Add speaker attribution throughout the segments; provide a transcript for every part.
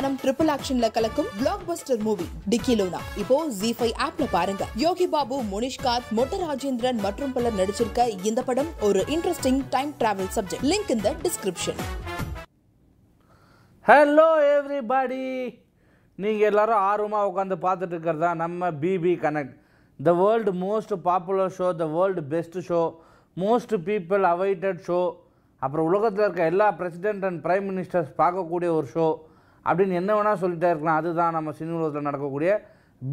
Speaker 1: படம் ட்ரிபிள் ஆக்ஷன்ல கலக்கும் பிளாக் பஸ்டர் மூவி டிக்கிலோனா இப்போ ஜி ஃபைவ் ஆப்ல பாருங்க யோகி பாபு முனிஷ்காத் மொட்ட ராஜேந்திரன் மற்றும் பலர் நடிச்சிருக்க இந்த படம் ஒரு interesting time travel subject link in the description
Speaker 2: hello everybody நீங்கள் எல்லாரும் ஆர்வமாக உட்காந்து பார்த்துட்டு இருக்கிறது தான் நம்ம BB connect the world most popular show the world best show most people awaited show அப்புறம் உலகத்தில் இருக்க எல்லா பிரசிடென்ட் அண்ட் பிரைம் மினிஸ்டர்ஸ் பார்க்கக்கூடிய ஒரு ஷோ அப்படின்னு என்ன வேணால் சொல்லிட்டே இருக்கலாம் அதுதான் நம்ம சினி உலகத்தில் நடக்கக்கூடிய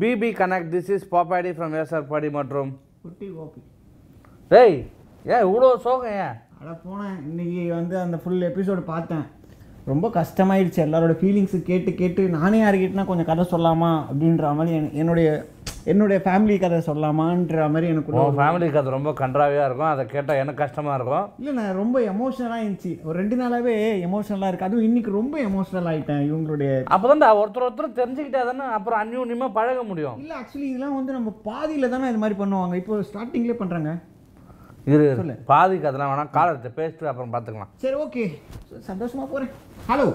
Speaker 2: பிபி கனெக்ட் திஸ் இஸ் பாப்பாடி ஃப்ரம் ஏசர் பாடி மற்றும்
Speaker 3: குட்டி கோபி
Speaker 2: டேய் ஏன் இவ்வளோ சோகம் ஏன்
Speaker 3: அட போனேன் இன்னைக்கு வந்து அந்த ஃபுல் எபிசோடு பார்த்தேன் ரொம்ப கஷ்டமாயிடுச்சு எல்லாரோட ஃபீலிங்ஸு கேட்டு கேட்டு நானே யாருக்கிட்டனா கொஞ்சம் கதை சொல்லாமா அப்படின்ற மாதிரி என்- என்னுடைய என்னுடைய ஃபேமிலி கதை சொல்லாமான்ற மாதிரி எனக்கு
Speaker 2: உன் ஃபேமிலிக்கு அது ரொம்ப கன்றாவியாக இருக்கும் அதை கேட்டால் எனக்கு கஷ்டமாக இருக்கும்
Speaker 3: இல்லை நான் ரொம்ப எமோஷனலாக இருந்துச்சு ஒரு ரெண்டு நாளாகவே எமோஷனலாக இருக்கு அதுவும் இன்னைக்கு ரொம்ப எமோஷனல் ஆயிட்டேன் இவங்களுடைய
Speaker 2: அப்போ ஒருத்தர் ஒருத்தர் தெரிஞ்சுக்கிட்டா தானே அப்புறம் அந்யூன்யமாக பழக முடியும்
Speaker 3: இல்லை ஆக்சுவலி இதெல்லாம் வந்து நம்ம பாதியில் தானே இது மாதிரி பண்ணுவாங்க இப்போ ஸ்டார்டிங்லேயே பண்ணுறாங்க
Speaker 2: இரு இரு. பாதிக்கு அதெல்லாம் வேணாம் காலத்தை பேசிட்டு அப்புறம் பார்த்துக்கலாம்
Speaker 3: சரி ஓகே சந்தோஷமாக போகிறேன் ஹலோ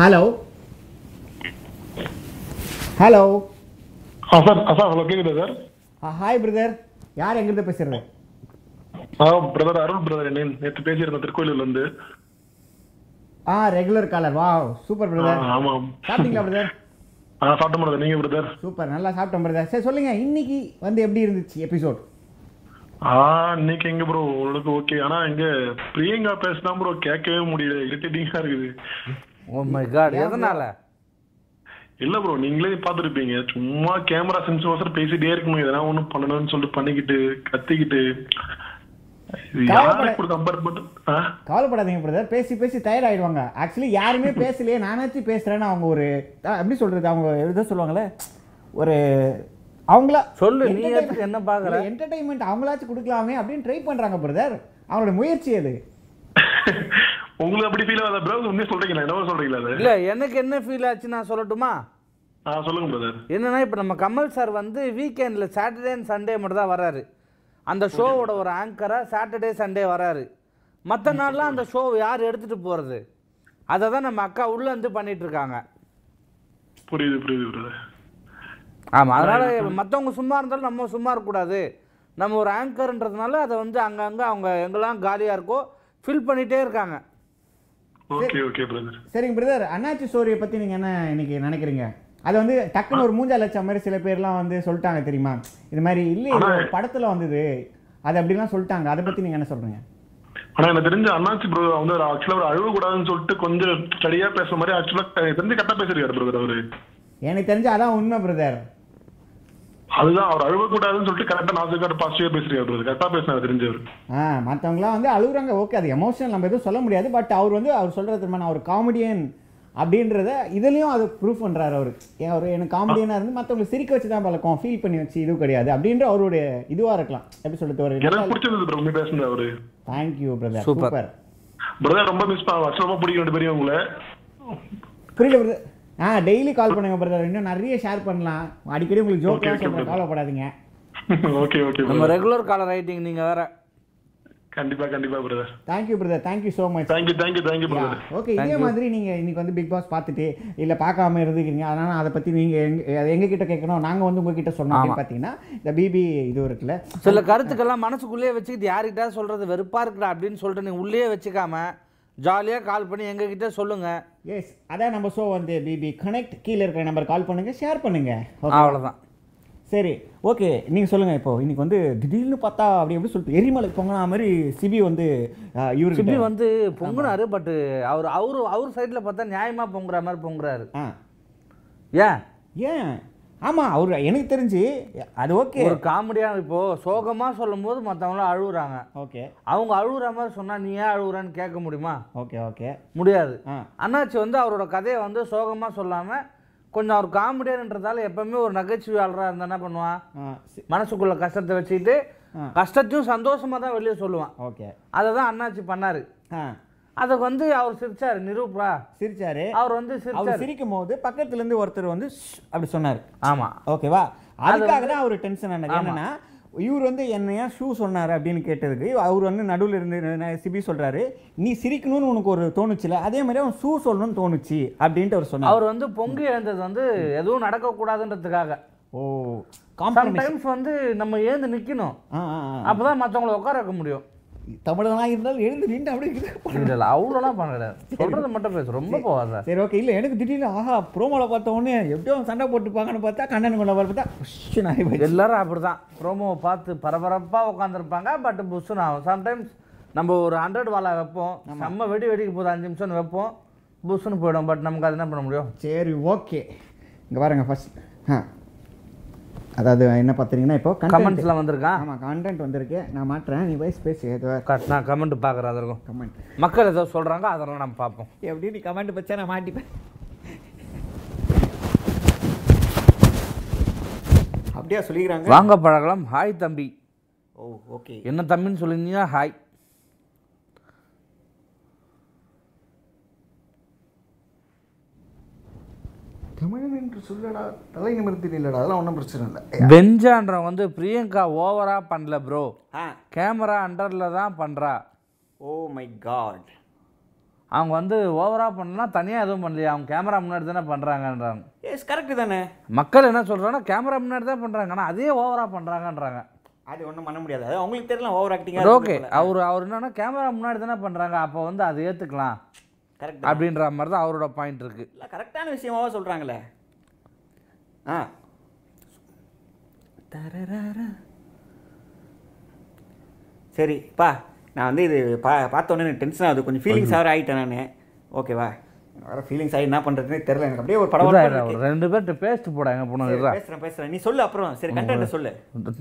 Speaker 3: ஹலோ ஹலோ
Speaker 4: ஆ சார் ஆ சார் ஹலோ கேக்குதா சார்
Speaker 3: ஹாய் பிரதர் யார் எங்கிருந்து பேசுறது
Speaker 4: ஆ பிரதர் அருள் பிரதர் என்ன நேற்று பேசியிருந்தேன் திருக்கோயிலூர்ல இருந்து
Speaker 3: ஆ ரெகுலர் காலர் வா சூப்பர்
Speaker 4: ஆ,
Speaker 3: பிரதர்
Speaker 4: ஆமா
Speaker 3: சாப்பிட்டீங்களா பிரதர்
Speaker 4: ஆ சாப்பிட்ட முடியாது நீங்க பிரதர்
Speaker 3: சூப்பர் நல்லா சாப்பிட்டோம் பிரதர் சரி சொல்லுங்க இன்னைக்கு வந்து எப்படி இருந்துச்சு எபிசோட்
Speaker 4: ஆ இன்னைக்கு எங்க ப்ரோ உங்களுக்கு ஓகே ஆனா இங்க பிரியங்கா பேசினா ப்ரோ கேட்கவே முடியல இரிட்டேட்டிங்கா இருக்குது
Speaker 2: ஓ மை காட் Oh எதனால
Speaker 4: இல்ல ப்ரோ நீங்களே பார்த்துருப்பீங்க சும்மா கேமரா சென்ஸ் ஓசரம் பேசிட்டே இருக்கணும் எதனா ஒண்ணு பண்ணணும்னு சொல்லிட்டு பண்ணிக்கிட்டு கத்திக்கிட்டு இது யாருக்கு கொடுத்த கம்பேர் பண்ணு ஆ?
Speaker 3: கவலைப்படாதீங்க பிரதர் பேசி பேசி tired ஆயிடுவாங்க ஆக்சுவலி யாருமே பேசலையே நானாச்சும் பேசுகிறேன்னு அவங்க ஒரு அ, எப்படி சொல்கிறது அவங்க எதோ சொல்லுவாங்களே ஒரு அவங்களா
Speaker 2: சொல்லு, நீ எதுக்கு என்ன பார்க்கற?
Speaker 3: என்டர்டைன்மெண்ட் அவங்களாச்சும் கொடுக்கலாமே அப்படின்னு ட்ரை பண்ணுறாங்க பிரதர் அவங்களோட முயற்சி அது
Speaker 4: உங்களுக்கு அப்படி ஃபீல் ஆகாத ப்ரோ உண்மையே சொல்றீங்களா என்னவோ சொல்றீங்களா அது
Speaker 2: இல்ல எனக்கு என்ன ஃபீல் ஆச்சு நான் சொல்லட்டுமா
Speaker 4: ஆ சொல்லுங்க பிரதர்
Speaker 2: என்னன்னா இப்போ நம்ம கமல் சார் வந்து வீக்கெண்டில் சாட்டர்டே அண்ட் சண்டே மட்டும் தான் வராரு அந்த ஷோவோட ஒரு ஆங்கராக சாட்டர்டே சண்டே வராரு மற்ற நாள்லாம் அந்த ஷோ யார் எடுத்துகிட்டு போகிறது அதை தான் நம்ம அக்கா உள்ளே வந்து பண்ணிட்டு இருக்காங்க
Speaker 4: புரியுது புரியுது பிரதர்
Speaker 2: ஆமாம் அதனால் மற்றவங்க சும்மா இருந்தாலும் நம்ம சும்மா இருக்கக்கூடாது நம்ம ஒரு ஆங்கர்ன்றதுனால அதை வந்து அங்கங்கே அவங்க எங்கெல்லாம் காலியாக இருக்கோ ஃபில் பண்ணிகிட்டே இருக்காங்க
Speaker 4: ஓகே ஓகே பிரதர்
Speaker 3: சரிங்க பிரதர் அண்ணாச்சி ஸ்டோரியை பற்றி நீங்கள் என்ன இன்னைக்கு நினைக்கிறீங்க அது வந்து டக்குன்னு ஒரு மூஞ்சா லட்சம் மாதிரி சில பேர்லாம் வந்து சொல்லிட்டாங்க தெரியுமா இது மாதிரி இல்லை இது ஒரு படத்தில் வந்தது அது அப்படிலாம் சொல்லிட்டாங்க அதை பற்றி நீங்கள் என்ன சொல்கிறீங்க
Speaker 4: ஆனா எனக்கு தெரிஞ்ச அண்ணாச்சி ப்ரோ வந்து ஆக்சுவலா அவர் அழுவ கூடாதுன்னு சொல்லிட்டு கொஞ்சம் ஸ்டடியா பேசுற மாதிரி ஆக்சுவலா தெரிஞ்சு கரெக்டா பேசிருக்காரு பிரதர் அவரு
Speaker 3: எனக்கு தெரிஞ்சு அதான் உண்மை பிரதர்
Speaker 4: அதுதான் அவர் அழுவ கூடாதுன்னு சொல்லிட்டு கரெக்டா நாசுக்கார் பாசிட்டிவா பேசிருக்காரு பிரதர் கரெக்டா பேசினாரு தெரிஞ்சவர்
Speaker 3: ஆ மற்றவங்களாம் வந்து அழுகுறாங்க ஓகே அது எமோஷனல் நம்ம எதுவும் சொல்ல முடியாது பட் அவர் வந்து அவர் சொல்கிறது திரும்ப நான் ஒரு காமெடியன் அப்படின்றத இதுலேயும் அது ப்ரூஃப் பண்ணுறாரு அவர் ஏன் அவர் எனக்கு காமெடியனாக இருந்து மற்றவங்களை சிரிக்க வச்சு தான் பழக்கம் ஃபீல் பண்ணி வச்சு இது கிடையாது அப்படின்ற அவருடைய இதுவாக இருக்கலாம் எப்படி சொல்றது ஒரு
Speaker 4: எனக்கு பிடிச்சிருந்தது ப்ரோ உண்மை பேசுனது அவரு
Speaker 3: thank you brother
Speaker 2: Super.
Speaker 3: Super
Speaker 4: brother ரொம்ப மிஸ் பண்ண வருஷம் ரொம்ப பிடிக்கும் ரெண்டு பேரும் உங்களை
Speaker 3: புரியல பிரதர் ஆ டெய்லி கால் பண்ணுங்க பிரதர் இன்னும் நிறைய ஷேர் பண்ணலாம் அடிக்கடி உங்களுக்கு
Speaker 4: Okay,
Speaker 3: ஜோக்கெலாம்
Speaker 4: okay,
Speaker 3: சொல்கிறேன்
Speaker 4: brother.
Speaker 3: கவலைப்படாதீங்க
Speaker 4: ஓகே ஓகே
Speaker 2: நம்ம ரெகுலர் காலர் ரைட்டிங் நீங்கள் வேற
Speaker 4: கண்டிப்பா கண்டிப்பா brother
Speaker 3: thank you brother thank you so much
Speaker 4: thank you thank you thank you brother
Speaker 3: okay இதே மாதிரி நீங்க இன்னைக்கு வந்து பிக் பாஸ் பார்த்துட்டு இல்ல பார்க்காம இருந்துக்கிறீங்க அதனால அதை பத்தி நீங்க எங்க- அதை எங்க கிட்ட கேட்கணும் நாங்க வந்து உங்ககிட்ட சொன்னோம் அப்படின்னு பாத்தீங்கன்னா இந்த பிபி இது இருக்குல்ல
Speaker 2: சில கருத்துக்கெல்லாம் மனசுக்குள்ளேயே வச்சுக்கிட்டு யார்கிட்ட சொல்கிறது வெறுப்பாக இருக்குடா அப்படின்னு சொல்லிட்டு நீங்கள் உள்ளே வச்சுக்காம ஜாலியாக கால் பண்ணி எங்ககிட்ட சொல்லுங்கள்
Speaker 3: எஸ் அதான் நம்ம ஷோ வந்து பிபி கனெக்ட் கீழே இருக்கிற நம்பர் கால் பண்ணுங்க ஷேர் பண்ணுங்க Okay.
Speaker 2: அவ்வளோதான்
Speaker 3: சரி ஓகே நீங்க சொல்லுங்க இப்போ இன்னைக்கு வந்து திடீர்னு பார்த்தா அப்படி எப்படி சொல்லிட்டு எரிமலை பொங்கனா மாதிரி சிபி வந்து
Speaker 2: சிப்பி
Speaker 3: இவருக்கு
Speaker 2: வந்து பொங்குனாரு பட் அவர் அவரு அவர் சைடில் பார்த்தா நியாயமாக பொங்குற மாதிரி பொங்குறாரு
Speaker 3: ஆ
Speaker 2: ஏன்
Speaker 3: ஏன் ஆமா அவர் எனக்கு தெரிஞ்சு அது ஓகே
Speaker 2: ஒரு காமெடியாக இப்போது சோகமாக சொல்லும்போது மற்றவங்களாம் அழுகுறாங்க
Speaker 3: ஓகே
Speaker 2: அவங்க அழுகுற மாதிரி சொன்னால் நீ ஏன் அழுகுறான்னு கேட்க முடியுமா
Speaker 3: ஓகே ஓகே
Speaker 2: முடியாது
Speaker 3: ஆ
Speaker 2: அண்ணாச்சி வந்து அவரோட கதையை வந்து சோகமாக சொல்லாமல் கொஞ்சம் அவர் காமெடியன்ன்றதால எப்பவுமே ஒரு நகைச்சுவையாளராக இருந்தா என்ன பண்ணுவான்
Speaker 3: ஆ சரி.
Speaker 2: மனசுக்குள்ள கஷ்டத்தை வச்சுக்கிட்டு
Speaker 3: ஆ.
Speaker 2: கஷ்டத்தையும் சந்தோஷமாக தான் வெளியே சொல்லுவான்
Speaker 3: ஓகே
Speaker 2: அதை தான் அண்ணாச்சி பண்ணாரு
Speaker 3: ஆ
Speaker 2: அதை வந்து அவர் சிரிச்சாரு நிரூப்ரா
Speaker 3: சிரிச்சாரு
Speaker 2: அவர் வந்து
Speaker 3: அவர்
Speaker 2: சிரிச்சாரு
Speaker 3: சிரிக்கும் போது பக்கத்துல இருந்து ஒருத்தர் வந்து "ஷ்" அப்படி சொன்னாரு
Speaker 2: ஆமாம்
Speaker 3: ஓகேவா அதுக்காக தான் அவர் டென்ஷன் ஆனது என்னன்னா இவர் வந்து என்ன ஏன் ஷூ சொன்னார் அப்படின்னு கேட்டதுக்கு அவர் வந்து நடுவில் இருந்து சிபி சொல்றாரு நீ சிரிக்கணும்னு உனக்கு ஒரு தோணுச்சுல அதே மாதிரி அவன் ஷூ சொல்லணும்னு தோணுச்சு அப்படின்ட்டு அவர் சொன்னார்
Speaker 2: அவர் வந்து பொங்கி எழுந்தது வந்து எதுவும் நடக்கக்கூடாதுன்றதுக்காக
Speaker 3: ஓ காம்ப்ரமைஸ்
Speaker 2: சம்டைம்ஸ் வந்து நம்ம ஏந்து நிக்கணும்
Speaker 3: ஆ ஆ, ஆ.
Speaker 2: அப்பதான் மத்தவங்களை உட்கார வைக்க முடியும்
Speaker 3: தமிழனா இருந்தாலும் எழுந்து நின்று அப்படியே இது
Speaker 2: இல்ல இல்ல அவ்வளோலாம் பண்ண கிடையாது சொல்றது மட்டும் பேசு ரொம்ப போகாத
Speaker 3: சரி ஓகே இல்லை எனக்கு திடீர்னு ஆஹா ப்ரோமோவில் பார்த்த உடனே எப்படியோ அவன் சண்டை போட்டுப்பாங்கன்னு பார்த்தா கண்ணன் கொண்ட பார்த்தா உஷ்ஷுன்னு ஆகி போச்சு.
Speaker 2: எல்லாரும் அப்படிதான் ப்ரோமோவை பார்த்து பரபரப்பா உட்காந்துருப்பாங்க பட் புஷ்ஷுன்னு ஆகும் சம்டைம்ஸ் நம்ம ஒரு ஹண்ட்ரட் வாலா வைப்போம் நம்ம வெடி வெடிக்க போதும் அஞ்சு நிமிஷம் வைப்போம் புஷ்ஷுன்னு போயிடும் பட் நமக்கு அது என்ன பண்ண முடியும்
Speaker 3: சரி ஓகே இங்கே பாருங்க ஃபர்ஸ்ட் ஆ அதாவது என்ன பார்த்தீங்கன்னா இப்போ கமெண்ட்ஸ்
Speaker 2: கமெண்ட்ஸ்ல வந்திருக்கான்
Speaker 3: ஆமாம் கண்டென்ட் வந்திருக்கு நான் மாட்டுறேன் நீ வயசு பேசி ஏதோ
Speaker 2: கட், நான் கமெண்ட் பார்க்குறேன் அது இருக்கும்
Speaker 3: கமெண்ட்
Speaker 2: மக்கள் ஏதோ சொல்றாங்க அதெல்லாம் நம்ம பார்ப்போம்
Speaker 3: எப்படி நீ கமெண்ட் பச்சா நான் மாட்டிப்பேன் அப்படியா சொல்லிக்கிறாங்க
Speaker 2: வாங்க பழகலாம் ஹாய் தம்பி
Speaker 3: ஓ ஓகே
Speaker 2: என்ன தம்பின்னு சொல்லியிருந்தீங்கன்னா ஹாய்
Speaker 5: தமிழன் என்று சொல்லடா தலை நிமிர்த்தி இல்லடா அதெல்லாம் ஒன்றும் பிரச்சனை இல்லை
Speaker 2: பெஞ்சான்றவன் வந்து பிரியங்கா ஓவரா பண்ணல ப்ரோ
Speaker 3: ஆ
Speaker 2: கேமரா அண்டர்ல தான் பண்றா
Speaker 3: ஓ மை காட்
Speaker 2: அவங்க வந்து ஓவரா பண்ணலனா தனியா எதுவும் பண்ணலையா அவங்க கேமரா முன்னாடி தானே பண்றாங்கன்றாங்க
Speaker 3: எஸ் கரெக்டு தானே
Speaker 2: மக்கள் என்ன சொல்றாங்கன்னா கேமரா முன்னாடி தான் பண்றாங்க ஆனா அதே ஓவரா பண்றாங்கன்றாங்க
Speaker 3: அது ஒன்றும் பண்ண முடியாது அது அவங்களுக்கு தெரியல ஓவர் ஆக்டிங்
Speaker 2: ஓகே அவர் அவர் என்னன்னா கேமரா முன்னாடி தானே பண்றாங்க அப்போ வந்து அதை ஏத்துக்கலாம்
Speaker 3: கரெக்ட்
Speaker 2: அப்படின்ற மாதிரி தான் அவரோட பாயிண்ட் இருக்கு
Speaker 3: இல்லை கரெக்டான விஷயமாவா சொல்கிறாங்களே ஆ தரரரா. சரிப்பா நான் வந்து இது பா பார்த்தோன்னே எனக்கு டென்ஷன் ஆகுது கொஞ்சம் ஃபீலிங்ஸ் ஆகிற ஆகிட்டேன் நான் ஓகேவா எனக்கு வர ஃபீலிங்ஸ் ஆகி என்ன பண்ணுறதுனே தெரில எனக்கு அப்படியே ஒரு
Speaker 2: இதா,
Speaker 3: படம்
Speaker 2: இதா, ஒரு ரெண்டு பேர்கிட்ட பேஸ்ட் போட எங்க போனோம் இதா.
Speaker 3: பேசுகிறேன் பேசுகிறேன் நீ சொல்லு அப்புறம் சரி கண்டென்ட் சொல்லு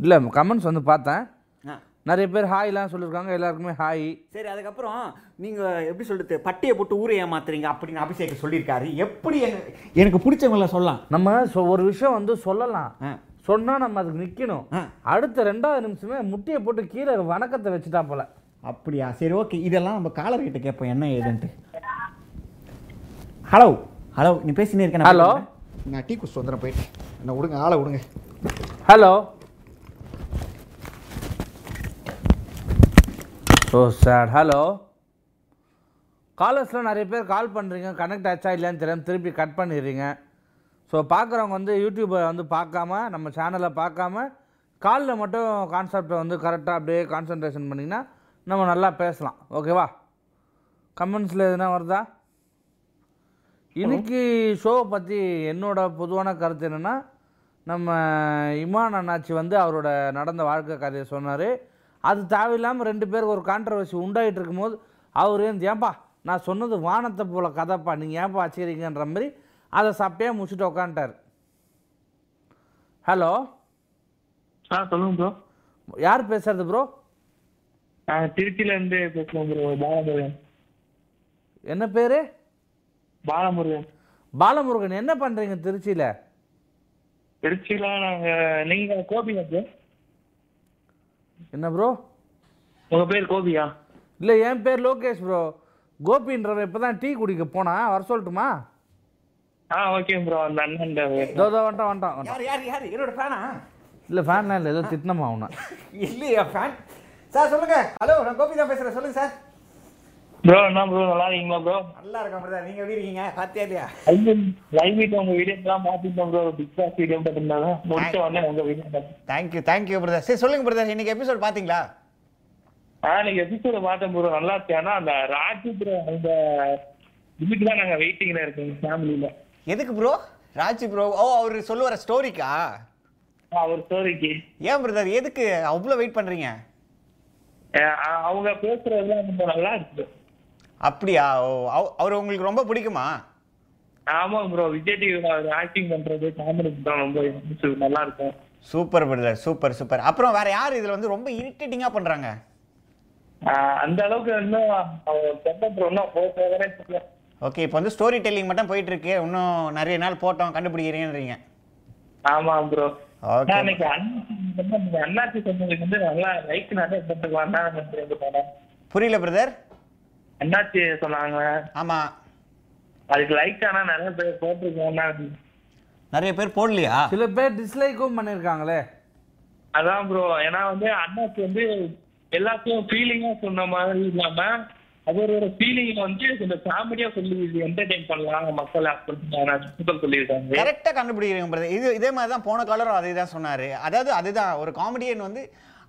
Speaker 2: இல்ல கமெண்ட்ஸ் வந்து பார்த்தேன்
Speaker 3: ஆ
Speaker 2: நிறைய பேர் ஹாய்லாம் சொல்லியிருக்காங்க எல்லாருக்குமே ஹாய்
Speaker 3: சரி அதுக்கப்புறம் நீங்கள் எப்படி சொல்றது பட்டியை போட்டு ஊரை ஏமாத்துறீங்க அப்படின்னு அபிஷேக் சொல்லியிருக்காரு எப்படி எனக்கு- எனக்கு பிடிச்சவங்கள சொல்லலாம்
Speaker 2: நம்ம சொ- ஒரு விஷயம் வந்து சொல்லலாம்
Speaker 3: ஆ
Speaker 2: சொன்னா நம்ம அதுக்கு நிக்கணும்
Speaker 3: ஆ.
Speaker 2: அடுத்த ரெண்டாவது நிமிஷமே முட்டியை போட்டு கீழே வணக்கத்தை வச்சுட்டா போல
Speaker 3: அப்படியா சரி ஓகே இதெல்லாம் நம்ம காலர் கிட்ட கேட்போம் என்ன ஏதுன்ட்டு ஹலோ ஹலோ நீ பேசினே இருக்க நான்
Speaker 2: Hello?
Speaker 5: நான் டீ குடிச்சு வந்துடுறேன் போயிட்டு என்ன விடுங்க ஆளை விடுங்க
Speaker 2: ஹலோ ஓ சார் ஹலோ காலர்ஸில் நிறைய பேர் கால் பண்ணுறீங்க கனெக்ட் ஆச்சா இல்லையான்னு தெரியாம திருப்பி கட் பண்ணிடுறீங்க ஸோ பார்க்குறவங்க வந்து யூடியூப்பை வந்து பார்க்காம நம்ம சேனலை பார்க்காம காலில் மட்டும் கான்செப்டை வந்து கரெக்டாக அப்படியே கான்சென்ட்ரேஷன் பண்ணிங்கன்னா நம்ம நல்லா பேசலாம் ஓகேவா கமெண்ட்ஸில் எதுனா வருதா இன்னைக்கு ஷோவை பற்றி என்னோட பொதுவான கருத்து என்னென்னா நம்ம இமான் அண்ணாச்சி வந்து அவரோட நடந்த வாழ்க்கை கதையை சொன்னார் அது தேவையில்லாமல் ரெண்டு பேருக்கு ஒரு கான்ட்ரவர்சி உண்டாயிட்டு இருக்கும்போது அவர் ஏன் ஏன்பா நான் சொன்னது வானத்தை போல கதைப்பா நீங்கள் ஏன்பா ஆச்சரியங்கன்ற மாதிரி அதை சப்பையாக முடிச்சுட்டு உக்காந்துட்டார் ஹலோ
Speaker 6: ஆ சொல்லுங்க ப்ரோ
Speaker 2: யார் பேசுறது ப்ரோ
Speaker 6: நான் திருச்சியில இருந்து பேசுறேன் ப்ரோ பாலமுருகன்
Speaker 2: என்ன பேர்
Speaker 6: பாலமுருகன்
Speaker 2: பாலமுருகன் என்ன பண்ணுறீங்க திருச்சியில்
Speaker 6: திருச்சியில நாங்க நீங்க கோபியா ப்ரோ
Speaker 2: என்ன ப்ரோ
Speaker 6: உங்க பேர் கோபியா
Speaker 2: இல்லை என் பேர் லோகேஷ் ப்ரோ கோபின்றவர் இப்போ தான் டீ குடிக்க போனா வர சொல்லட்டுமா
Speaker 6: ஆ ஓகே ப்ரோ அந்த அண்ணன்
Speaker 2: இதோ இதோ வந்துட்டான் வந்துட்டான் வந்துட்டான்
Speaker 3: யார் யார் யார் என்னோட ஃபேனா
Speaker 2: இல்லை ஃபேன்லாம் இல்லை ஏதோ திட்டினமா அவனை
Speaker 3: இல்லையா ஃபேன் சார் சொல்லுங்க ஹலோ நான் கோபி தான் பேசுகிறேன் சொல்லுங்க சார்
Speaker 6: ப்ரோ என்ன ப்ரோ நல்லா இருக்கீங்களா ப்ரோ
Speaker 3: நல்லா இருக்கேன் பிரதா நீங்கள் எப்படி இருக்கீங்க பார்த்தியா இல்லையா
Speaker 6: லைவ் வீட்டு உங்க வீடியோ எல்லாம் பார்த்துட்டேன் ப்ரோ பிக் பாஸ் வீடியோ பார்த்துருந்தாங்க முடிச்ச உடனே உங்க வீடியோ
Speaker 3: தேங்க்யூ தேங்க்யூ பிரதர் சரி சொல்லுங்க பிரதர் இன்னைக்கு எபிசோட் பார்த்தீங்களா
Speaker 6: ஆ நீங்க எபிசோட பார்த்தேன் ப்ரோ நல்லா இருக்கு ஆனா அந்த ராஜு ப்ரோ அந்த இதுக்கு தான் நாங்க வெயிட்டிங்ல இருக்கோம் ஃபேமிலியில
Speaker 3: எதுக்கு ப்ரோ ராஜ் ப்ரோ ஓ அவர் சொல்லுவார ஸ்டோரிக்கா
Speaker 6: அவர் ஸ்டோரிக்கு
Speaker 3: ஏன் பிரதர் எதுக்கு அவ்வளோ வெயிட் பண்ணுறீங்க
Speaker 6: அவங்க பேசுறதுலாம் ரொம்ப நல்லா இருக்கு
Speaker 3: அப்படியா ஓ அவர் உங்களுக்கு ரொம்ப பிடிக்குமா
Speaker 6: ஆமா ப்ரோ விஜய் டிவில அவர் ஆக்டிங் பண்றது காமெடி பண்றது ரொம்ப எனக்கு நல்லா இருக்கும்
Speaker 3: சூப்பர் பிரதர் சூப்பர் சூப்பர் அப்புறம் வேற யார் இதுல வந்து ரொம்ப இரிட்டேட்டிங்கா பண்றாங்க
Speaker 6: ஆஹ் அந்த அளவுக்கு இன்னும் அவங்க பெப்பர் இன்னும் போகிறே தெரியல
Speaker 3: ஓகே இப்போ வந்து ஸ்டோரி டெல்லிங் மட்டும் போயிட்டு இருக்கு இன்னும் நிறைய நாள் போட்டோம் கண்டுபிடிக்கிறீங்கன்றீங்க
Speaker 6: ஆமா ப்ரோ
Speaker 3: Okay.
Speaker 6: நான் இன்னைக்கு அண்ணாச்சி அண்ணாச்சி சொன்னதுக்கு வந்து நல்லா லைக் நிறைய போட்டுக்கலாம் தான் நினைக்கிறேன் போனேன்
Speaker 3: புரியல பிரதர்
Speaker 6: அண்ணாச்சி சொன்னாங்க
Speaker 3: ஆமா
Speaker 6: அதுக்கு லைக் ஆனா நிறைய பேர் போட்டிருக்கோம்னா
Speaker 3: நிறைய பேர் போடலையா
Speaker 2: சில பேர் டிஸ்லைக்கும் பண்ணியிருக்காங்களே
Speaker 3: ஓ
Speaker 6: அதான் ப்ரோ ஏன்னா வந்து அண்ணாக்கு வந்து எல்லாத்தையும் ஃபீலிங்கா சொன்ன மாதிரி இல்லாம அவரோட ஃபீலிங் வந்து கொஞ்சம் காமெடியா சொல்லி என்டர்டைன் பண்ணலாம் மக்களை அப்படின்னு சொல்லியிருக்காங்க
Speaker 3: கரெக்டாக கண்டுபிடிக்கிறீங்க பிரதர் இது இதே மாதிரி தான் போன காலரும் அதே தான் சொன்னார் அதாவது அதுதான் ஒரு காமெடியன் வந்து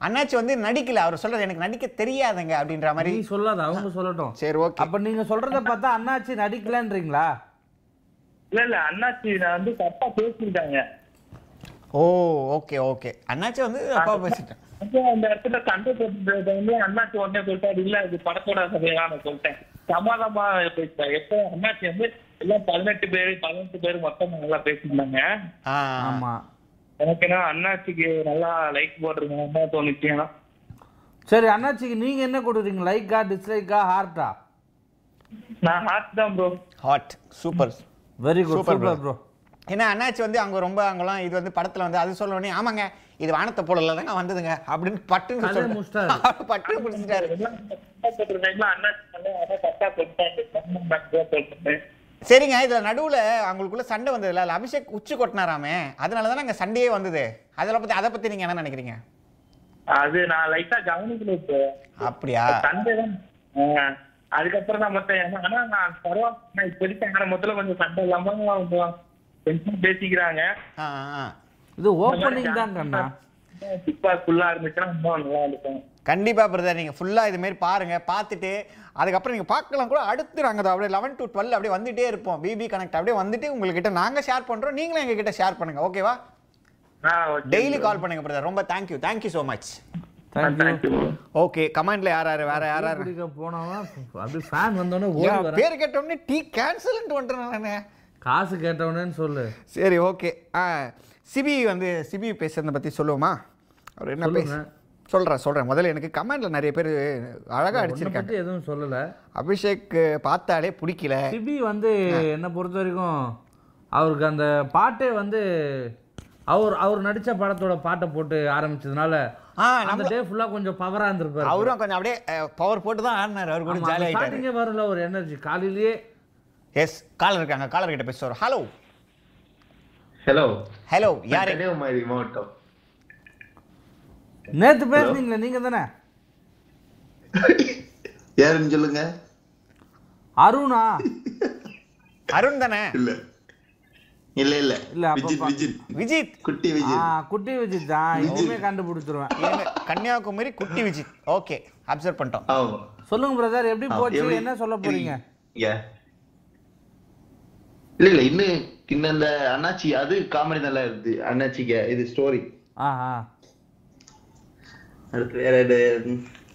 Speaker 3: அண்ணாச்சி வந்து நடிக்கல அவர் சொல்றது எனக்கு நடிக்க தெரியாதுங்க அப்படின்ற மாதிரி
Speaker 2: நீ சொல்லாத அவங்க சொல்லட்டும்
Speaker 3: சரி ஓகே
Speaker 2: அப்ப நீங்க சொல்றத பார்த்தா அண்ணாச்சி நடிக்கலன்றீங்களா
Speaker 6: இல்ல இல்ல அண்ணாச்சி நான் வந்து தப்பா பேசிட்டாங்க
Speaker 3: ஓ ஓகே ஓகே அண்ணாச்சி வந்து அப்பா பேசிட்டேன்
Speaker 6: வந்து அந்த இடத்துல சண்டை போட்டுட்டு வந்து அண்ணாச்சி உடனே சொல்லிட்டாரு இல்ல அது படத்தோட கதையா நான் சொல்லிட்டேன் சமாதமா பேசிட்டாரு எப்போ அண்ணாச்சி வந்து எல்லாம் பதினெட்டு பேர் பதினெட்டு பேர் மொத்தமா நல்லா பேசியிருந்தாங்க
Speaker 3: ஆ
Speaker 2: ஆமா
Speaker 6: எனக்கு என்ன அண்ணாச்சிக்கு நல்லா லைக் போட்டிருக்காங்க தோணுச்சு ஏன்னா
Speaker 2: சரி அண்ணாச்சிக்கு நீங்க என்ன கொடுக்குறீங்க லைக்கா டிஸ்லைக்கா ஹார்ட்டா
Speaker 6: நான் ஹார்ட் தான் bro
Speaker 3: hot super
Speaker 2: very good
Speaker 3: Super,
Speaker 2: super bro
Speaker 3: ஏன்னா அண்ணாச்சி வந்து அவங்க ரொம்ப அவங்களாம் இது வந்து படத்துல வந்து அது சொல்ல உடனே ஆமாங்க இது வானத்தை போடல தாங்க வந்ததுங்க அப்படின்னு பட்டுன்னு
Speaker 2: அதே முடிச்சிட்டாரு.
Speaker 3: சொல்லிட்டாரு பட்டுன்னு முடிச்சிட்டாரு
Speaker 6: அண்ணாச்சி
Speaker 3: சரிங்க இதுல நடுவுல அவங்களுக்குள்ள சண்டை வந்ததுல அதுல அபிஷேக் உச்சி கொட்டினாராமே அதனால தான் அங்கே சண்டையே வந்தது அதில் பத்தி அதை பத்தி நீங்க என்ன நினைக்கிறீங்க
Speaker 6: அது நான் லைட்டா கவனிக்கல இப்போ
Speaker 3: அப்படியா
Speaker 6: சண்டைதான் ஆஹ், அதுக்கப்புறம் தான் மொத்தம் ஏன்னா- ஆனா நான் பரவாயில்ல இப்போதைக்கு ஆனா முதல்ல கொஞ்சம் சண்டை இல்லாம கொஞ்சம் கொஞ்சம் பேசிக்கிறாங்க
Speaker 3: ஆ ஆ.
Speaker 2: இது ஓப்பனிங் தான் கண்ணா
Speaker 6: சிப்பா ஃபுல்லா இருந்துச்சுன்னா இன்னும் நல்லா இருக்கும்
Speaker 3: கண்டிப்பா பிரதர் நீங்க ஃபுல்லா இது மாதிரி பாருங்க பார்த்துட்டு அதுக்கப்புறம் நீங்க பார்க்கலாம் கூட அடுத்து நாங்க அதை அப்படியே லெவன் டு டுவெல் அப்படியே வந்துட்டே இருப்போம் பிபி கனெக்ட் அப்படியே வந்துட்டு உங்ககிட்ட நாங்க ஷேர் பண்றோம் நீங்களும் எங்ககிட்ட ஷேர் பண்ணுங்க ஓகேவா
Speaker 6: ஆஹ் okay.
Speaker 3: டெய்லி கால் பண்ணுங்க பிரதர் ரொம்ப thank you thank you so much
Speaker 6: Thank you.
Speaker 3: Okay கமெண்ட்ல யார் யார் வேற யார் யார்
Speaker 2: குடிக்க போனவன் அப்படி ஃபேன் வந்தோடனே ஓடி
Speaker 3: ஏன்
Speaker 2: வரேன்
Speaker 3: பேர் கேட்டோம்னே டீ கேன்சல்ன்ட்டு வந்துட்டேன் நானு
Speaker 2: காசு கேட்டவனேன்னு சொல்லு
Speaker 3: சரி ஓகே ஆ சிபி வந்து சிபி பேசுறதை பத்தி சொல்லுவோமா அவர் என்ன பேச
Speaker 2: சொல்லுங்க.
Speaker 3: சொல்றேன் சொல்றேன் முதல்ல எனக்கு கமெண்ட்ல நிறைய பேர் அழகா
Speaker 2: உன்னை
Speaker 3: அடிச்சிருக்காங்க
Speaker 2: பத்தி எதுவும் சொல்லல
Speaker 3: அபிஷேக் பார்த்தாலே பிடிக்கல
Speaker 2: சிபி வந்து என்னை பொறுத்த வரைக்கும் அவருக்கு அந்த பாட்டே வந்து அவர் அவர் நடிச்ச படத்தோட பாட்டை போட்டு ஆரம்பிச்சதுனால
Speaker 3: ஆ
Speaker 2: அந்த
Speaker 3: நம்ம
Speaker 2: டே ஃபுல்லா கொஞ்சம் பவரா இருந்திருப்பாரு
Speaker 3: அவரும் கொஞ்சம் அப்படியே பவர் போட்டு தான் ஆடினார் அவர் கூட ஜாலி ஆயிட்டாரு
Speaker 2: ஸ்டார்டிங்கே வரல ஒரு எனர்ஜி காலையிலேயே
Speaker 3: எஸ் காலர் இருக்காங்க காலர் கிட்ட பேசுவார் ஹலோ
Speaker 7: ஹலோ
Speaker 3: ஹலோ யாரு
Speaker 7: கன்னியாகுமரி மாவட்டம்
Speaker 2: நேத்து பேசுனீங்களே நீங்க தானே
Speaker 7: யாருன்னு சொல்லுங்க
Speaker 2: அருணா
Speaker 3: அருண் தானே
Speaker 7: இல்ல இல்ல இல்ல
Speaker 2: இல்ல, அப்ப
Speaker 7: விஜித்
Speaker 2: பா-
Speaker 7: விஜித்
Speaker 3: விஜித்
Speaker 7: குட்டி
Speaker 2: ஆ,
Speaker 7: விஜித்
Speaker 2: குட்டி விஜித் தான் இதுவுமே கண்டுபிடிச்சிருவேன்
Speaker 3: இவங்க கன்னியாகுமரி குட்டி விஜித் ஓகே அப்சர்வ் பண்ணிட்டோம்
Speaker 7: ஆமா
Speaker 2: சொல்லுங்க பிரதர் எப்படி போச்சு
Speaker 7: எப்படி-
Speaker 2: என்ன சொல்ல போறீங்க
Speaker 7: Yeah. இல்ல இல்ல இன்னும் இன்னும் இந்த அண்ணாச்சி அது காமெடி நல்லா இருக்கு அண்ணாச்சிக்கு இது ஸ்டோரி
Speaker 2: ஆ ஆ
Speaker 7: அடுத்து வேற இது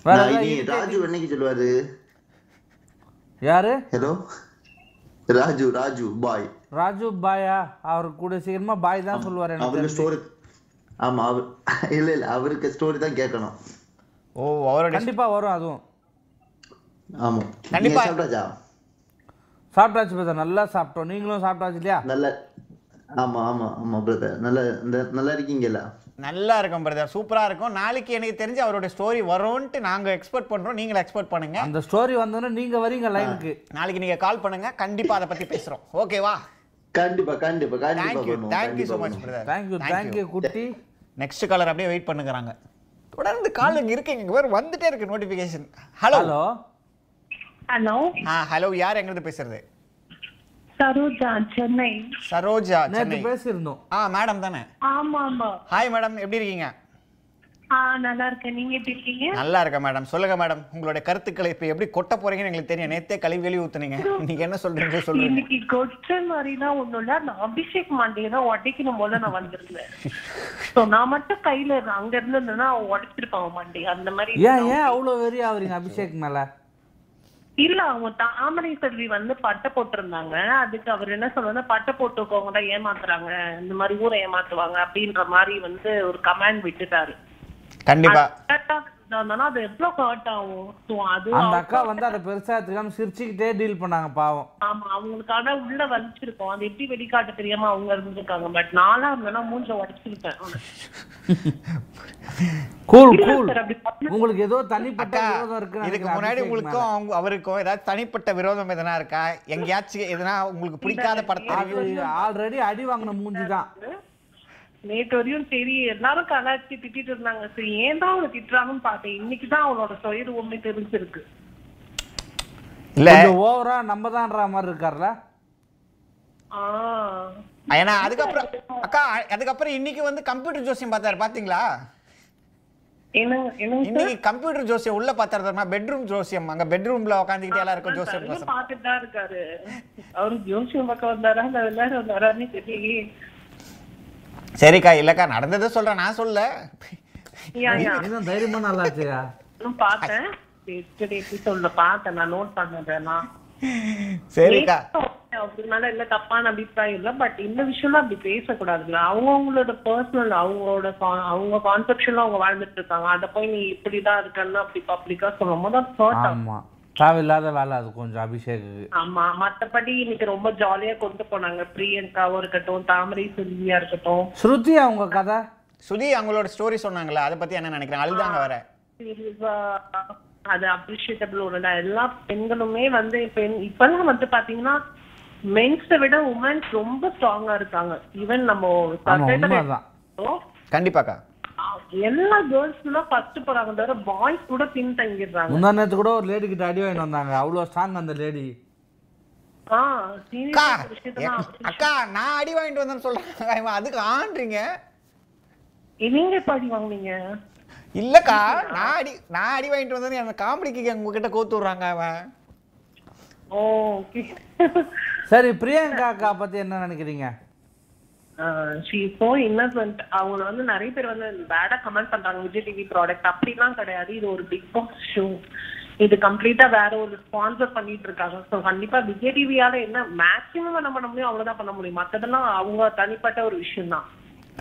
Speaker 2: வேற
Speaker 7: நான்
Speaker 2: ஏதாவது
Speaker 7: இனி
Speaker 2: irritating-
Speaker 7: ராஜு என்னைக்கு சொல்லுவாரு
Speaker 2: யாரு
Speaker 7: ஹலோ ராஜு ராஜு பாய்
Speaker 2: ராஜு பாயா அவர் கூட சீக்கிரமா பாய் தான் சொல்லுவார் எனக்கு
Speaker 7: அவருக்கு
Speaker 2: தெரிஞ்சு.
Speaker 7: ஸ்டோரி ஆமா அவர் இல்ல இல்ல அவருக்கு ஸ்டோரி தான் கேட்கணும்
Speaker 3: ஓ அவரோட
Speaker 2: கண்டிப்பா வரும் அதுவும்
Speaker 7: ஆமா நீங்க
Speaker 3: கண்டிப்பா.
Speaker 7: சாப்பிட்டாச்சா
Speaker 2: சாப்பிட்டாச்சு பிரதர் நல்லா சாப்பிட்டோம் நீங்களும் சாப்பிட்டாச்சு இல்லையா
Speaker 7: நல்ல ஆமா ஆமா ஆமா பிரதர் நல்ல இந்த நல்லா இருக்கீங்கல்ல
Speaker 3: நல்லா இருக்கும் பிரதர் சூப்பரா இருக்கும் நாளைக்கு எனக்கு தெரிஞ்சு அவரோட ஸ்டோரி வரும்ன்ட்டு நாங்க எக்ஸ்பெக்ட் பண்றோம் நீங்களும் எக்ஸ்பெக்ட் பண்ணுங்க
Speaker 2: அந்த ஸ்டோரி வந்தோடனே நீங்க வரீங்க லைனுக்கு
Speaker 3: நாளைக்கு நீங்க கால் பண்ணுங்க கண்டிப்பா அதை பத்தி பேசுறோம் ஓகேவா
Speaker 7: கண்டிப்பா கண்டிப்பா கண்டிப்பா
Speaker 3: தேங்க்யூ
Speaker 7: பண்ணுவோம்
Speaker 3: தேங்க்யூ
Speaker 7: கண்டிப்பா
Speaker 3: ஸோ மச்
Speaker 7: பண்ணுவோம்.
Speaker 3: பிரதர்
Speaker 2: தேங்க்யூ தேங்க்யூ குட்டி
Speaker 3: நெக்ஸ்ட் காலர் அப்படியே வெயிட் பண்ணுங்கறாங்க தொடர்ந்து காலிங் இருக்குங்க இங்க வேறு வந்துட்டே இருக்கு notification hello
Speaker 2: hello
Speaker 8: hello
Speaker 3: ah hello யார் எங்கிருந்து பேசுறது
Speaker 8: சரோஜா சென்னை
Speaker 3: சரோஜா
Speaker 2: நேத்து
Speaker 3: சென்னை
Speaker 2: பேசியிருந்தோம்
Speaker 3: ஆ மேடம் தானே
Speaker 8: ஆமா ஆமா
Speaker 3: ஹாய் மேடம் எப்படி இருக்கீங்க
Speaker 8: ஆ நல்லா இருக்கேன் நீங்க எப்படி இருக்கீங்க
Speaker 3: நல்லா இருக்கேன் மேடம் சொல்லுங்க மேடம் உங்களுடைய கருத்துக்களை இப்போ எப்படி கொட்ட போறீங்கன்னு எங்களுக்கு தெரியும் நேத்தே கழுவி வெளியே ஊத்துனீங்க நீங்க என்ன சொல்றீங்களோ சொல்லுங்க
Speaker 8: இன்னைக்கு கொச்சை மாதிரிலாம் ஒண்ணும் இல்ல நான் அபிஷேக் மாண்டியை தான் உடைக்கணும் போல நான் வந்திருந்தேன் சோ நான் மட்டும் கையில இருந்தேன். அங்க இருந்ததுன்னா அவன் உடைச்சிருப்பான் மண்டி அந்த மாதிரி
Speaker 2: ஏன் ஏன் அவ்வளவு வெறி ஆவறீங்க அபிஷேக் மேல
Speaker 8: இல்ல அவங்க தாமரை செல்வி வந்து பட்டை போட்டிருந்தாங்க அதுக்கு அவர் என்ன சொல்லுவாங்க பட்டை போட்டுக்கவங்க தான் ஏமாத்துறாங்க இந்த மாதிரி ஊரை ஏமாத்துவாங்க அப்படின்ற மாதிரி வந்து ஒரு கமாண்ட் விட்டுட்டாரு
Speaker 3: கண்டிப்பா
Speaker 8: அதனால அது எவ்வளவு ஹர்ட் ஆகும் சோ அது
Speaker 2: அந்த
Speaker 8: அவங்க-
Speaker 2: அக்கா வந்து அதை பெருசா எடுத்துக்காம சிரிச்சுக்கிட்டே டீல் பண்ணாங்க பாவம்
Speaker 8: ஆமா அவங்களுக்கான உள்ள வலிச்சிருக்கோம் அது எப்படி வெளிக்காட்ட தெரியாம அவங்க இருந்திருக்காங்க பட் நானா இருந்தேன்னா மூஞ்ச உடச்சிருப்பேன்
Speaker 2: கூல்
Speaker 8: இல்ல
Speaker 2: கூல்
Speaker 8: sir, அப்படி பண்ணல.
Speaker 2: உங்களுக்கு ஏதோ தனிப்பட்ட
Speaker 3: அக்கா
Speaker 2: விரோதம் இருக்கு
Speaker 3: இதுக்கு முன்னாடி உங்களுக்கும் அவங்க அவருக்கும் ஏதாவது தனிப்பட்ட விரோதம் எதனா இருக்கா எங்கேயாச்சும் எதனா உங்களுக்கு பிடிக்காத படத்தை
Speaker 2: அது ஆல்ரெடி அடி வாங்கின மூஞ்சி தான்
Speaker 8: நேற்று வரையும் சரி எல்லாரும் கலாச்சி திட்டிட்டு இருந்தாங்க சரி ஏன் தான் அவளை திட்டுறாங்கன்னு பார்த்தேன் இன்னைக்குதான் அவளோட சொயிறு உண்மை தெரிஞ்சிருக்கு
Speaker 3: இல்ல
Speaker 2: கொஞ்சம் ஓவரா நம்ம தான்ன்ற மாதிரி இருக்கார்ல
Speaker 8: ஆஹ்
Speaker 3: ஏன்னா அதுக்கப்புறம் அக்கா அதுக்கப்புறம் இன்னைக்கு வந்து கம்ப்யூட்டர் ஜோசியம் பார்த்தாரு பாத்தீங்களா
Speaker 8: என்னங்க என்னங்க
Speaker 3: இன்னைக்கு கம்ப்யூட்டர் ஜோசியம் உள்ள பார்த்தாரு தெரியுமா பெட்ரூம் ஜோசியம் அங்க பெட்ரூம்ல உட்காந்துக்கிட்டே எல்லாம் இருக்கும் ஜோசியம்
Speaker 8: தலையில
Speaker 3: பேசுறது.
Speaker 8: பார்த்துட்டு தான் இருக்காரு அவரு ஜோசியம் பக்கம் வந்தாரா இல்ல எல்லாரும் வந்தாரான்னு தெரியலையே
Speaker 3: சரிக்கா இல்லக்கா நடந்ததை சொல்றேன் நான் சொல்ல
Speaker 8: யா, யா.
Speaker 2: இன்னும் தைரியமா நல்லாச்சுயா
Speaker 8: நானும் பார்த்தேன் எஸ்டர்டே எபிசோட்ல பார்த்தேன் நான் நோட் பண்ணேன் நான்
Speaker 3: சரிக்கா
Speaker 8: நேத்து அவங்க மேல இல்ல தப்பான அபிப்பிராயம் இல்ல பட் இந்த விஷயம்லாம் அப்படி பேசக்கூடாதுல்ல அவங்க அவங்களோட பர்சனல் அவங்களோட con- அவங்க கான்செப்ஷன்ல அவங்க வாழ்ந்துட்டு இருக்காங்க அத போய் நீ இப்படிதான் இருக்கன்னு அப்படி பப்ளிக்கா சொல்லும் போது அது hurt ஆகும்
Speaker 2: ஆமா தேவையில்லாத வேலை அது கொஞ்சம் அபிஷேக்கு
Speaker 8: ஆமா மத்தபடி இன்னைக்கு ரொம்ப ஜாலியா கொண்டு போனாங்க பிரியங்காவும் இருக்கட்டும் தாமரை செல்வியா இருக்கட்டும்
Speaker 2: ஸ்ருதி அவங்க கதை
Speaker 3: சுதி அவங்களோட ஸ்டோரி சொன்னாங்களே அதை பத்தி என்ன நினைக்கிறேன் அழுதாங்க வர
Speaker 8: தெளிவா அது அப்ரிஷியேட்டபிள் ஒண்ணுதான் எல்லா பெண்களுமே வந்து பெண் இப்பெல்லாம் வந்து பாத்தீங்கன்னா மென்ஸை விட உமன்ஸ் ரொம்ப ஸ்ட்ராங்கா இருக்காங்க ஈவன் நம்ம
Speaker 2: ஆமா
Speaker 8: society ல
Speaker 2: உண்மைதான்
Speaker 8: இருக்கட்டும்,
Speaker 3: கண்டிப்பாக்கா
Speaker 8: எல்லா கேர்ள்ஸ் தான் ஃபர்ஸ்ட் போறாங்க தவிர பாய்ஸ் கூட பின்தங்கிடுறாங்க
Speaker 2: முந்தா நேத்து கூட ஒரு லேடி கிட்ட அடி வாங்கிட்டு வந்தாங்க அவ்வளோ ஸ்ட்ராங் அந்த லேடி
Speaker 8: ஆ
Speaker 3: அக்கா
Speaker 8: serious விஷயத்தெல்லாம்
Speaker 3: எ- அக்கா நான் அடி வாங்கிட்டு வந்தேன்னு சொல்றேன் இவன் அதுக்கு ஆன்றீங்க
Speaker 8: நீங்க எப்ப அடி வாங்குனீங்க
Speaker 3: இல்லக்கா நான் அடி நான் அடி வாங்கிட்டு வந்தது எனக்கு காமெடிக்கு உங்ககிட்ட கோத்து விடுறாங்க அவன்
Speaker 8: ஓ ஓகே
Speaker 2: சரி பிரியங்கா அக்கா பத்தி என்ன நினைக்கிறீங்க
Speaker 8: ஷீ சோ இன்னசென்ட் அவங்கள வந்து நிறைய பேர் வந்து பேடா கமெண்ட் பண்றாங்க விஜய் டிவி ப்ராடக்ட் அப்படிலாம் கிடையாது இது ஒரு பிக் பாஸ் ஷோ இது கம்ப்ளீட்டா வேற ஒரு ஸ்பான்சர் பண்ணிட்டு இருக்காங்க ஸோ கண்டிப்பா விஜய் டிவியால என்ன மேக்ஸிமம் என்ன பண்ண முடியும் அவ்வளவுதான் பண்ண முடியும் மத்ததெல்லாம் அவங்க தனிப்பட்ட ஒரு விஷயம் தான்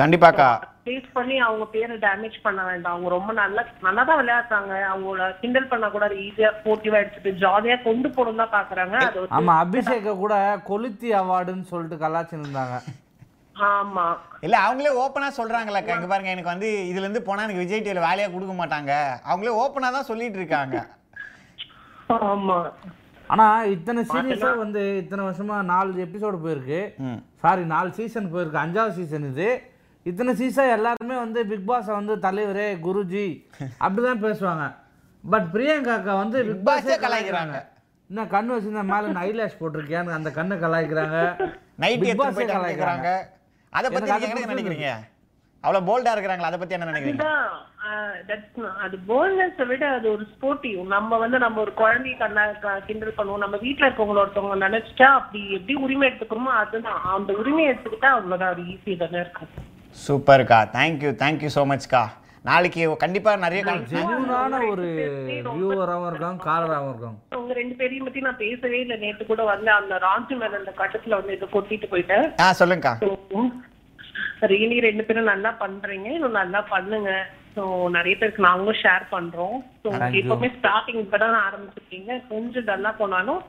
Speaker 3: கண்டிப்பாக்கா
Speaker 8: ஃபேஸ் பண்ணி அவங்க பேரை டேமேஜ் பண்ண வேண்டாம் அவங்க ரொம்ப நல்லா நல்லா தான் விளையாடுறாங்க அவங்கள கிண்டல் பண்ணா கூட ஈஸியா போட்டிவா எடுத்துட்டு ஜாலியா கொண்டு போகணும் தான் பாக்குறாங்க அது வந்து-
Speaker 2: ஆமா அபிஷேக கூட கொளுத்தி அவார்டுன்னு சொல்லிட்டு கலாச்சின்னு இருந்தாங்க
Speaker 8: ஆமா
Speaker 3: இல்ல அவங்களே ஓப்பனா சொல்றாங்களேக்கா இங்க பாருங்க எனக்கு வந்து இதுல இருந்து போனா எனக்கு விஜய் டிவில வேலையா கொடுக்க மாட்டாங்க அவங்களே ஓப்பனா தான் சொல்லிட்டு இருக்காங்க
Speaker 8: ஆமா
Speaker 2: ஆனா இத்தனை சீரியஸா வந்து இத்தனை வருஷமா நாலு எபிசோடு போயிருக்கு சாரி நாலு சீசன் போயிருக்கு அஞ்சாவது சீசன் இது இத்தனை சீசன் எல்லாருமே வந்து பிக் பாஸை வந்து தலைவரே குருஜி அப்படிதான் பேசுவாங்க பட் பிரியங்கா அக்கா வந்து பிக் பாஸே கலாய்க்கிறாங்க என்ன கண்ணு வச்சிருந்தா மேல ஐலாஷ் போட்டிருக்கியான்னு அந்த கண்ணை கலாய்க்கிறாங்க
Speaker 3: நைட்
Speaker 2: Big
Speaker 3: எடுத்து
Speaker 2: Boss-ஏ
Speaker 3: போயிட்டு கேக்குறாங்க அத பத்தி
Speaker 2: எனக்கு
Speaker 3: நீங்க
Speaker 2: அது
Speaker 3: என்ன
Speaker 2: புரியுது.
Speaker 3: நினைக்கிறீங்க அவ்வளவு போல்டா இருக்கிறாங்களா அத பத்தி என்ன நினைக்கிறீங்க
Speaker 8: அதுதான் ஆஹ், that's not- அது போல்னஸ் விட அது ஒரு ஸ்போர்ட்டிவ் நம்ம வந்து நம்ம ஒரு குழந்தைய கண்ணா க- கிண்டல் பண்ணுவோம் நம்ம வீட்ல இருக்கவங்கள ஒருத்தவங்க நினைச்சிட்டா அப்படி எப்படி உரிமை எடுத்துக்கிறோமோ அதுதான் அந்த உரிமையை எடுத்துக்கிட்டா அவ்வளவுதான் அது ஈஸி தானே இருக்கும்
Speaker 3: சூப்பர்க்கா தேங்க்யூ தேங்க்யூ ஸோ மச்க்கா நாளைக்கு கண்டிப்பா நிறைய கால்
Speaker 2: ஜென்யூனான ஒரு வியூவராகவும் இருக்காங்க காலராகவும் இருக்காங்க
Speaker 8: உங்க ரெண்டு பேரையும் பத்தி நான் பேசவே இல்லை நேத்து கூட வந்து அந்த ராஜு மேல அந்த கட்டத்துல வந்து இதை கொட்டிட்டு போயிட்டேன்
Speaker 3: ஆ சொல்லுங்கக்கா
Speaker 8: ரியலி ரெண்டு பேரும் நல்லா பண்றீங்க இன்னும் நல்லா பண்ணுங்க ஸோ நிறைய பேருக்கு நாங்களும் ஷேர் பண்றோம் ஸோ
Speaker 2: Thank you.
Speaker 8: எப்பவுமே ஸ்டார்டிங் இப்போ தான் ஆரம்பிச்சிருக்கீங்க கொஞ்சம் டல்லா போனாலும்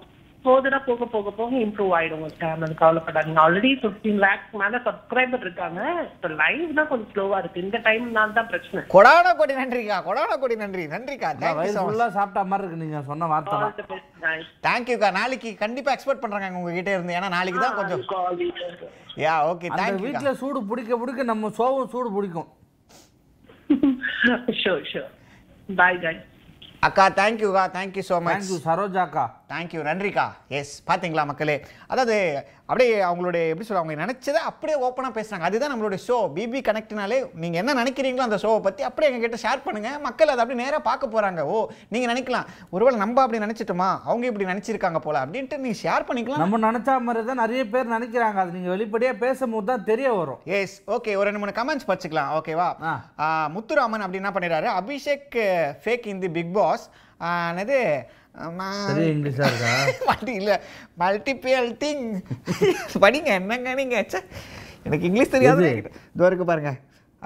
Speaker 8: போதனா போக போக போக இம்ப்ரூவ் ஆயிடும் உங்க சேனல் கவலைப்படாதீங்க ஆல்ரெடி ஃபிஃப்டீன் லேக்ஸ் மேல சப்ஸ்கிரைபர் இருக்காங்க இப்போ லைவ் தான் கொஞ்சம் ஸ்லோவா இருக்கு இந்த டைம்னால தான் பிரச்சனை
Speaker 3: கொடான கோடி நன்றிக்கா கொடான கோடி நன்றி நன்றிக்கா
Speaker 2: அதான்
Speaker 3: தேங்க்யூ
Speaker 2: வயிறு
Speaker 3: ஸோ
Speaker 2: ஃபுல்லா சாப்பிட்ட மாதிரி இருக்கு நீங்க சொன்ன வார்த்தை
Speaker 8: All
Speaker 2: தான்.
Speaker 8: the best, guys.
Speaker 3: தேங்க்யூக்கா நாளைக்கு கண்டிப்பா எக்ஸ்பெக்ட் பண்றாங்க உங்ககிட்ட இருந்து ஏன்னா நாளைக்கு தான் கொஞ்சம்
Speaker 8: All the best.
Speaker 3: Yeah okay
Speaker 2: அந்த
Speaker 3: தேங்க்யூக்கா
Speaker 2: வீட்டுல சூடு பிடிக்க பிடிக்க நம்ம சோவும் சூடு பிடிக்கும்
Speaker 8: sure sure bye guys
Speaker 3: அக்கா தேங்க்யூக்கா thank you so much
Speaker 2: thank you Saroja அக்கா
Speaker 3: தேங்க்யூ நன்றிக்கா எஸ் பாத்தீங்களா மக்களே அதாவது அப்படியே அவங்களுடைய எப்படி சொல்ல அவங்க நினச்சதை அப்படியே ஓப்பனாக பேசுகிறாங்க அதுதான் நம்மளுடைய ஷோ பிபி கனெக்ட்னாலே நீங்கள் என்ன நினைக்கிறீங்களோ அந்த ஷோவை பற்றி அப்படியே எங்ககிட்ட ஷேர் பண்ணுங்கள் மக்கள் அதை அப்படியே நேராக பார்க்க போகிறாங்க ஓ நீங்கள் நினைக்கலாம் ஒருவேளை நம்ம அப்படி நினச்சிட்டோமா அவங்க இப்படி நினச்சிருக்காங்க போல அப்படின்ட்டு நீங்கள் ஷேர் பண்ணிக்கலாம்
Speaker 2: நம்ம நினைச்சா மாதிரி தான் நிறைய பேர் நினைக்கிறாங்க அது நீங்க வெளிப்படையா பேசும்போது தான் தெரிய வரும்
Speaker 3: எஸ் ஓகே ஒரு ரெண்டு மூணு கமெண்ட்ஸ் படிச்சுக்கலாம் ஓகேவா
Speaker 2: ஆ.
Speaker 3: ஆ, முத்துராமன் அப்படி என்ன பண்ணிடுறாரு அபிஷேக் ஃபேக் இந்த பிக் பாஸ் என்னது ஆமா,
Speaker 2: சரி இங்கிலீஷா இருக்கா
Speaker 3: மல்டி இல்லை மல்டிபியல் திங் படிங்க என்னங்க நீங்க ச்சே. எனக்கு இங்கிலீஷ் தெரியாது இதோ இருக்கு பாருங்க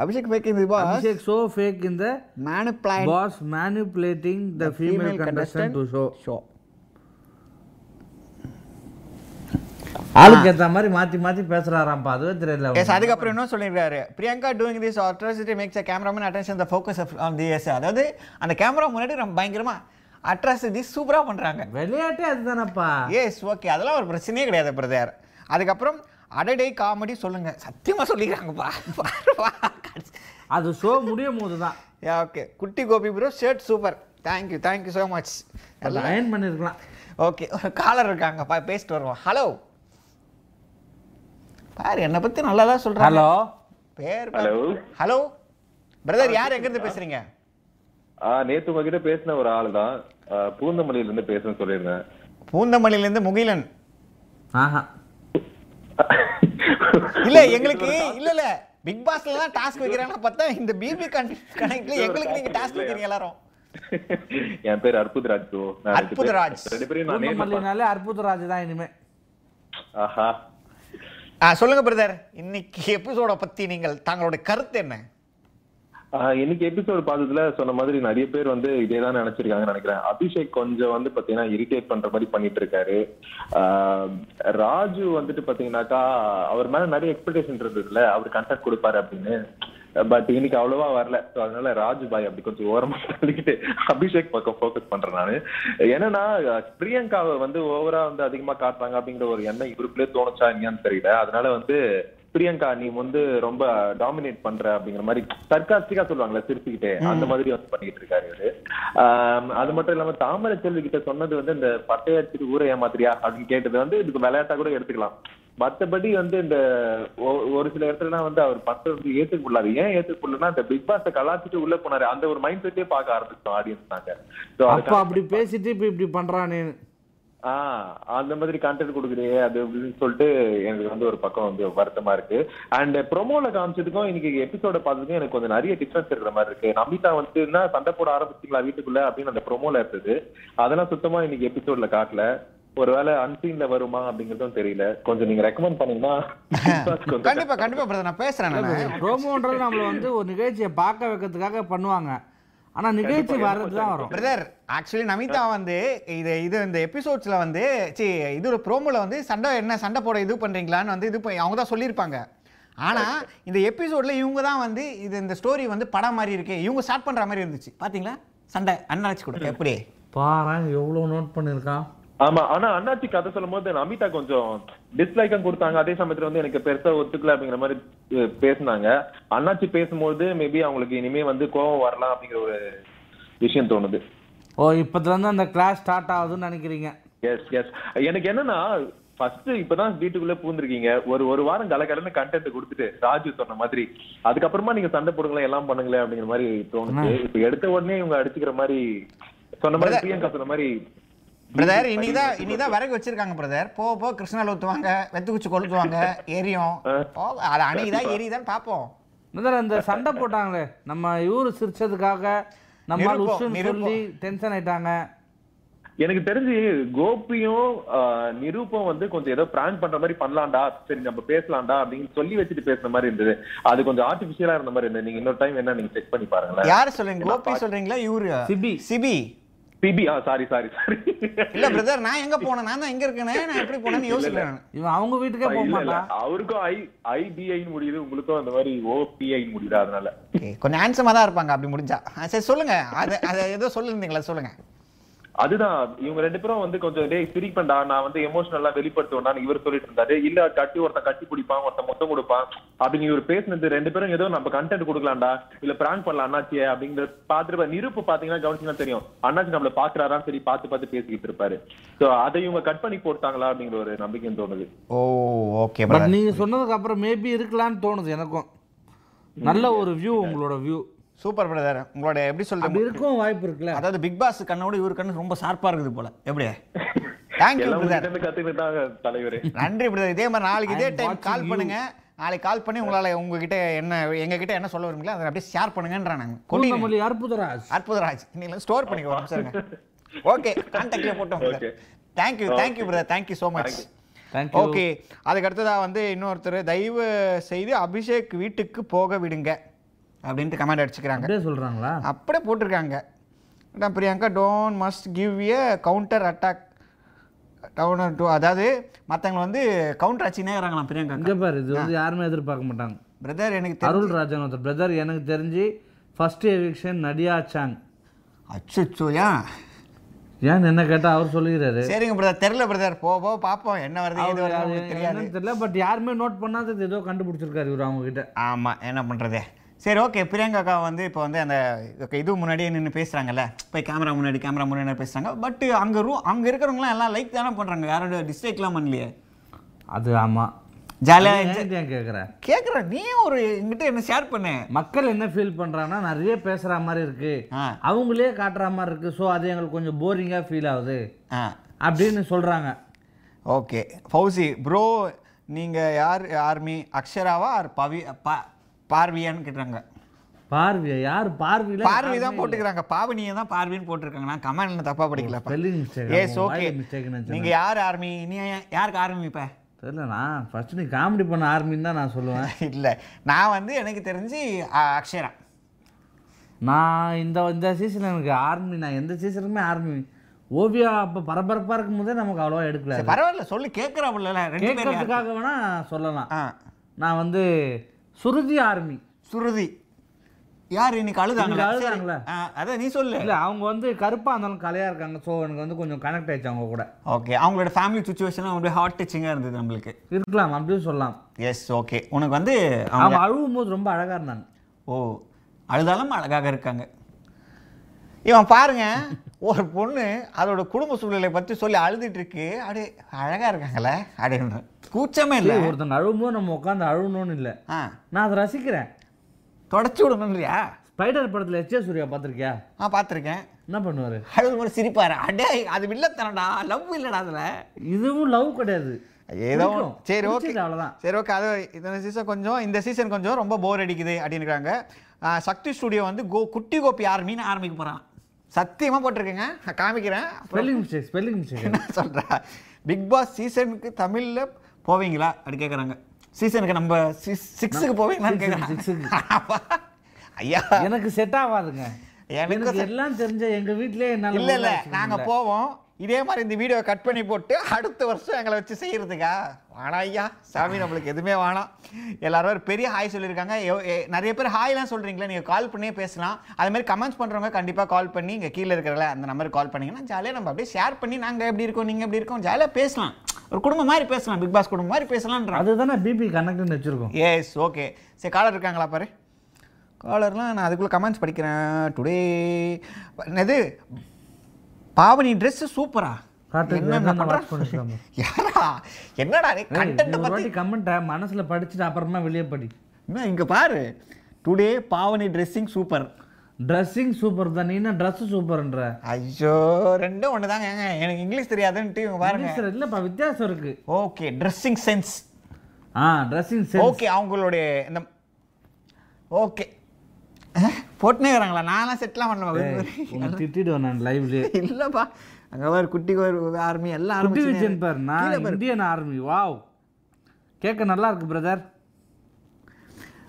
Speaker 3: அபிஷேக் பேக் இந்த பாஸ்
Speaker 2: அபிஷேக் சோ ஃபேக் இந்த
Speaker 3: மேனுப்ளான்
Speaker 2: boss manipulating the female contestant to show
Speaker 3: show
Speaker 2: ஆளுக்கு ஏத்த மாதிரி மாத்தி மாத்தி பேசுறாராம்ப்பா அதுவே தெரியல
Speaker 3: எஸ்
Speaker 2: அவனுக்கு.
Speaker 3: அதுக்கப்புறம் இன்னும் சொல்லியிருக்காரு Priyanka doing this atrocity makes a cameraman attention the focus on the எஸ் அதாவது அந்த கேமரா முன்னாடி நம்ம பயங்கரமா அட்ராசிட்டி சூப்பராக பண்ணுறாங்க
Speaker 2: விளையாட்டே அதுதானப்பா
Speaker 3: எஸ் ஓகே அதெல்லாம் ஒரு பிரச்சனையே கிடையாது பிரதர் அதுக்கப்புறம் அடடே காமெடி சொல்லுங்க சத்தியமா சொல்லிக்கிறாங்கப்பா பாருப்பா.
Speaker 2: அது ஷோ முடியும் போது தான்
Speaker 3: யா ஓகே குட்டி Gopi bro shirt super thank you thank you so much
Speaker 2: அது அயன் பண்ணியிருக்கலாம்
Speaker 3: ஓகே ஒரு காலர் இருக்காங்கப்பா பேசிட்டு வருவோம் ஹலோ பாரு என்னை பத்தி நல்லா தான் சொல்றாங்க
Speaker 2: ஹலோ
Speaker 3: பேர் ஹலோ பிரதர் யார் எங்க இருந்து பேசுறீங்க
Speaker 9: நேத்து உங்ககிட்ட பேசின ஒரு ஆள் தான் பூந்தமல்லியில இருந்து பேசுன்னு சொல்லியிருந்தேன்
Speaker 3: பூந்தமல்லியில இருந்து முகிலன்
Speaker 2: ஆஹா
Speaker 3: இல்ல எங்களுக்கு இல்ல இல்ல பிக் பாஸ்ல தான் டாஸ்க் வைக்கிறாங்க பார்த்தா இந்த பிபி கனெக்ட்ல எங்களுக்கு நீங்க டாஸ்க் வைக்கிறீங்க எல்லாரும்
Speaker 9: என் பேர் அற்புதராஜ் ப்ரோ நான் ரெண்டு பேரும்-
Speaker 3: அற்புதராஜ்.
Speaker 9: ரெண்டு பேரும் நான் நேர்ல பார்த்தேன்.
Speaker 2: பூந்தமல்லினாலே அற்புதராஜ் தான் இனிமே
Speaker 9: ஆஹா
Speaker 3: ஆ, சொல்லுங்க பிரதர் இன்னைக்கு எபிசோட பத்தி நீங்கள் தங்களுடைய கருத்து என்ன
Speaker 9: ஆஹ், இன்னைக்கு எபிசோடு பார்த்ததுல சொன்ன மாதிரி நிறைய பேர் வந்து இதே தான் நினைச்சிருக்காங்கன்னு நினைக்கிறேன் அபிஷேக் கொஞ்சம் வந்து பாத்தீங்கன்னா இரிட்டேட் பண்ற மாதிரி பண்ணிட்டு இருக்காரு ஆஹ், ராஜு வந்துட்டு பாத்தீங்கன்னாக்கா அவர் மேல நிறைய எக்ஸ்பெக்டேஷன் இருந்ததுல அவர் கண்டக்ட் கொடுப்பாரு அப்படின்னு பட் இன்னைக்கு அவ்வளவா வரல So, அதனால ராஜு பாய் அப்படி கொஞ்சம் ஓரமா தள்ளிக்கிட்டு அபிஷேக் பக்கம் ஃபோக்கஸ் பண்றேன் நானு என்னன்னா அஹ், பிரியங்காவை வந்து ஓவரா வந்து அதிகமா காட்டுறாங்க அப்படிங்கிற ஒரு எண்ணம் இவருக்குள்ளே தோணுச்சா என்னன்னு தெரியல அதனால வந்து பிரியங்கா நீ வந்து ரொம்ப டாமினேட் பண்ற அப்படிங்கிற மாதிரி சர்க்காஸ்டிக்கா சொல்லுவாங்கல்ல சிரிச்சுக்கிட்டே அந்த மாதிரி வந்து பண்ணிட்டு இருக்காரு இவரு ஆம், அது மட்டும் இல்லாம தாமரை செல்வி கிட்ட சொன்னது வந்து இந்த பட்டையாச்சிட்டு ஊரை ஏமாத்திரியா அப்படின்னு கேட்டது வந்து இதுக்கு விளையாட்டா கூட எடுத்துக்கலாம் மத்தபடி வந்து இந்த ஒ- ஒரு சில இடத்துலலாம் வந்து அவர் பண்றது ஏத்துக்கொள்ளாது ஏன் ஏத்துக்கொள்ளனா இந்த பிக் பாஸ் கலாச்சிட்டு உள்ள போனாரு அந்த ஒரு மைண்ட் செட்டே பார்க்க ஆரம்பிச்சோம் ஆடியன்ஸ் நாங்க So,
Speaker 2: அப்பா
Speaker 9: அதுக்காக-
Speaker 2: அப்படி பேசிட்டு இப்ப இப்படி பண்றானேன்னு
Speaker 9: ஆஹ் அந்த மாதிரி கண்டென்ட் கொடுக்குறியே அது அப்படின்னு சொல்லிட்டு எனக்கு வந்து ஒரு பக்கம் வந்து வருத்தமா இருக்கு அண்ட் ப்ரோமோல காமிச்சதுக்கும் இன்னைக்கு எபிசோட பார்த்ததுக்கும் எனக்கு கொஞ்சம் நிறைய டிஃபரன்ஸ் இருக்கிற மாதிரி இருக்கு நமிதா வந்து என்ன சண்டை போட ஆரம்பிச்சிங்களா வீட்டுக்குள்ள அப்படின்னு அந்த ப்ரோமோல இருந்தது அதெல்லாம் சுத்தமா இன்னைக்கு எபிசோட்ல காட்டல ஒருவேளை அன்சீன்ல வருமா அப்படிங்கறதும் தெரியல கொஞ்சம் நீங்க ரெக்கமெண்ட் பண்ணீங்கன்னா கொஞ்சம்
Speaker 3: கண்டிப்பா கண்டிப்பா பிரதர் நான் பேசுறேன் நானு.
Speaker 2: ப்ரோமோன்றது நம்மள வந்து ஒரு நிகழ்ச்சியை பார்க்க வைக்கிறதுக்காக பண்ணுவாங்க ஆனா நிகழ்ச்சி வர்றது தான் வரும்
Speaker 3: பிரதர் ஆக்சுவலி நமிதா வந்து இது இது இந்த எபிசோட்ஸ்ல வந்து சி இது ஒரு ப்ரோமோல வந்து சண்டை என்ன சண்டை போட இது பண்றீங்களான்னு வந்து இது ப- அவங்க தான் சொல்லியிருப்பாங்க ஆனா இந்த எபிசோட்ல இவங்க தான் வந்து இது இந்த ஸ்டோரி வந்து படம் மாதிரி இருக்கு இவங்க ஸ்டார்ட் பண்ற மாதிரி இருந்துச்சு பாத்தீங்களா சண்டை அண்ணாச்சி கொடுக்க எப்படி
Speaker 2: பாரேன் எவ்வளவு நோட் பண்ணியிருக்கான்
Speaker 9: ஆமா ஆனா அண்ணாச்சி கதை சொல்லும் போது அமிதா கொஞ்சம் டிஸ்லைக்கும் கொடுத்தாங்க அதே சமயத்துல வந்து எனக்கு பெருசா ஒத்துக்கல அப்படிங்கிற மாதிரி அஹ், பேசுனாங்க அண்ணாச்சி பேசும்போது மேபி அவங்களுக்கு இனிமே வந்து கோவம் வரலாம் அப்படிங்கிற ஒரு விஷயம் தோணுது
Speaker 2: ஓ இப்பத்துல இருந்து அந்த கிளாஸ் ஸ்டார்ட் ஆகுதுன்னு நினைக்கிறீங்க
Speaker 9: எஸ் எஸ் எனக்கு என்னன்னா ஃபர்ஸ்ட் இப்பதான் வீட்டுக்குள்ள பூந்திருக்கீங்க ஒரு ஒரு வாரம் கலகலன்னு கண்டென்ட் கொடுத்துட்டு ராஜு சொன்ன மாதிரி அதுக்கப்புறமா நீங்க சண்டை போடுங்களேன் எல்லாம் பண்ணுங்களேன் அப்படிங்கிற மாதிரி தோணுச்சு இப்ப எடுத்த உடனே இவங்க அடிச்சுக்கிற மாதிரி சொன்ன மாதிரி பிரியங்கா சொன்ன மாதிரி
Speaker 3: பிரதர் இனிதான் இனிதான் விறகு வச்சிருக்காங்க பிரதர் போக போக கிருஷ்ணால ஊத்துவாங்க வெத்துக்குச்சி கொளுத்துவாங்க எரியும் போக- அது அணையுதா எரியுதான்னு பார்ப்போம்
Speaker 2: முதல்ல இந்த சண்டை போட்டாங்களே நம்ம இவரு சிரிச்சதுக்காக நம்ம
Speaker 3: நிருப்பம்,
Speaker 2: உஷுன்னு
Speaker 3: நிருப்பம்.
Speaker 2: சொல்லி டென்ஷன் ஆயிட்டாங்க
Speaker 9: எனக்கு தெரிஞ்சு கோபியும் ஆஹ், நிரூபம் வந்து கொஞ்சம் ஏதோ பிராங்க் பண்ற மாதிரி பண்ணலாம்டா சரி நம்ம பேசலாம்டா அப்படின்னு சொல்லி வச்சுட்டு பேசுன மாதிரி இருந்தது அது கொஞ்சம் ஆர்டிபிஷியலா இருந்த மாதிரி இருந்தது நீங்க இன்னொரு டைம் என்ன நீங்க செக் பண்ணி பாருங்களேன்
Speaker 3: யாரு சொல்றீங்க கோபி சொல்றீங்களா இவரு
Speaker 2: சிபி.
Speaker 3: சிபி
Speaker 9: சிபி ஆ சாரி சாரி சாரி
Speaker 3: இல்ல பிரதர் நான் எங்க போனேன் நான் தான் எங்க இருக்கேனே நான் எப்படி போனேன்னு யோசிக்கிறேன் நான்.
Speaker 2: இவன் அவங்க வீட்டுக்கே போக
Speaker 9: இல்ல இல்ல
Speaker 2: மாட்டான்
Speaker 9: அவருக்கும் ஐ ஐபிஐ முடியுது உங்களுக்கும் அந்த மாதிரி ஓபிஐ முடியுது அதனால
Speaker 3: Okay, கொஞ்சம் ஹேண்ட்ஸமா தான் இருப்பாங்க அப்படி முடிஞ்சா ஆ, சரி சொல்லுங்க அது அது ஏதோ சொல்லியிருந்தீங்களா சொல்லுங்க
Speaker 9: அதுதான் இவங்க ரெண்டு பேரும் வந்து கொஞ்சம் டேய் சிரிப்பண்டா நான் வந்து எமோஷனலா வெளிப்படுத்துவேன் இவர் சொல்லிட்டு இருந்தாரு இல்ல கட்டி ஒருத்தன் கட்டி பிடிப்பான் ஒருத்தன் மொத்தம் கொடுப்பான் அப்படின்னு இவர் பேசுனது ரெண்டு பேரும் ஏதோ நம்ம கண்டென்ட் கொடுக்கலாம்டா இல்ல பிராங்க் பண்ணலாம் அண்ணாச்சியே அப்படிங்கிற பாத்துருப்பா நிருப்பு பாத்தீங்கன்னா கவனிச்சுன்னா தெரியும் அண்ணாச்சி நம்மள பாக்குறாரான்னு சரி பார்த்து பார்த்து பேசிக்கிட்டு இருப்பாரு சோ அதை இவங்க கட் பண்ணி போட்டாங்களா அப்படிங்கிற ஒரு நம்பிக்கை தோணுது
Speaker 3: ஓ ஓகே
Speaker 2: பட் நீங்க சொன்னதுக்கு அப்புறம் மேபி இருக்கலாம்னு தோணுது எனக்கும் நல்ல ஒரு வியூ உங்களோட வியூ
Speaker 3: சூப்பர் பிரதர் உங்களோட எப்படி
Speaker 2: அப்படி
Speaker 3: சொல்றது
Speaker 2: இருக்கும் வாய்ப்பு இருக்குல்ல
Speaker 3: அதாவது பிக் பாஸ் கண்ணோட இவர் கண்ணு ரொம்ப ஷார்ப்பா இருக்குது போல எப்படி தேங்க்யூ
Speaker 9: எல்லாம்
Speaker 3: பிரதர்
Speaker 9: உங்ககிட்ட இருந்து கத்துக்கிட்டு தான் தலைவரே
Speaker 3: நன்றி பிரதர் இதே மாதிரி நாளைக்கு இதே
Speaker 2: I'm
Speaker 3: time
Speaker 2: watching
Speaker 3: call
Speaker 2: you.
Speaker 3: பண்ணுங்க நாளைக்கு கால் பண்ணி உங்களால உங்ககிட்ட என்ன எங்ககிட்ட என்ன சொல்ல விரும்புங்களோ அதை அப்படியே ஷேர் பண்ணுங்கன்றான் நாங்க கொடி
Speaker 2: பூந்தமல்லி அற்புதராஜ்
Speaker 3: அற்புதராஜ் நீங்களும் ஸ்டோர் பண்ணிக்கோ சார் ஓகே கான்டாக்ட்ல போட்டோம்
Speaker 9: Okay.
Speaker 3: Thank you thank you brother thank you so much
Speaker 2: thank you
Speaker 3: okay அதுக்கு அடுத்ததாக வந்து இன்னொருத்தர் தயவு செய்து அபிஷேக் வீட்டுக்கு போக விடுங்க அப்படின்ட்டு கமெண்ட் அடிச்சுக்கிறாங்க
Speaker 2: அப்படியே சொல்றாங்களா
Speaker 3: அப்படியே போட்டிருக்காங்க அதான் Priyanka don't must give a counter attack downer to அதாவது மற்றவங்க வந்து கவுண்டர் அடிச்சுனே இருக்கிறாங்களாம்
Speaker 2: இங்க
Speaker 3: பிரியங்கா
Speaker 2: பாரு இது வந்து யாருமே எதிர்பார்க்க மாட்டாங்க
Speaker 3: பிரதர் எனக்கு தெரியும்
Speaker 2: அருள்ராஜன் ஒருத்தர் பிரதர் எனக்கு தெரிஞ்சு ஃபர்ஸ்ட் எவிக்ஷன் நடியா சாங்
Speaker 3: அச்சுச்சோயா
Speaker 2: ஏன் என்ன கேட்டா அவர் சொல்லிடுறாரு
Speaker 3: சரிங்க பிரதர் தெரியல பிரதர் போ போ பார்ப்போம் என்ன வருது ஏது
Speaker 2: அவர்
Speaker 3: வருது
Speaker 2: அது
Speaker 3: உங்களுக்கு தெரியாது
Speaker 2: என்னன்னு தெரியல பட் யாருமே நோட் பண்ணாதது ஏதோ கண்டுபிடிச்சிருக்காரு இவர் அவங்க கிட்ட
Speaker 3: ஆமா என்ன பண்றது சரி ஓகே பிரியங்காக்கா வந்து இப்போ வந்து அந்த okay, இது முன்னாடியே நின்று பேசுறாங்கல்ல போய் கேமரா முன்னாடி கேமரா முன்னாடி பேசுறாங்க பட் அங்க ரூ அங்க இருக்கிறவங்களாம் எல்லாம் லைக் தானே பண்றாங்க யாரோட டிஸ்லைக்லாம் பண்ணலையே
Speaker 2: அது ஆமா
Speaker 3: ஜாலியாக
Speaker 2: ஏன் கேட்குறேன்
Speaker 3: கேட்குற நீ ஒரு என்கிட்ட என்ன ஷேர் பண்ணு
Speaker 2: மக்கள் என்ன ஃபீல் பண்றாங்கன்னா நிறைய பேசுற மாதிரி இருக்கு அவங்களே காட்டுற மாதிரி இருக்கு ஸோ அது எங்களுக்கு கொஞ்சம் போரிங்கா ஃபீல் ஆகுது அப்படின்னு சொல்றாங்க
Speaker 3: ஓகே ஃபௌசி ப்ரோ நீங்கள் யார் ஆர்மி அக்ஷராவா ஆர் பவி பா பார்வியான்னு கேட்டாங்க
Speaker 2: பார்வியா யார் பார்வியில
Speaker 3: பார்வி தான் போட்டுக்கிறாங்க பாவனியை தான் பார்வின்னு போட்டிருக்காங்க நான் கமெண்ட்ல தப்பாக படிக்கலப்பா
Speaker 2: spelling mistake
Speaker 3: yes okay
Speaker 2: mistake
Speaker 3: நீங்கள் யார் ஆர்மி நீ ஏன் யாருக்கு ஆர்மி இப்போ
Speaker 2: தெரியல நான் ஃபர்ஸ்ட் நீ காமெடி பண்ண ஆரம்பின்னு தான் நான் சொல்லுவேன்
Speaker 3: இல்லை நான் வந்து எனக்கு தெரிஞ்சு அ, அக்ஷரா
Speaker 2: நான் இந்த இந்த சீசன் எனக்கு ஆர்மி நான் எந்த சீசனுமே ஆர்மி ஓவியா அப்போ பரபரப்பா இருக்கும் போதே நமக்கு அவ்வளோவா எடுக்கல
Speaker 3: சரி, பரவாயில்ல சொல்லு கேட்குறாப்புல ரெண்டு பேரும்
Speaker 2: கேட்கறதுக்காக வேணா சொல்லலாம் நான் வந்து சுருதி ஆர்மி
Speaker 3: சுருதி யார் இன்னைக்கு அழுதாங்களா?
Speaker 2: இன்னைக்கு
Speaker 3: சரி.
Speaker 2: அழுதாங்களா?
Speaker 3: ஆ, அதான் நீ சொல்லு
Speaker 2: இல்ல அவங்க வந்து கருப்பா இருந்தாலும் கலையா இருக்காங்க ஸோ எனக்கு வந்து கொஞ்சம் கனெக்ட் ஆயிடுச்சு அவங்க கூட
Speaker 3: ஓகே அவங்களோட ஃபேமிலி சுச்சுவேஷன் அப்படியே ஹார்ட் டச்சிங்காக இருந்தது நம்மளுக்கு
Speaker 2: இருக்கலாம் அப்படின்னு சொல்லலாம்
Speaker 3: எஸ் ஓகே உனக்கு வந்து
Speaker 2: அவங்க
Speaker 3: அவங்க
Speaker 2: அழுவும் போது ரொம்ப அழகா இருந்தாங்க
Speaker 3: ஓ அழுதாலும் அழகாக இருக்காங்க இவன் பாருங்க ஒரு பொண்ணு அதோட குடும்ப சூழ்நிலை பற்றி சொல்லி அழுதுட்டு இருக்கு அப்படியே அழகாக இருக்காங்களே அப்படின்னு கூச்சமே இல்லை
Speaker 2: சரி, ஒருத்தங்க அழுவும் போது நம்ம உட்காந்து அழுவணும்னு இல்ல
Speaker 3: ஆ
Speaker 2: நான் அதை ரசிக்கிறேன்
Speaker 3: தொடச்சி விடணும்லையா
Speaker 2: ஸ்பைடர் படத்துல எச் சூர்யா பார்த்திருக்கியா
Speaker 3: ஆ பார்த்துருக்கேன்
Speaker 2: என்ன பண்ணுவாரு
Speaker 3: அழுது ஒரு சிரிப்பாரு அடே அது வில்லத்தனடா லவ் இல்லடா அதில்
Speaker 2: இதுவும் லவ் கிடையாது
Speaker 3: ஏதோ
Speaker 2: பிடிக்கும்.
Speaker 3: சரி ஓகே
Speaker 2: பிடிச்சது அவ்வளவுதான்
Speaker 3: சரி ஓகே அது இத்தனை சீசன் கொஞ்சம் இந்த சீசன் கொஞ்சம் ரொம்ப போர் அடிக்குது அப்படின்னுறாங்க சக்தி ஸ்டுடியோ வந்து கோ குட்டி கோப்பி ஆர்மின்னு ஆரம்பிக்க போகிறான் சத்தியமாக போட்டிருக்கேங்க நான் காமிக்கிறேன் அப்புறம்
Speaker 2: ஸ்பெல்லிங் மிஸ்டேக் ஸ்பெல்லிங் மிஸ்டேக்
Speaker 3: என்ன சொல்கிறா பிக் பாஸ் சீசனுக்கு தமிழில் போவீங்களா அப்படி கேட்குறாங்க சீசனுக்கு நம்ம சிக்ஸுக்கு போவீங்களான்னு
Speaker 2: Season
Speaker 3: கேட்குறாங்க ஐயா
Speaker 2: எனக்கு செட் ஆகாதுங்க எனக்கு
Speaker 3: எனக்கு
Speaker 2: எல்லாம் தெரிஞ்ச எங்க வீட்லயே என்னால
Speaker 3: இல்லை இல்லை
Speaker 2: ஒழுங்கா வச்சுக்க
Speaker 3: நாங்கள்
Speaker 2: முடியல.
Speaker 3: போவோம் இதே மாதிரி இந்த வீடியோவை கட் பண்ணி போட்டு அடுத்த வருஷம் எங்களை வச்சு செய்கிறதுக்கா வேணாம் ஐயா சாமி நம்மளுக்கு எதுவுமே வேணாம் எல்லாரும் ஒரு பெரிய ஹாய் சொல்லியிருக்காங்க எவ்- எ- நிறைய பேர் ஹாய்லாம் சொல்கிறீங்களா நீங்கள் கால் பண்ணியே பேசலாம் அது மாதிரி கமெண்ட்ஸ் பண்ணுறவங்க கண்டிப்பாக கால் பண்ணி இங்கே கீழே இருக்கிறல அந்த நம்பருக்கு கால் பண்ணிங்கன்னா ஜாலியாக நம்ம அப்படியே ஷேர் பண்ணி நாங்கள் எப்படி இருக்கோம் நீங்கள் எப்படி இருக்கோம் ஜாலியாக பேசலாம் ஒரு குடும்பம் மாதிரி பேசலாம் பிக் பாஸ் குடும்பம் மாதிரி பேசலான்றோம்
Speaker 2: அதுதானே பிபி கனெக்ட்னு வச்சிருக்கோம்
Speaker 3: எஸ் ஓகே சரி காலர் இருக்காங்களா பாரு காலர்லாம் நான் அதுக்குள்ளே கமெண்ட்ஸ் படிக்கிறேன் டுடே என்னது பாவனி ட்ரெஸ் சூப்பரா
Speaker 2: காட்டு
Speaker 3: என்ன
Speaker 2: என்ன
Speaker 3: பண்றா?
Speaker 2: வாட்ச் பண்ணிருக்காங்க
Speaker 3: யாரா என்னடா நீ
Speaker 2: ஏய், நீ
Speaker 3: கண்டென்ட்
Speaker 2: ஒரு
Speaker 3: பத்தி
Speaker 2: வாட்டி கமெண்ட்டை மனசுல படிச்சுட்டு அப்புறமா வெளியே படி
Speaker 3: என்ன இங்க பாரு today Pavani dressing super
Speaker 2: dressing super தான் நீ என்ன ட்ரெஸ் சூப்பர்ன்ற
Speaker 3: ஐயோ ரெண்டும் ஒன்று தாங்க ஏங்க எனக்கு இங்கிலீஷ் தெரியாதுன்ட்டு இவங்க பாருங்க
Speaker 2: Mixer இல்லப்பா வித்தியாசம் இருக்கு
Speaker 3: ஓகே ட்ரெஸ்ஸிங் சென்ஸ்
Speaker 2: ஆ ட்ரெஸ்ஸிங் சென்ஸ்
Speaker 3: ஓகே அவங்களுடைய இந்த ஓகே போட்டுனே வராங்களா நான்லாம் செட்டிலாம் பண்ணுவேன்
Speaker 2: உன்னை திட்டிடுவேன் நான் லைவ்லயே
Speaker 3: இல்லப்பா அங்க பாரு குட்டி கோயில் ஆர்மி எல்லாம்
Speaker 2: குட்டி
Speaker 3: ஆரம்பிச்சுனே
Speaker 2: விஜயன் பாரு நான்
Speaker 3: கீழே பாரு.
Speaker 2: இந்தியன் ஆர்மி வாவ் கேட்க நல்லா இருக்கு பிரதர்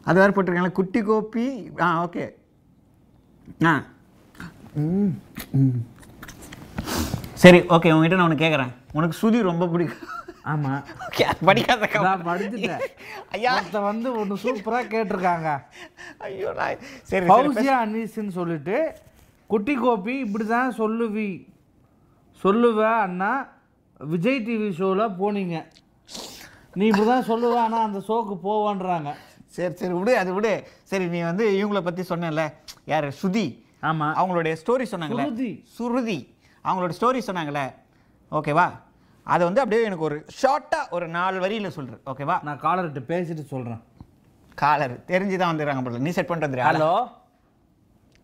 Speaker 3: அது வேறு போட்டிருக்காங்களா குட்டி கோப்பி ஆ ஓகே ஆ ம், ம். சரி ஓகே உங்ககிட்ட நான் உனக்கு கேட்குறேன் உனக்கு சுதி ரொம்ப பிடிக்கும்
Speaker 2: ஆமா
Speaker 3: ஓகே அது படிக்காத
Speaker 2: நான்
Speaker 3: கவலை.
Speaker 2: படிச்சுட்டேன்
Speaker 3: ஐயா
Speaker 2: ஒருத்த வந்து ஒன்று சூப்பரா கேட்டிருக்காங்க
Speaker 3: ஐயோ நான் சரி சரி பேசு.
Speaker 2: பௌசியா அனீஸ்ன்னு சொல்லிட்டு குட்டி கோபி இப்படி தான் சொல்லுவி சொல்லுவ அண்ணா விஜய் டிவி ஷோவில் போனீங்க நீ இப்படி தான் சொல்லுவ ஆனால் அந்த ஷோக்கு போவான்றாங்க
Speaker 3: சரி சரி விடு அது விடு சரி நீ வந்து இவங்கள பற்றி சொன்னேன்ல யார் சுதி
Speaker 2: ஆமா
Speaker 3: அவங்களுடைய ஸ்டோரி சொன்னாங்களே
Speaker 2: சுருதி.
Speaker 3: சுருதி அவங்களோட ஸ்டோரி சொன்னாங்களே ஓகேவா அதை வந்து அப்படியே எனக்கு ஒரு ஷார்ட்டாக ஒரு நாலு வரியில் சொல்கிறேன் ஓகேவா
Speaker 2: நான் காலர்கிட்ட பேசிட்டு சொல்கிறேன்
Speaker 3: காலர் தெரிஞ்சு தான் வந்துடுறாங்க போல நீ செட் பண்ணிட்டு வந்துடுறா
Speaker 2: ஹலோ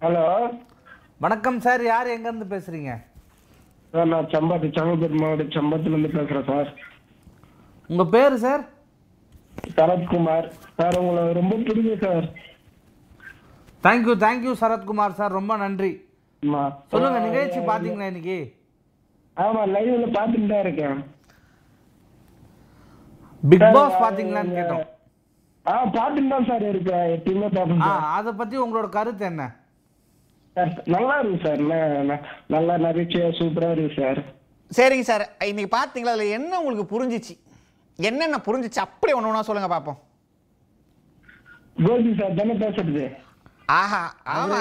Speaker 6: ஹலோ
Speaker 2: வணக்கம் சார் யார் எங்கேருந்து பேசுகிறீங்க
Speaker 6: சார் நான் சம்பத்து சங்கப்பேட் மாவட்டம் சம்பத்துல இருந்து பேசுறேன் சார்
Speaker 2: உங்கள் பேர் சார்
Speaker 6: சரத்குமார் சார் உங்களை ரொம்ப பிடிக்கும் sir
Speaker 2: thank you thank you Sarathkumar sir ரொம்ப நன்றி
Speaker 6: ஆமா.
Speaker 2: சொல்லுங்க நிகழ்ச்சி பார்த்தீங்களா இன்னைக்கு
Speaker 6: ஆமா லைவ்ல பாத்துட்டு தான் இருக்கேன்
Speaker 2: பிக் பாஸ் பார்த்தீங்களான்னு கேட்டோம்
Speaker 6: ஆ பாத்துட்டு தான் சார் இருக்கேன் எப்பயுமே
Speaker 2: ஆ
Speaker 6: பாப்பேன்
Speaker 2: அதை பற்றி உங்களோட கருத்து என்ன
Speaker 6: சார் நல்லா இருக்கு சார் ந- ந- நல்லா நகைச்சுவையா சூப்பரா இருக்கு சார்
Speaker 3: சரிங்க சார் இன்னைக்கு பார்த்தீங்களா அதில் என்ன உங்களுக்கு புரிஞ்சிச்சு என்னென்ன புரிஞ்சிச்சு அப்படியே ஒன்று ஒன்றா சொல்லுங்கள் பார்ப்போம்
Speaker 6: கோபி சார் தானே பேசுறது
Speaker 3: ஆஹா ஆமா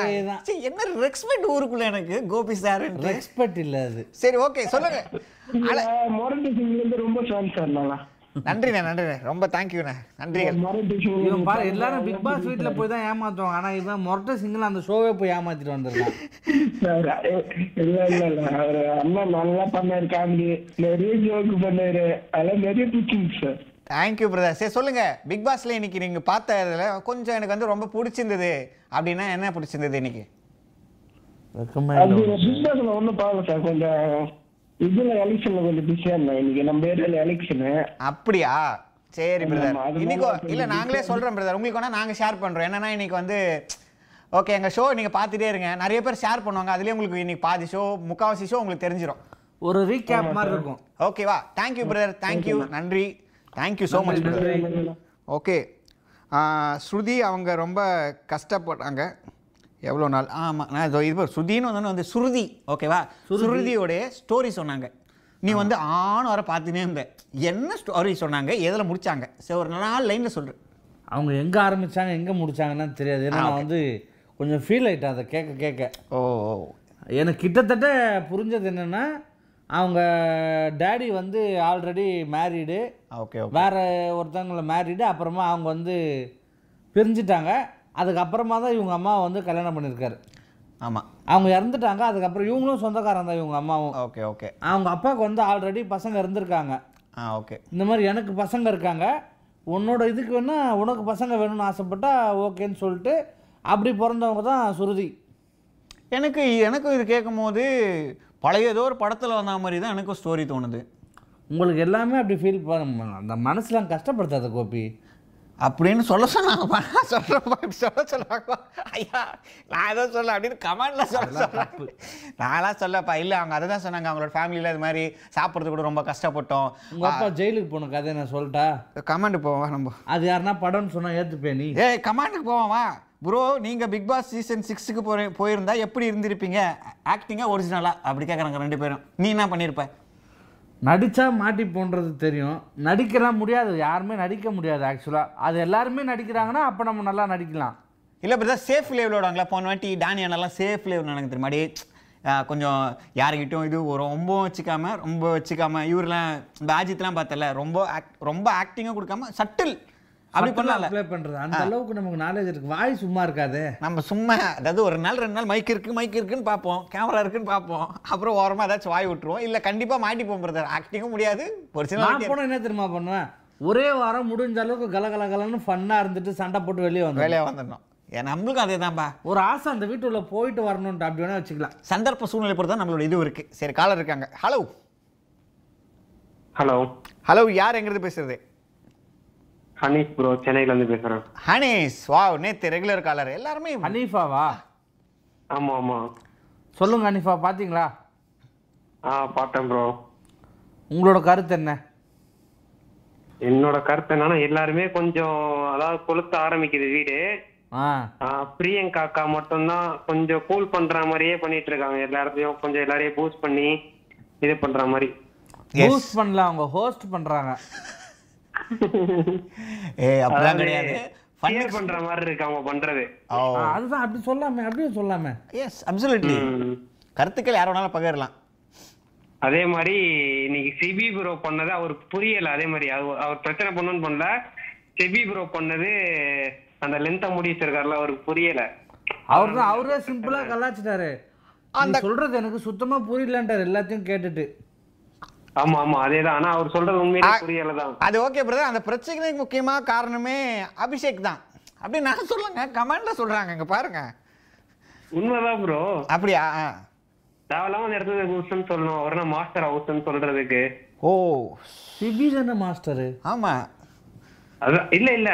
Speaker 3: சீ, என்ன ரெஸ்பெக்ட் ஊருக்குள்ள எனக்கு கோபி சார்
Speaker 2: ரெஸ்பெக்ட் இல்ல அது
Speaker 3: சரி ஓகே சொல்லுங்க
Speaker 10: மொரட்டி சிங்ல இருந்து ரொம்ப ஃபேன் சார் நான்
Speaker 3: நன்றிண்ணே நன்றிண்ணே ரொம்ப தேங்க்யூண்ணே நன்றிகள்
Speaker 2: இவன் பாரு எல்லாரும் பிக் பாஸ் வீட்ல போய் தான் ஏமாத்துவாங்க ஆனா இவன் மொரட்ட சிங்கிள் அந்த ஷோவே போய் ஏமாத்திட்டு வந்துருக்கான்
Speaker 10: சார் இல்ல இல்ல இல்ல அவரு அண்ணா நல்லா பண்ணாரு காமெடி நிறைய ஜோக்கு பண்ணாரு அதெல்லாம் நிறைய பிடிச்சிருந்துச்சு சார்
Speaker 3: தேங்க்யூ பிரதர் சரி சொல்லுங்க பிக் பாஸ்ல இன்னைக்கு நீங்க பார்த்த இதுல கொஞ்சம் எனக்கு வந்து ரொம்ப பிடிச்சிருந்தது அப்படின்னா என்ன பிடிச்சிருந்தது இன்னைக்கு
Speaker 10: அது பிசினஸ்ல ஒண்ணும் பார்க்கல சார் கொஞ்சம் இதுல எலெக்ஷன்ல கொஞ்சம் பிஸியா இருந்தேன் இன்னைக்கு நம்ம ஏரியால எலெக்ஷனு
Speaker 3: அப்படியா சரி பிரதர்
Speaker 10: ஆமா, அதனால
Speaker 3: இன்னைக்கு
Speaker 10: கொஞ்சம்
Speaker 3: இல்ல நாங்களே சொல்றோம் பிரதர் உங்களுக்கு வேணா நாங்க ஷேர் பண்றோம் என்னன்னா இன்னைக்கு வந்து ஓகே எங்க ஷோ நீங்க பார்த்துட்டே இருங்க நிறைய பேர் ஷேர் பண்ணுவாங்க அதுலயே உங்களுக்கு இன்னைக்கு பாதி ஷோ முக்காவாசி ஷோ உங்களுக்கு தெரிஞ்சிடும்
Speaker 2: ஒரு ரீகேப் மாதிரி இருக்கும்
Speaker 3: ஓகேவா தேங்க்யூ பிரதர் தேங்க்யூ நன்றி தேங்க்யூ ஸோ மச்
Speaker 2: நன்றி.
Speaker 3: பிரதர் ஓகே ஸ்ருதி Ah, அவங்க ரொம்ப கஷ்டப்பட்டாங்க எவ்வளோ நாள் ஆமாம் நான் இதோ இது பாரு, ஸ்ருதின்னு வந்தோன்னே வந்து சுருதி ஓகேவா சுருதியோடைய ஸ்டோரி சொன்னாங்க நீ வந்து ஆணும் வர பார்த்துனே இருந்த என்ன ஸ்டோரி சொன்னாங்க எதில் முடிச்சாங்க சரி ஒரு நாலு லைனில் சொல்கிறேன்
Speaker 2: அவங்க எங்க ஆரம்பிச்சாங்க எங்க முடிச்சாங்கன்னு தெரியாது ஏன்னா நான் வந்து கொஞ்சம் ஃபீல் ஆயிட்டேன் அதை கேட்க கேட்க
Speaker 3: ஓ
Speaker 2: எனக்கு கிட்டத்தட்ட புரிஞ்சது என்னன்னா அவங்க டேடி வந்து ஆல்ரெடி மேரீடு
Speaker 3: ஓகே
Speaker 2: வேற ஒருத்தவங்களை மேரீடு அப்புறமா அவங்க வந்து பிரிஞ்சிட்டாங்க அதுக்கப்புறமா தான் இவங்க அம்மா வந்து கல்யாணம் பண்ணியிருக்காரு
Speaker 3: ஆமாம்
Speaker 2: அவங்க இறந்துட்டாங்க அதுக்கப்புறம் இவங்களும் சொந்தக்காரன் தான் இவங்க அம்மாவும்
Speaker 3: ஓகே ஓகே
Speaker 2: அவங்க அப்பாவுக்கு வந்து ஆல்ரெடி பசங்க இருந்திருக்காங்க
Speaker 3: ஆ ஓகே
Speaker 2: இந்த மாதிரி எனக்கு பசங்க இருக்காங்க உன்னோட இதுக்கு வேணா உனக்கு பசங்க வேணும்னு ஆசைப்பட்டா ஓகேன்னு சொல்லிட்டு அப்படி பிறந்தவங்க தான் சுருதி
Speaker 3: எனக்கு எனக்கு இது கேட்கும் போது பழைய ஏதோ ஒரு படத்தில் வந்த மாதிரி தான் எனக்கு ஸ்டோரி தோணுது
Speaker 2: உங்களுக்கு எல்லாமே அப்படி ஃபீல் பண்ண அந்த மனசுலாம் கஷ்டப்படுத்தாத கோபி
Speaker 3: அப்படின்னு சொல்ல சொன்னாங்கப்பா சொல்கிறப்பா சொல்ல சொன்னாங்கப்பா ஐயா நான் ஏதோ சொல்ல அப்படின்னு கமெண்டில் சொல்ல சொன்னாங்க நான்லாம் சொல்லப்பா இல்லை அவங்க அதை தான் சொன்னாங்க அவங்களோட ஃபேமிலியில் இது மாதிரி சாப்பிட்றது கூட ரொம்ப
Speaker 2: உங்க அப்பா
Speaker 3: கஷ்டப்பட்டோம்
Speaker 2: ஜெயிலுக்கு போன கதையை நான் சொல்லட்டா
Speaker 3: கமெண்ட் போவா நம்ம
Speaker 2: அது யாருன்னா படம்னு சொன்னா ஏத்துப்பே நீ
Speaker 3: ஏய் கமாண்டுக்கு போவாமா ப்ரோ நீங்கள் பிக் பாஸ் சீசன் சிக்ஸுக்கு போய் போயிருந்தா எப்படி இருந்திருப்பீங்க ஆக்டிங்காக ஒரிஜினலாக அப்படி கேட்குறாங்க ரெண்டு பேரும் நீ என்ன பண்ணியிருப்ப
Speaker 2: நடிச்சா மாட்டி போன்றது தெரியும் நடிக்கலாம் முடியாது யாருமே நடிக்க முடியாது ஆக்சுவலா அது எல்லாருமே நடிக்கிறாங்கன்னா அப்ப நம்ம நல்லா நடிக்கலாம்
Speaker 3: இல்லை பிரதா சேஃப் லேவில் விடுவாங்களா போன வாட்டி டானி அண்ணாலாம் சேஃப் லேவ் எனக்கு தெரியுமா டே கொஞ்சம் யாருக்கிட்டும் இது ஒரு ரொம்ப வச்சுக்காம ரொம்ப வச்சுக்காம இவரெலாம் இந்த அஜித்லாம் பார்த்தல ரொம்ப ஆக்ட் ரொம்ப ஆக்டிங்காக கொடுக்காம சட்டில் அப்படி பண்ணலாம்ல
Speaker 2: அப்ளை பண்றது அந்த அளவுக்கு நமக்கு நாலேஜ் இருக்கு வாய் சும்மா இருக்காதே
Speaker 3: நம்ம சும்மா அதாவது ஒரு நாள் ரெண்டு நாள் மைக் இருக்கு மைக் இருக்குன்னு பார்ப்போம் கேமரா இருக்குன்னு பார்ப்போம் அப்புறம் ஓரமாக ஏதாச்சும் வாய் விட்டுருவோம் இல்லை கண்டிப்பாக மாட்டிப்போம் பிரதர் ஆக்டிங்கும் முடியாது ஒரு
Speaker 2: நான்
Speaker 3: சின்ன
Speaker 2: போனா என்ன தெரியுமா பண்ணுவேன் ஒரே வாரம் முடிஞ்ச அளவுக்கு கலகலகலன்னு ஃபன்னா இருந்துட்டு சண்டை போட்டு வெளியே வந்து
Speaker 3: வேலையாக வந்துடணும் ஏன் நம்மளுக்கும் அதே தான்ப்பா
Speaker 2: ஒரு ஆசை அந்த வீட்டுக்குள்ள போயிட்டு வரணும்ட்டு அப்படி வேணா வச்சுக்கலாம்
Speaker 3: சந்தர்ப்ப சூழ்நிலை பொறுத்து தான் நம்மளோட இதுவும் இருக்குது சரி காலர் இருக்காங்க ஹலோ
Speaker 11: ஹலோ
Speaker 3: ஹலோ யார் எங்கிறது பேசுறது
Speaker 11: ஹனீஷ் ப்ரோ சென்னையில இருந்து பேசுறேன்
Speaker 3: ஹனீஸ் வாவ் நேத்து ரெகுலர் காலர் எல்லாருமே
Speaker 2: ஹனீஃபாவா
Speaker 11: ஆமா ஆமா
Speaker 2: சொல்லுங்க ஹனீஃபா பாத்தீங்களா
Speaker 11: ஆ பார்த்தேன் ப்ரோ
Speaker 2: உங்களோட கருத்து என்ன
Speaker 11: என்னோட கருத்து என்னன்னா எல்லாருமே கொஞ்சம் அதாவது கொளுத்த ஆரம்பிக்குது வீடு
Speaker 2: ஆ
Speaker 11: ஆ, பிரியங்கா அக்கா மட்டும்தான் கொஞ்சம் கூல் பண்ற மாதிரியே பண்ணிட்டு இருக்காங்க எல்லா இடத்தையும் கொஞ்சம் எல்லாரையும் பூஸ்ட் பண்ணி இது பண்ற மாதிரி
Speaker 2: பூஸ்ட் பண்ணல அவங்க ஹோஸ்ட் பண்றாங்க
Speaker 3: ஏ
Speaker 11: அப்படிலாம் கிடையாது பண்ற மாதிரி இருக்கு அவங்க பண்றது
Speaker 2: ஆ, அதுதான் அப்படி சொல்லாமே அப்படியே சொல்லாமே
Speaker 3: எஸ் அப்சல்யூட்லி கருத்துக்கள் யார் வேணாலும் பகிரலாம்
Speaker 11: அதே மாதிரி இன்னைக்கு செபி ப்ரோ பண்ணது அவருக்கு புரியல அதே மாதிரி அவ- அவர் பிரச்சனை பண்ணணும்னு பண்ணல செபி ப்ரோ பண்ணது அந்த லென்த்தை முடிச்சிருக்காருல அவருக்கு புரியல
Speaker 2: அவர் தான் அவரே சிம்பிளா கலாச்சிட்டாரு அந்த சொல்றது எனக்கு சுத்தமா புரியலன்றாரு எல்லாத்தையும் கேட்டுட்டு
Speaker 11: ஆமா ஆமா அதேதான் ஆனா அவர் சொல்றது உண்மையிலே புரியல தான்
Speaker 3: அது ஓகே பிரதர் அந்த பிரச்சனைக்கு முக்கியமா காரணமே அபிஷேக் தான் அப்படி நான் சொல்லுங்க கமாண்ட்ல சொல்றாங்க இங்க பாருங்க
Speaker 11: உண்மைதான் ப்ரோ
Speaker 3: அப்படியா
Speaker 11: தேவையில்லாம அந்த இடத்துல ஹவுஸ்ன்னு சொல்லணும் அவர்னா மாஸ்டர் ஹவுஸ்ன்னு சொல்றதுக்கு
Speaker 3: ஓ
Speaker 2: சிபி தானே மாஸ்டரு
Speaker 3: ஆமா
Speaker 11: அதான் இல்ல இல்ல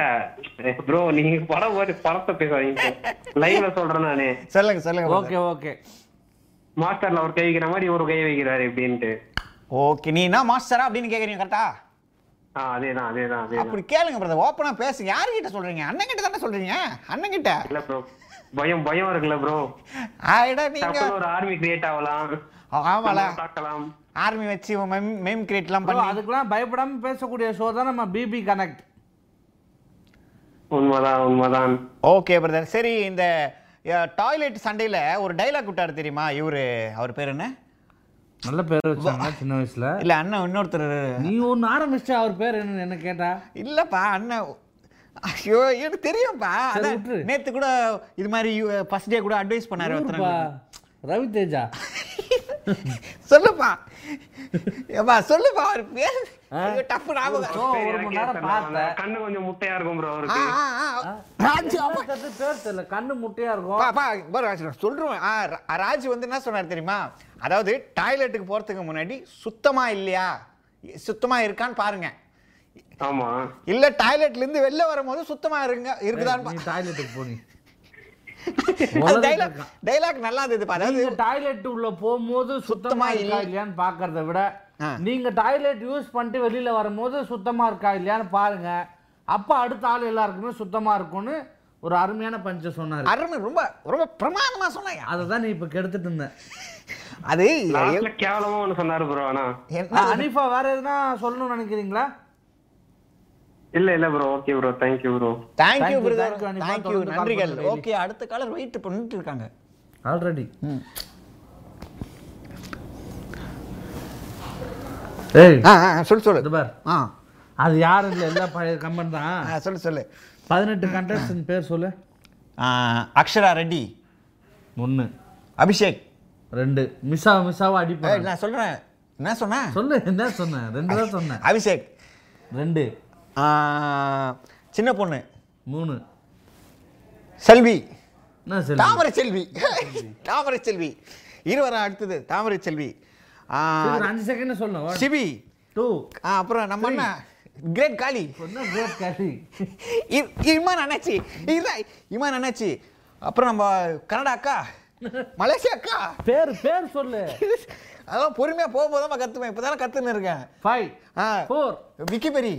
Speaker 11: ப்ரோ நீங்க படம் போட்டு படத்தை பேசாதீங்க லைவ்ல சொல்றேன் நானு
Speaker 3: சொல்லுங்க சொல்லுங்க
Speaker 2: ஓகே ஓகே
Speaker 11: மாஸ்டர்ல அவர் கை வைக்கிற மாதிரி ஒரு கை வைக்கிறாரு இப்படின்ட்டு
Speaker 3: ஓகே நீ என்ன மாஸ்டரா அப்படின்னு கேக்குறீங்க கரெக்டா
Speaker 11: ஆ அதேதான் அதேதான் அதேதான்
Speaker 3: அப்படி கேளுங்க பிரதர் ஓப்பனா பேசுங்க யார்கிட்ட சொல்றீங்க அண்ணன் கிட்ட தானே சொல்றீங்க அண்ணன் கிட்ட
Speaker 11: இல்ல ப்ரோ பயம் பயம் இருக்குல்ல ப்ரோ
Speaker 3: ஆயிடா நீங்க
Speaker 11: டப்புனு ஒரு ஆர்மி கிரியேட் ஆகலாம்
Speaker 3: ஆமால
Speaker 11: நம்ம தாக்கலாம்
Speaker 3: ஆர்மி வச்சு மெம் மெம் கிரியேட்லாம்
Speaker 2: Bro,
Speaker 3: பண்ணி
Speaker 2: அதுக்கெல்லாம் பயப்படாம பேசக்கூடிய ஷோ தான் நம்ம பிபி கனெக்ட்
Speaker 11: உண்மைதான் உண்மைதான்
Speaker 3: ஓகே பிரதர் சரி இந்த டாய்லெட் சண்டையில் ஒரு டைலாக் விட்டார் தெரியுமா இவரு அவர் பேர் என்ன
Speaker 2: நல்ல பேர் வச்சாங்க சின்ன வயசுல
Speaker 3: இல்ல அண்ணன் இன்னொருத்தர்
Speaker 2: நீ ஒன்று ஆரம்பிச்சா அவர் பேர் என்னன்னு என்ன கேட்டா
Speaker 3: இல்லப்பா அண்ணன் ஐயோ எனக்கு தெரியும்ப்பா அதான் நேத்து கூட இது மாதிரி ஃபர்ஸ்ட் டே கூட அட்வைஸ் பண்ணாரு ஒருத்தர்
Speaker 2: ரவி தேஜா
Speaker 3: சொல்லுப்பா ஏப்பா சொல்லுப்பா அவர் பேர் ஐயோ, டப்பு
Speaker 2: ஓ,
Speaker 3: ஞாபகம்
Speaker 2: ஒரு மணி நேரம் பார்த்தேன்
Speaker 11: கண்ணு கொஞ்சம் முட்டையா இருக்கும் ப்ரோ அவருக்கு
Speaker 3: ஆ, ஆ, ஆ. ராஜு அவன்
Speaker 2: அது பேர் தெரியல கண்ணு முட்டையா இருக்கும்
Speaker 3: பா, பா, பாரு ராஜ், நான் சொல்றேன். ஆ, ரா- ராஜ் வந்து என்ன சொன்னார் தெரியுமா அதாவது டாய்லெட்டுக்கு போறதுக்கு முன்னாடி சுத்தமா இல்லையா சுத்தமா இருக்கான்னு பாருங்க
Speaker 11: ஆமா
Speaker 3: இல்ல டாய்லெட்ல இருந்து வெளில வரும்போது சுத்தமா இருங்க இருக்குதான்னு
Speaker 2: நீ
Speaker 3: பா-
Speaker 2: டாய்லெட்டுக்கு போனி
Speaker 3: அது dialogue- dialogue நல்லா இருந்தது பா. அதாவது
Speaker 2: நீங்க டாய்லெட் உள்ள போகும்போது சுத்தமா இருக்கா
Speaker 3: இல்லை.
Speaker 2: இல்லையான்னு பாக்குறத விட நீங்க டாய்லெட் யூஸ் பண்ணிட்டு வெளியில வரும்போது சுத்தமா இருக்கா இல்லையான்னு பாருங்க அப்ப அடுத்த ஆள் எல்லாருக்குமே சுத்தமா இருக்கும்னு ஒரு அருமையான பஞ்ச சொன்னாரு
Speaker 3: அருமை ரொம்ப ரொம்ப பிரமாதமா சொன்னாங்க
Speaker 2: அதை தான் நீ இப்ப கெடுத்துட்டு இருந்த
Speaker 3: அது
Speaker 11: லாஸ்ட்ல கேவலமா ஒண்ணு சொன்னாரு ப்ரோ ஆனா
Speaker 3: என்ன
Speaker 2: அனிஃபா வேற எதுனா சொல்லணும்னு நினைக்கிறீங்களா
Speaker 11: இல்ல இல்ல bro okay bro thank you bro
Speaker 3: thank you
Speaker 2: you,
Speaker 3: brother
Speaker 2: thank you, Anitha.
Speaker 3: Thank you
Speaker 2: தொடர்ந்து call
Speaker 3: நன்றிகள்
Speaker 2: பண்ணுங்க.
Speaker 3: ஓகே அடுத்த காலர் வெயிட் பண்ணிட்டு இருக்காங்க
Speaker 2: ஆல்ரெடி
Speaker 3: ம்.
Speaker 2: ஏய்
Speaker 3: ஆ, ஆ, ஆ, சொல்லு சொல்லு
Speaker 2: இது பார்
Speaker 3: ஆ
Speaker 2: அது யாரும் இல்லை எல்லா பழைய கம்பெனி தான்
Speaker 3: ஆ, சொல்லு சொல்லு
Speaker 2: பதினெட்டு கண்டஸ்டன் பேர் சொல்லு
Speaker 3: ஆ, அக்ஷரா ரெட்டி
Speaker 2: ஒன்று
Speaker 3: அபிஷேக்
Speaker 2: ரெண்டு மிஸ்ஸா மிஸ்ஸாவா
Speaker 3: ஏய்,
Speaker 2: அடிப்பாங்க
Speaker 3: நான் சொல்றேன் என்ன சொன்னேன்
Speaker 2: சொல்லு என்ன சொன்னேன் ரெண்டு தான் சொன்னேன்
Speaker 3: அபிஷேக்
Speaker 2: ரெண்டு
Speaker 3: ஆ, சின்ன பொண்ணு
Speaker 2: மூணு
Speaker 3: செல்வி
Speaker 2: என்ன சொல்லு
Speaker 3: தாமரை செல்வி தாமரை செல்வி இருவரா அடுத்தது தாமரை செல்வி ஆ,
Speaker 2: சரி, ஒரு அஞ்சு செகண்ட் சொல்லணும்
Speaker 3: சிவி
Speaker 2: டூ
Speaker 3: ஆ, அப்புறம் நம்ம என்ன கிரேட் காளி
Speaker 2: என்ன great carry?
Speaker 3: இ- இமான் அண்ணாச்சி இல்லை இமான் அண்ணாச்சி அப்புறம் நம்ம கனடா அக்கா மலேசியா அக்கா
Speaker 2: பேர் பேர் சொல்லு
Speaker 3: அதெல்லாம் பொறுமையாக போகும்போது தான் கற்றுவேன் இப்போ தானே கற்றுன்னு இருக்கேன்
Speaker 2: ஃபைவ்
Speaker 3: ஆ
Speaker 2: ஃபோர்
Speaker 3: விக்கிபெரி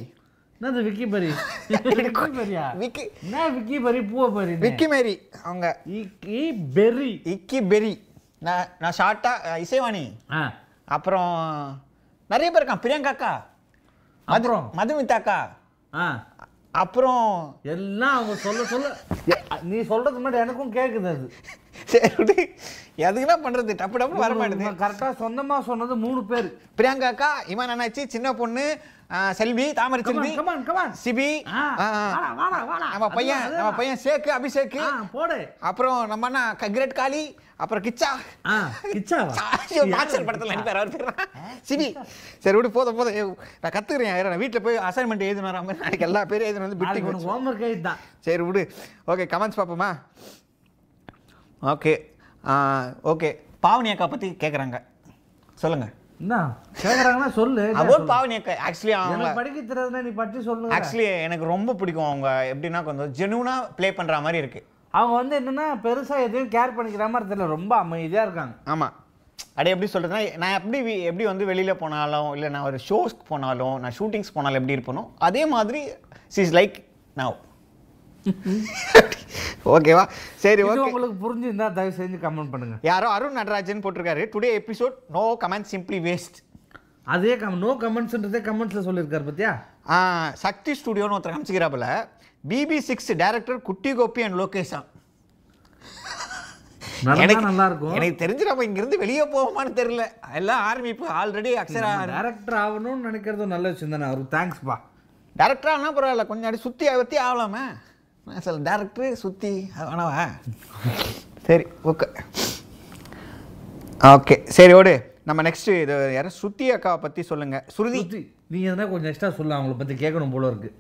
Speaker 2: என்னது விக்கி பரி விக்கி பரியா
Speaker 3: விக்கி
Speaker 2: என்ன விக்கி பரி பூவ பரி
Speaker 3: விக்கிமேரி அவங்க
Speaker 2: விக்கி பெரி
Speaker 3: இக்கி பெரி நான் நான் ஷார்ட்டாக இசைவாணி
Speaker 2: ஆ
Speaker 3: அப்புறம் நிறைய பேர் இருக்கான் பிரியங்கா அக்கா மது
Speaker 2: அப்புறம்?
Speaker 3: மதுமிதா அக்கா
Speaker 2: ஆ
Speaker 3: அப்புறம்
Speaker 2: எல்லாம் அவங்க சொல்ல சொல்ல நீ சொல்றது முன்னாடி எனக்கும் கேக்குது அது
Speaker 3: சரி விடு. எதுக்கு என்ன பண்ணுறது டப்பு டப்பு வர மாட்டேது
Speaker 2: கரெக்டா சொந்தமா சொன்னது மூணு பேர்
Speaker 3: பிரியங்கா அக்கா இமான் அண்ணாச்சி சின்ன பொண்ணு ஆ, Selvi Thamarai
Speaker 2: Come on,
Speaker 3: Selvi
Speaker 2: come on, come on.
Speaker 3: CP
Speaker 2: ஆ,
Speaker 3: ஆ, ஆ.
Speaker 2: வாடா, வாடா, வாடா.
Speaker 3: Ah, நம்ம பையன்
Speaker 2: அதுதான்,
Speaker 3: நம்ம
Speaker 2: அதுதான்.
Speaker 3: பையன் சேக்கு அபிஷேக்
Speaker 2: ஆ, போடு
Speaker 3: அப்புறம் நம்ம அண்ணா கக்ரேட் காளி அப்புறம் கிச்சா
Speaker 2: ஆ கிச்சாவா
Speaker 3: ஐயோ, மாஸ்டர் படத்துல நடிப்பார் அவர் பேர் என்ன? சிபி சரி விடு போதும் போதும் ஐயோ, நான் கத்துக்கிறேன் வேற நான் வீட்டுல போய் அசைன்மெண்ட் எழுதுனா மாதிரி நாளைக்கு எல்லா பேரும் எழுதுன வந்து
Speaker 2: நாளைக்கு
Speaker 3: பிட்டிங்
Speaker 2: உனக்கு ஹோம்ஒர்க் தான்
Speaker 3: சரி விடு ஓகே கமெண்ட்ஸ் பார்ப்போமா ஓகே ஓகே பாவனி அக்கா பத்தி கேக்குறாங்க சொல்லுங்க
Speaker 2: என்ன கேக்குறாங்கன்னா சொல்லு நான்
Speaker 3: அபோட்
Speaker 2: சொல்றேன்.
Speaker 3: பாவனி அக்கா ஆக்சுவலி அவங்க
Speaker 2: எனக்கு படிக்க தெரியாதுன்னா நீ பற்றி சொல்லுங்க
Speaker 3: ஆக்சுவலி எனக்கு ரொம்ப பிடிக்கும் அவங்க எப்படின்னா கொஞ்சம் ஜெனூனா ப்ளே பண்ற மாதிரி இருக்கு
Speaker 2: அவங்க வந்து என்னன்னா பெருசா எதையும் கேர் பண்ணிக்கிற மாதிரி தெரியல ரொம்ப அமைதியா இருக்காங்க
Speaker 3: ஆமா அப்படியே எப்படி சொல்றதுன்னா நான் எப்படி வி- எப்படி வந்து வெளியில போனாலும் இல்லை நான் ஒரு ஷோஸ்க்கு போனாலும் நான் ஷூட்டிங்ஸ் போனாலும் எப்படி இருப்பேனோ அதே மாதிரி இஸ் லைக் நவ் ஓகேவா சரி
Speaker 2: இது
Speaker 3: ஓகே
Speaker 2: உங்களுக்கு புரிஞ்சிருந்தா தயவு செஞ்சு கமெண்ட் பண்ணுங்க
Speaker 3: யாரோ அருண் நடராஜன் போட்டிருக்காரு today episode no comment simply waste
Speaker 2: அதே கம் நோ கமெண்ட்ஸ்ன்றதே கமெண்ட்ஸ்ல சொல்லியிருக்காரு பத்தியா
Speaker 3: சக்தி ஸ்டுடியோன்னு ஒருத்தர் காமிச்சிக்கிறாப்புல BB six director Kutty Gopi and லோகேஷா
Speaker 2: நடந்தா நல்லா இருக்கும்
Speaker 3: எனக்கு தெரிஞ்சு நம்ம இங்கிருந்து வெளியே போவோமான்னு தெரியல எல்லாம் ஆர்மி இப்போ ஆல்ரெடி அக்ஷரா
Speaker 2: டேரக்டர் ஆகணும்னு நினைக்கிறது நல்ல விஷயம் தானே அவருக்கு தேங்க்ஸ்பா
Speaker 3: டேரக்டரானா பரவாயில்ல கொஞ்சம் அடி சுற்றி அவர்த்தி ஆகலாமே நான் சொல்ல டேரக்டரு சுற்றி வேணாவா சரி ஓகே ஓகே சரி ஓடு நம்ம நெக்ஸ்ட்டு இது யாரும் ஸ்ருதி அக்காவை பற்றி சொல்லுங்கள் ஸ்ருதி
Speaker 2: சுத்தி நீங்க எதனா கொஞ்சம் எக்ஸ்ட்ரா சொல்ல அவங்கள பத்தி கேட்கணும் போல இருக்கு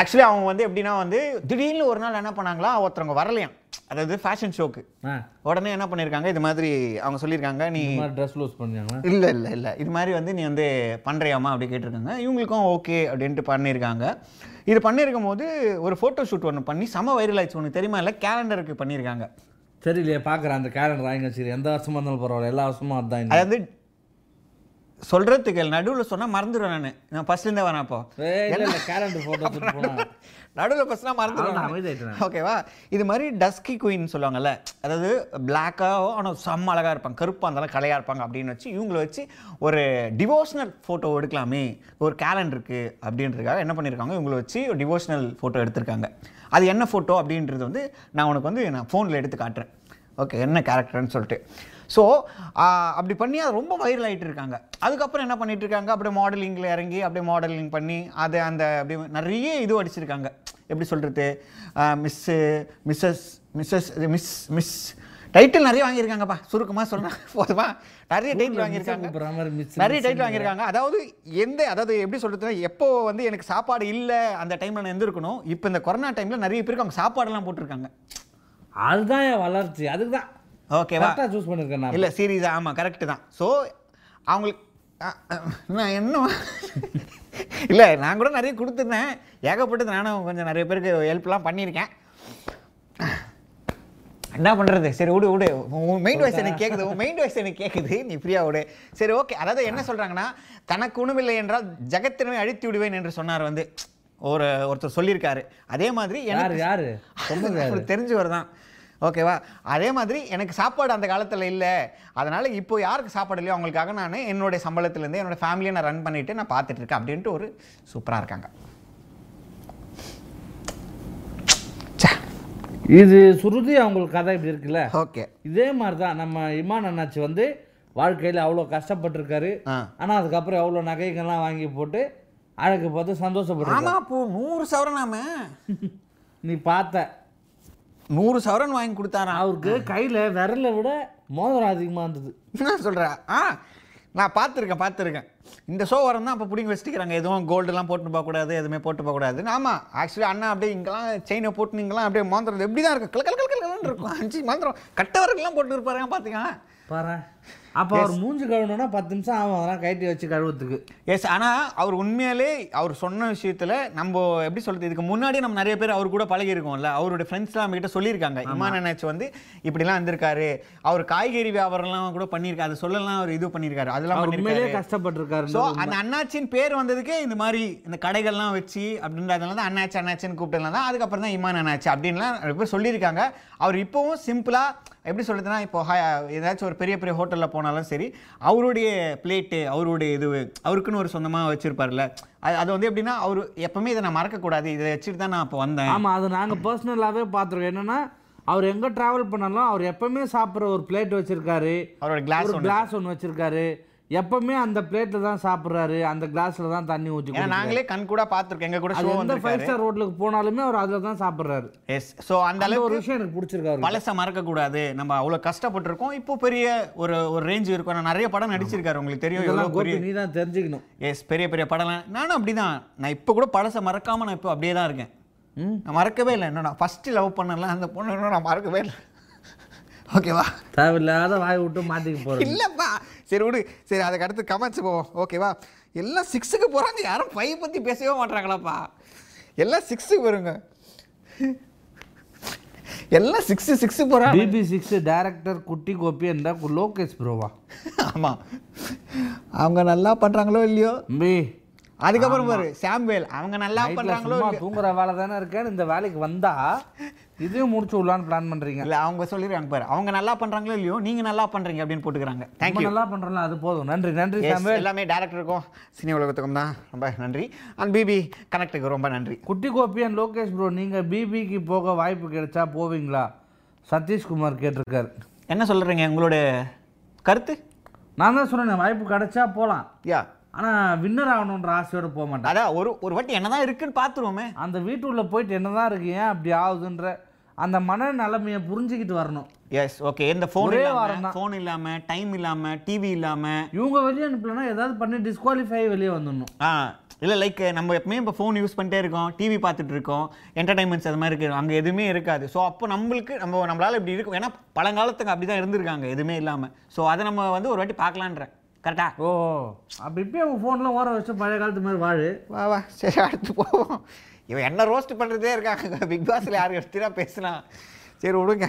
Speaker 3: ஆக்சுவலி அவங்க வந்து எப்படின்னா வந்து திடீர்னு ஒரு நாள் என்ன பண்ணாங்களா ஒருத்தவங்க வரலையாம் அதாவது ஃபேஷன் ஷோக்கு
Speaker 2: ஆ
Speaker 3: உடனே என்ன பண்ணியிருக்காங்க இது மாதிரி அவங்க சொல்லியிருக்காங்க நீ
Speaker 2: இந்த மாதிரி ட்ரெஸ் லூஸ் பண்ணாங்களா
Speaker 3: இல்லை இல்லை இல்லை இது மாதிரி வந்து நீ வந்து பண்ணுறியாமா அப்படி கேட்டிருக்காங்க இவங்களுக்கும் ஓகே அப்படின்ட்டு பண்ணியிருக்காங்க இது பண்ணியிருக்கும் போது ஒரு ஃபோட்டோ ஷூட் ஒன்று பண்ணி செம வைரல் ஆயிடுச்சு உனக்கு தெரியுமா இல்லை கேலண்டருக்கு பண்ணியிருக்காங்க
Speaker 2: தெரியலையே பார்க்குறேன் அந்த கேலண்டர் ஆயிங்க சரி எந்த வருஷமா இருந்தாலும் பரவாயில்ல எல்லா வருஷமும் அதுதான்
Speaker 3: அது
Speaker 2: இன்னைக்கு.
Speaker 3: வந்து சொல்கிறதுக்கு நடுவில் சொன்னால் மறந்துடுவேன் நான் நான் ஃபஸ்ட்லேருந்தே வரேன் அப்போ
Speaker 2: கேலண்டர் ஃபோட்டோ எடுத்துட்டு போனோம்
Speaker 3: நடுவில் ஃபஸ்ட்னா
Speaker 2: அவ்வளவுதான்,
Speaker 3: மறந்துடுவேன்
Speaker 2: அமைதியாயிட்டேன்
Speaker 3: ஓகேவா இது மாதிரி டஸ்கி குயின் சொல்லுவாங்கல்ல அதாவது பிளாக்காக ஆனால் செம்ம அழகாக இருப்பாங்க கருப்பாக இருந்தாலும் கலையாக இருப்பாங்க அப்படின்னு வச்சு இவங்கள வச்சு ஒரு டிவோஷனல் ஃபோட்டோ எடுக்கலாமே ஒரு கேலண்டருக்கு அப்படின்றதுக்காக என்ன பண்ணியிருக்காங்க இவங்கள வச்சு ஒரு டிவோஷனல் ஃபோட்டோ எடுத்திருக்காங்க அது என்ன ஃபோட்டோ அப்படின்றது வந்து நான் உனக்கு வந்து நான் ஃபோனில் எடுத்து காட்டுறேன் ஓகே என்ன கேரக்டர்னு சொல்லிட்டு ஸோ அப்படி பண்ணி அது ரொம்ப வைரல் ஆகிட்டு இருக்காங்க அதுக்கப்புறம் என்ன பண்ணிட்டு இருக்காங்க அப்படியே மாடலிங்கில் இறங்கி அப்படியே மாடலிங் பண்ணி அது அந்த அப்படி நிறைய இது அடிச்சிருக்காங்க எப்படி சொல்கிறது miss Mrs Mrs miss miss title நிறைய வாங்கியிருக்காங்கப்பா சுருக்கமாக சொன்னா போதுமா நிறைய டைட்டில் வாங்கியிருக்காங்க நிறைய டைட்டில் வாங்கியிருக்காங்க அதாவது எந்த அதாவது எப்படி சொல்கிறதுனா எப்போ வந்து எனக்கு சாப்பாடு இல்லை அந்த டைமில் நான் எந்திருக்கணும் இப்போ இந்த கொரோனா டைமில் நிறைய பேருக்கு அவங்க சாப்பாடெல்லாம் போட்டிருக்காங்க
Speaker 2: அதுதான் என் வளர்ச்சி அதுக்கு தான்
Speaker 3: ஓகேவா
Speaker 2: கரெக்டாக சூஸ் பண்ணியிருக்கேன் நான்
Speaker 3: இல்லை சீரீஸ் ஆமாம் கரெக்டு தான் ஸோ அவங்களுக்கு அ- அ- நான் என்ன இல்லை நான் கூட நிறைய கொடுத்துருந்தேன் ஏகப்பட்டது நானும் கொஞ்சம் நிறைய பேருக்கு ஹெல்ப்லாம் பண்ணியிருக்கேன் என்ன பண்ணுறது சரி விடு விடு உன் மெயின் வாய்ஸ் எனக்கு கேட்குது உன் மெயின் வாய்ஸ் எனக்கு கேட்குது நீ ஃப்ரீயாக விடு சரி ஓகே அதாவது என்ன சொல்கிறாங்கன்னா தனக்கு உணவில்லை என்றால் ஜெகத்தினமே அழித்து விடுவேன் என்று சொன்னார் வந்து ஒரு ஒருத்தர் சொல்லியிருக்காரு அதே மாதிரி
Speaker 2: யாரு
Speaker 3: எனக்கு
Speaker 2: யாரு சொல்லுங்க யாரு?
Speaker 3: ஒரு தெரிஞ்சவர் தான் ஓகேவா அதே மாதிரி எனக்கு சாப்பாடு அந்த காலத்தில் இல்லை அதனால் இப்போ யாருக்கு சாப்பாடு இல்லையோ அவங்களுக்காக நான் என்னுடைய சம்பளத்துலேருந்து என்னோட ஃபேமிலியை நான் ரன் பண்ணிட்டு நான் பார்த்துட்டு இருக்கேன் அப்படின்ட்டு ஒரு சூப்பராக இருக்காங்க
Speaker 2: இது சுருதி அவங்களுக்கு கதை இப்படி இருக்குல்ல
Speaker 3: ஓகே
Speaker 2: இதே மாதிரி தான் நம்ம இமான் அண்ணாச்சி வந்து வாழ்க்கையில் அவ்வளோ கஷ்டப்பட்டிருக்காரு ஆனால் அதுக்கப்புறம் எவ்வளோ நகைகள்லாம் வாங்கி போட்டு அழகு பார்த்து சந்தோஷப்படுறாங்க
Speaker 3: ஆமாம் அப்போ நூறு சவரன் நாம
Speaker 2: நீ பார்த்த
Speaker 3: நூறு சவரன் வாங்கி கொடுத்தாரா
Speaker 2: அவருக்கு கையில் விரலை விட மோதிரம் அதிகமாக இருந்தது
Speaker 3: என்ன சொல்கிற ஆ நான் பார்த்துருக்கேன் பார்த்துருக்கேன் இந்த ஷோ வரணும் தான் அப்போ பிடிங்க வச்சுக்கிறாங்க எதுவும் கோல்டுலாம் போட்டு போகக்கூடாது எதுவுமே போட்டு போகக்கூடாது ஆமாம் ஆக்சுவலி அண்ணா அப்படியே இங்கெல்லாம் செயினை போட்டு நீங்களாம் அப்படியே மாந்திரம் எப்படி தான் இருக்கும் கல கல கல கலன்னு இருக்கும் அஞ்சு மாந்திரம் கட்டவர்கள்லாம் போட்டு இருப்பாருங்க பார்த்தீங்களா
Speaker 2: பாரு அப்போ அவர் மூஞ்சி கழுவணும்னா பத்து நிமிஷம் ஆகும் அதெல்லாம் கைட்டி வச்சு கழுவுறதுக்கு
Speaker 3: எஸ் ஆனால் அவர் உண்மையிலே அவர் சொன்ன விஷயத்தில் நம்ம எப்படி சொல்கிறது இதுக்கு முன்னாடி நம்ம நிறைய பேர் அவர் கூட பழகியிருக்கோம்ல அவருடைய ஃப்ரெண்ட்ஸ்லாம் நம்மகிட்ட சொல்லியிருக்காங்க இமான் அண்ணாச்சி வந்து இப்படிலாம் இருந்திருக்காரு அவர் காய்கறி வியாபாரம்லாம் கூட பண்ணியிருக்காரு அது சொல்லலாம் அவர் இது பண்ணியிருக்காரு அதெல்லாம்
Speaker 2: அவர் உண்மையிலேயே
Speaker 3: பண்ணியிருக்காரு
Speaker 2: கஷ்டப்பட்டிருக்காரு
Speaker 3: ஸோ அந்த அண்ணாச்சின் பேர் வந்ததுக்கு இந்த மாதிரி இந்த கடைகள்லாம் வச்சு அப்படின்றதுனால தான் அண்ணாச்சி அண்ணாச்சின்னு கூப்பிட்டதுனால தான் அதுக்கப்புறம் தான் இமான் அண்ணாச்சி அப்படின்லாம் நிறைய பேர் சொல்லியிருக்காங்க அவர் இப்போவும் சிம்பிளாக எப்படி சொல்றதுன்னா இப்போ ஹ- ஏதாச்சும் ஒரு பெரிய பெரிய ஹோட்டலில் போனாலும் சரி அவருடைய பிளேட்டு அவருடைய இது அவருக்குன்னு ஒரு சொந்தமாக வச்சுருப்பார்ல அது அது வந்து எப்படின்னா அவர் எப்பவுமே இதை நான் மறக்கக்கூடாது இதை வச்சுட்டு தான் நான் இப்போ வந்தேன்
Speaker 2: ஆமாம் அது நாங்கள் பர்சனலாகவே பார்த்துருக்கோம் என்னன்னா அவர் எங்கே ட்ராவல் பண்ணாலும் அவர் எப்பவுமே சாப்பிட்ற ஒரு பிளேட் வச்சிருக்காரு
Speaker 3: அவரோட glass
Speaker 2: ஒரு
Speaker 3: ஒண்ணு.
Speaker 2: கிளாஸ் ஒன்று வச்சிருக்காரு எப்பவுமே அந்த பிளேட்டில் தான் சாப்பிட்றாரு அந்த கிளாஸில் தான் தண்ணி ஊற்றி
Speaker 3: ஏன்னா நாங்களே கண் கூட பார்த்துருக்கோம் எங்கள் கூட
Speaker 2: அது
Speaker 3: ஷோ
Speaker 2: எந்த ஃபைவ்
Speaker 3: வந்து
Speaker 2: ஸ்டார் ரோட்லுக்கு போனாலுமே அவர் அதில் தான் சாப்பிட்றாரு
Speaker 3: எஸ் ஸோ அந்த
Speaker 2: அந்த ஒரு
Speaker 3: அளவுக்கு
Speaker 2: விஷயம் எனக்கு பிடிச்சிருக்காரு
Speaker 3: பழசை மறக்கக்கூடாது நம்ம அவ்வளோ கஷ்டப்பட்டிருக்கோம் இப்போ பெரிய ஒரு ஒரு ரேஞ்ச் இருக்கும் நான் நிறைய படம் நடிச்சிருக்காரு உங்களுக்கு தெரியும்
Speaker 2: இதெல்லாம்
Speaker 3: எவ்வளோ
Speaker 2: கோபி
Speaker 3: பெரிய
Speaker 2: நீ தான் தெரிஞ்சுக்கணும்
Speaker 3: எஸ் பெரிய பெரிய படம்லாம் நானும் அப்படி தான் நான் இப்போ கூட பழசை மறக்காமல் நான் இப்போ அப்படியே தான் இருக்கேன் நான் மறக்கவே இல்லை இன்னும் நான் ஃபஸ்ட்டு லவ் பண்ணல அந்த பொண்ணு இன்னும் நான் மறக்கவே இல்லை ஓகேவா
Speaker 2: தேவையில்லாத வாய் விட்டு மாற்றிக்க போகிறேன்
Speaker 3: இல்லைப்பா சரி விடு சரி அதுக்கு அடுத்து கமெண்ட்ஸ் போவோம் ஓகேவா எல்லாம் சிக்ஸுக்கு போகிறாங்க யாரும் ஃபைவ் பற்றி பேசவே மாட்றாங்களாப்பா எல்லாம் சிக்ஸுக்கு வருங்க எல்லாம் சிக்ஸு சிக்ஸு போகிறாங்க
Speaker 2: BB six director Kutty Gopi என்ற கு- லோகேஷ் ப்ரோவா
Speaker 3: ஆமாம் அவங்க நல்லா பண்ணுறாங்களோ இல்லையோ
Speaker 2: பி
Speaker 3: அதுக்கப்புறம் பாரு சாம்பேல் அவங்க நல்லா பண்ணுறாங்களோ
Speaker 2: சும்மா தூங்குற வேலை தானே இருக்கேன் இந்த வேலைக்கு வந்தா இதையும் முடிச்சு விடலான்னு பிளான் பண்ணுறீங்க
Speaker 3: இல்லை அவங்க சொல்லிடுறாங்க பாரு அவங்க நல்லா பண்ணுறாங்களோ இல்லையோ நீங்கள் நல்லா பண்ணுறீங்க அப்படின்னு போட்டுக்கிறாங்க
Speaker 2: ரொம்ப
Speaker 3: தேங்க்யூ
Speaker 2: நல்லா பண்ணுறல அது போதும் நன்றி நன்றி சாம்பேல்
Speaker 3: எல்லாமே டேரக்டருக்கும் சினி உலகத்துக்கும் தான் ரொம்ப நன்றி அண்ட் பிபி கனெக்ட்டுக்கு ரொம்ப நன்றி
Speaker 2: குட்டி கோபி அண்ட் லோகேஷ் ப்ரோ நீங்கள் பிபிக்கு போக வாய்ப்பு கிடைச்சா போவீங்களா சதீஷ்குமார் கேட்டிருக்காரு
Speaker 3: என்ன சொல்கிறீங்க உங்களோட கருத்து
Speaker 2: நான் தான் சொன்னேன் வாய்ப்பு கிடைச்சா போகலாம்
Speaker 3: யா
Speaker 2: ஆனால் வின்னர் ஆகணுன்ற ஆசையோட போக மாட்டேன்
Speaker 3: அதான் ஒரு ஒரு வாட்டி என்னதான் இருக்குன்னு பார்த்துருவோமே
Speaker 2: அந்த வீட்டுக்குள்ளே போயிட்டு என்னதான் இருக்கு ஏன் அப்படி ஆகுதுன்ற அந்த மன நிலைமையை புரிஞ்சுக்கிட்டு வரணும்
Speaker 3: எஸ் ஓகே இந்த ஃபோன்
Speaker 2: ஒரே வாரம்
Speaker 3: இல்லாமல்
Speaker 2: தான்.
Speaker 3: ஃபோன் இல்லாமல் டைம் இல்லாமல் டிவி இல்லாமல்
Speaker 2: இவங்க வெளியே அனுப்பலன்னா ஏதாவது பண்ணி டிஸ்குவாலிஃபை வெளியே வந்துடணும்
Speaker 3: ஆ இல்லை லைக் நம்ம எப்பவுமே இப்போ ஃபோன் யூஸ் பண்ணிட்டே இருக்கோம் டிவி பார்த்துட்டு இருக்கோம் என்டர்டைன்மெண்ட்ஸ் அது மாதிரி இருக்கு அங்கே எதுவுமே இருக்காது ஸோ அப்போ நம்மளுக்கு நம்ம நம்மளால இப்படி இருக்கும் ஏன்னா பழங்காலத்துக்கு அப்படி தான் இருந்திருக்காங்க எதுவுமே இல்லாமல் ஸோ அதை நம்ம வந்து ஒரு வாட்டி பார்க்கலான்றேன் கரெக்டா
Speaker 2: ஓ அப்போ இப்பயே அவங்க ஃபோன்லாம் ஓர வச்சு பழைய காலத்து மாதிரி வாழு
Speaker 3: வா வா சரி அடுத்து போவோம் இவன் என்ன ரோஸ்ட் பண்ணுறதே இருக்காங்க பிக் பாஸில் யார் எடுத்துனா பேசினா சரி விடுங்க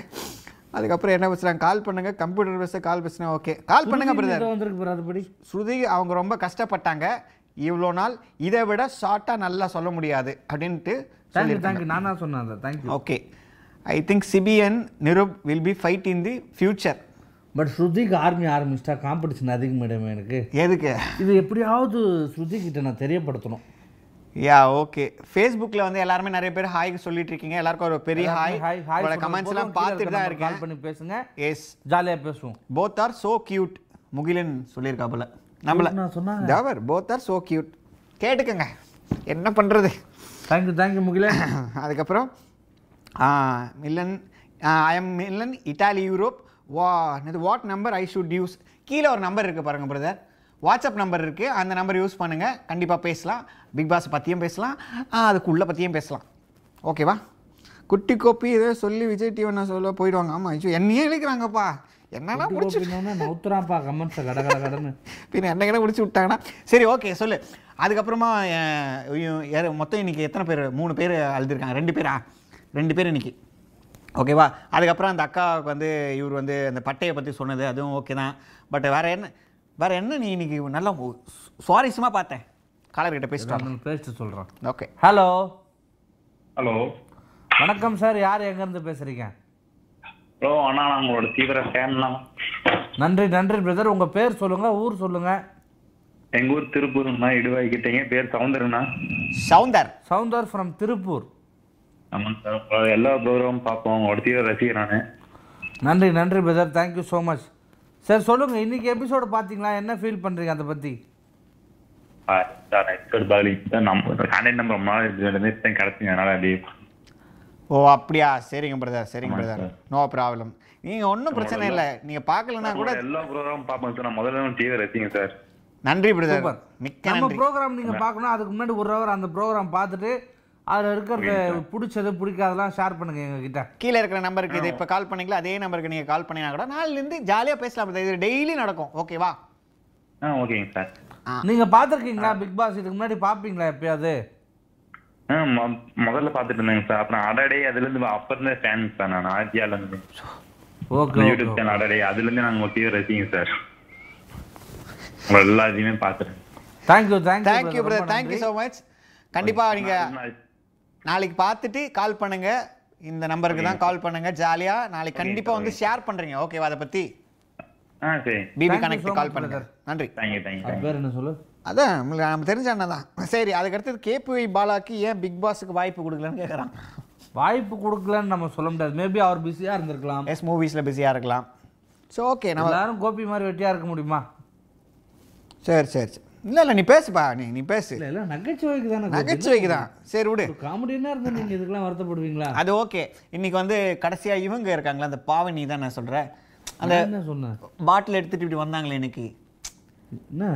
Speaker 3: அதுக்கப்புறம் என்ன பேசுகிறாங்க கால் பண்ணுங்க கம்ப்யூட்டர் பேச கால் பேசினா ஓகே கால் பண்ணுங்க
Speaker 2: சுருதி
Speaker 3: பிரதர்
Speaker 2: மீண்டும் வந்திருக்கு brother, அதுபடி
Speaker 3: ஸ்ருதி அவங்க ரொம்ப கஷ்டப்பட்டாங்க இவ்வளோ நாள் இதை விட ஷார்ட்டாக நல்லா சொல்ல முடியாது அப்படின்ட்டு
Speaker 2: தேங்க்யூ தேங்க்யூ நானா சொன்னேன் அதை thank you
Speaker 3: okay I think Ciby and Niroop will be fight in the future
Speaker 2: but ஸ்ருதிக்கு ஆர்மி ஆரம்பிச்சிட்டா காம்படிஷன் அதிகம் மேடம் எனக்கு
Speaker 3: எதுக்கு
Speaker 2: இது எப்படியாவது ஸ்ருதி கிட்ட நான் தெரியப்படுத்தணும்
Speaker 3: யா ஓகே ஃபேஸ்புக்கில் வந்து எல்லாருமே நிறைய பேர் ஹாய் சொல்லிட்டு இருக்கீங்க எல்லாருக்கும் ஒரு பெரிய ஹாய்
Speaker 2: ஹாய் ஹாய்
Speaker 3: உங்களோட கமெண்ட்ஸ் எல்லாம் பார்த்துட்டு தான் இருக்கேன்
Speaker 2: கால் பண்ணி பேசுங்க
Speaker 3: எஸ்
Speaker 2: ஜாலியாக பேசுவோம்
Speaker 3: both are so cute Mugilan சொல்லியிருக்கா போல நம்மள
Speaker 2: நான் சொன்னாங்க.
Speaker 3: ஜவர் போத் ஆர் சோ கியூட் கேட்டுக்கங்க என்ன பண்ணுறது
Speaker 2: தேங்க்யூ தேங்க்யூ முகிலன்
Speaker 3: அதுக்கப்புறம் Milan I am Milan Italy Europe வா என்னது what number I should use கீழே ஒரு நம்பர் இருக்குது பாருங்க பிரதர் வாட்ஸ்அப் நம்பர் இருக்குது அந்த நம்பர் யூஸ் பண்ணுங்கள் கண்டிப்பாக பேசலாம் பிக் பாஸ் பற்றியும் பேசலாம் ஆஹ், அதுக்குள்ள பற்றியும் பேசலாம் ஓகேவா குட்டி கோப்பி ஏதோ சொல்லி விஜய் டிவி நான் சொல்ல போயிடுவாங்க ஆமாம் ஐயோ என்னையே இழுக்கிறாங்கப்பா என்னடா முடிச்சு
Speaker 2: நவுத்துறான்ப்பா கமெண்ட்ஸை கட கட கடன்னு
Speaker 3: பின்ன என்ன கடை முடிச்சு விட்டாங்கன்னா சரி ஓகே சொல்லு அதுக்கப்புறமா அஹ், ஐயோ, யாரு- மொத்தம் இன்னைக்கு எத்தனை பேர் மூணு பேர் அழுதுருக்காங்க ரெண்டு பேரா ரெண்டு பேர் இன்னைக்கு ஓகேவா அதுக்கப்புறம் அந்த அக்காவுக்கு வந்து இவர் வந்து அந்த பட்டையை பற்றி சொன்னது அதுவும் ஓகே தான் பட் வேற என்ன வேற என்ன நீ இன்னைக்கு நல்லா சுவாரஸ்யமாக பார்த்தேன் காலர்கிட்ட பேசிட்டு
Speaker 2: பேசிட்டு சொல்கிறேன்
Speaker 3: ஓகே
Speaker 2: ஹலோ
Speaker 12: ஹலோ
Speaker 2: வணக்கம் சார் யார் எங்கேருந்து பேசுகிறீங்க
Speaker 12: ஹலோ அண்ணா நான் உங்களோட தீவிர ஃபேன்னா
Speaker 2: நன்றி நன்றி பிரதர் உங்கள் பேர் சொல்லுங்கள் ஊர் சொல்லுங்கள்
Speaker 12: எங்க ஊர் திருப்பூர்ண்ணா இடுவாய்க்கிட்டீங்க பேர் சவுந்தரண்ணா
Speaker 3: சவுந்தர்
Speaker 2: சவுந்தர் ஃப்ரம் திருப்பூர்
Speaker 12: ஆமாங்க சார் உங்களோட எல்லா ப்ரோக்ராமும் பார்ப்போம் உங்களோட தீவிர ரசிகர் நான்
Speaker 2: நன்றி நன்றி brother thank you so much sir சொல்லுங்கள் இன்னைக்கு எபிசோடு பார்த்தீங்களா என்ன ஃபீல் பண்ணுறீங்க அதை பற்றி
Speaker 12: சார் எக்ஸ்பர்ட் பதில் தான் நம்ம ஹேண்ட் நம்பர் ரொம்ப நாள் இருந்தது கிடச்சிங்க அதனால அப்படியே
Speaker 3: ஓ அப்படியா சரிங்க பிரதர் சரிங்க பிரதர் நோ ப்ராப்ளம் நீங்கள் ஒன்றும் பிரச்சனை இல்லை நீங்கள் பார்க்கலன்னா கூட
Speaker 12: உங்களோட எல்லா ப்ரோக்ராமும் பார்ப்போம் சார் நான் முதல்ல உங்க தீவிர ரசிகங்க சார்
Speaker 3: நன்றி பிரதர்
Speaker 2: சூப்பர்
Speaker 3: மிக்க
Speaker 2: நம்ம
Speaker 3: நன்றி
Speaker 2: ப்ரோக்ராம் நீங்கள் பார்க்கணும் அதுக்கு முன்னாடி ஒரு ஹவர் அந்த ப்ரோக்ராம் பார்த்துட்டு அதில் இருக்கிறத பிடிச்சது பிடிக்காதெல்லாம் ஷேர் பண்ணுங்கள் எங்ககிட்ட
Speaker 3: கீழே இருக்கிற நம்பருக்கு இது இப்போ கால் பண்ணீங்களா அதே நம்பருக்கு நீங்கள் கால் பண்ணினா கூட நாளிலேருந்து ஜாலியாக பேசலாம் brother. இது டெய்லி நடக்கும் ஓகேவா
Speaker 12: ஆ ஓகேங்க சார்
Speaker 2: நீங்கள் பார்த்துருக்கீங்களா பிக் பாஸ் இதுக்கு முன்னாடி பார்ப்பீங்களா எப்பயாவது
Speaker 12: ஆ மொ- முதல்ல பார்த்துட்டு இருந்தேங்க சார் அப்புறம் அடடே அதுலேருந்து அப்போ இருந்தே ஃபேன் சார் நான் ஆர்ஜியாலேருந்து
Speaker 2: ஓகே
Speaker 12: யூடியூப் சேனல் அடடே அதுலேருந்து நாங்கள் உங்கள் தீவிர ரசிகங்க சார் உங்களை எல்லா இதையுமே பார்த்துருக்கேன்
Speaker 2: thank you thank you
Speaker 3: thank you brother thank you so much கண்டிப்பாக நீங்கள் நாளைக்கு பார்த்துட்டு கால் பண்ணுங்க இந்த நம்பருக்கு தான் கால் பண்ணுங்க ஜாலியாக நாளைக்கு கண்டிப்பாக வந்து ஷேர் பண்ணுறீங்க ஓகேவா அதை பற்றி
Speaker 12: ஆ சரி
Speaker 3: பிபி கனெக்ட் கால் பண்ணுங்க நன்றி
Speaker 12: தேங்க்யூ தேங்க்யூ
Speaker 2: பேர் என்ன சொல்லு
Speaker 3: அதான் உங்களுக்கு நம்ம தெரிஞ்ச அண்ணன் தான் சரி அதுக்கடுத்தது கேபிஐ பாலாக்கு ஏன் பிக் பாஸுக்கு வாய்ப்பு கொடுக்கலன்னு கேட்குறான்
Speaker 2: வாய்ப்பு கொடுக்கலன்னு நம்ம சொல்ல முடியாது மேபி அவர் பிஸியாக இருந்திருக்கலாம்
Speaker 3: எஸ் மூவிஸில் பிஸியாக இருக்கலாம் ஸோ ஓகே நம்ம
Speaker 2: எல்லாரும் கோபி மாதிரி வெட்டியாக இருக்க முடியுமா
Speaker 3: சரி சரி சரி இல்லை இல்லை நீ பேசுப்பா நீ நீ பேசு
Speaker 2: இல்லை இல்லை நகைச்சுவைக்கு தானே கோபி.
Speaker 3: நகைச்சுவைக்கு தான் சரி விடு
Speaker 2: ஒரு காமெடினா இருந்து நீங்கள் இதுக்கெல்லாம் வருத்தப்படுவீங்களா
Speaker 3: அது ஓகே இன்னைக்கு வந்து கடைசியா இவங்க இருக்காங்களா அந்த பாவனி தான் நான் சொல்றேன் அந்த
Speaker 2: நான் என்ன சொன்னேன்
Speaker 3: பாட்டில் எடுத்துட்டு இப்படி வந்தாங்களே இன்னைக்கு
Speaker 2: என்ன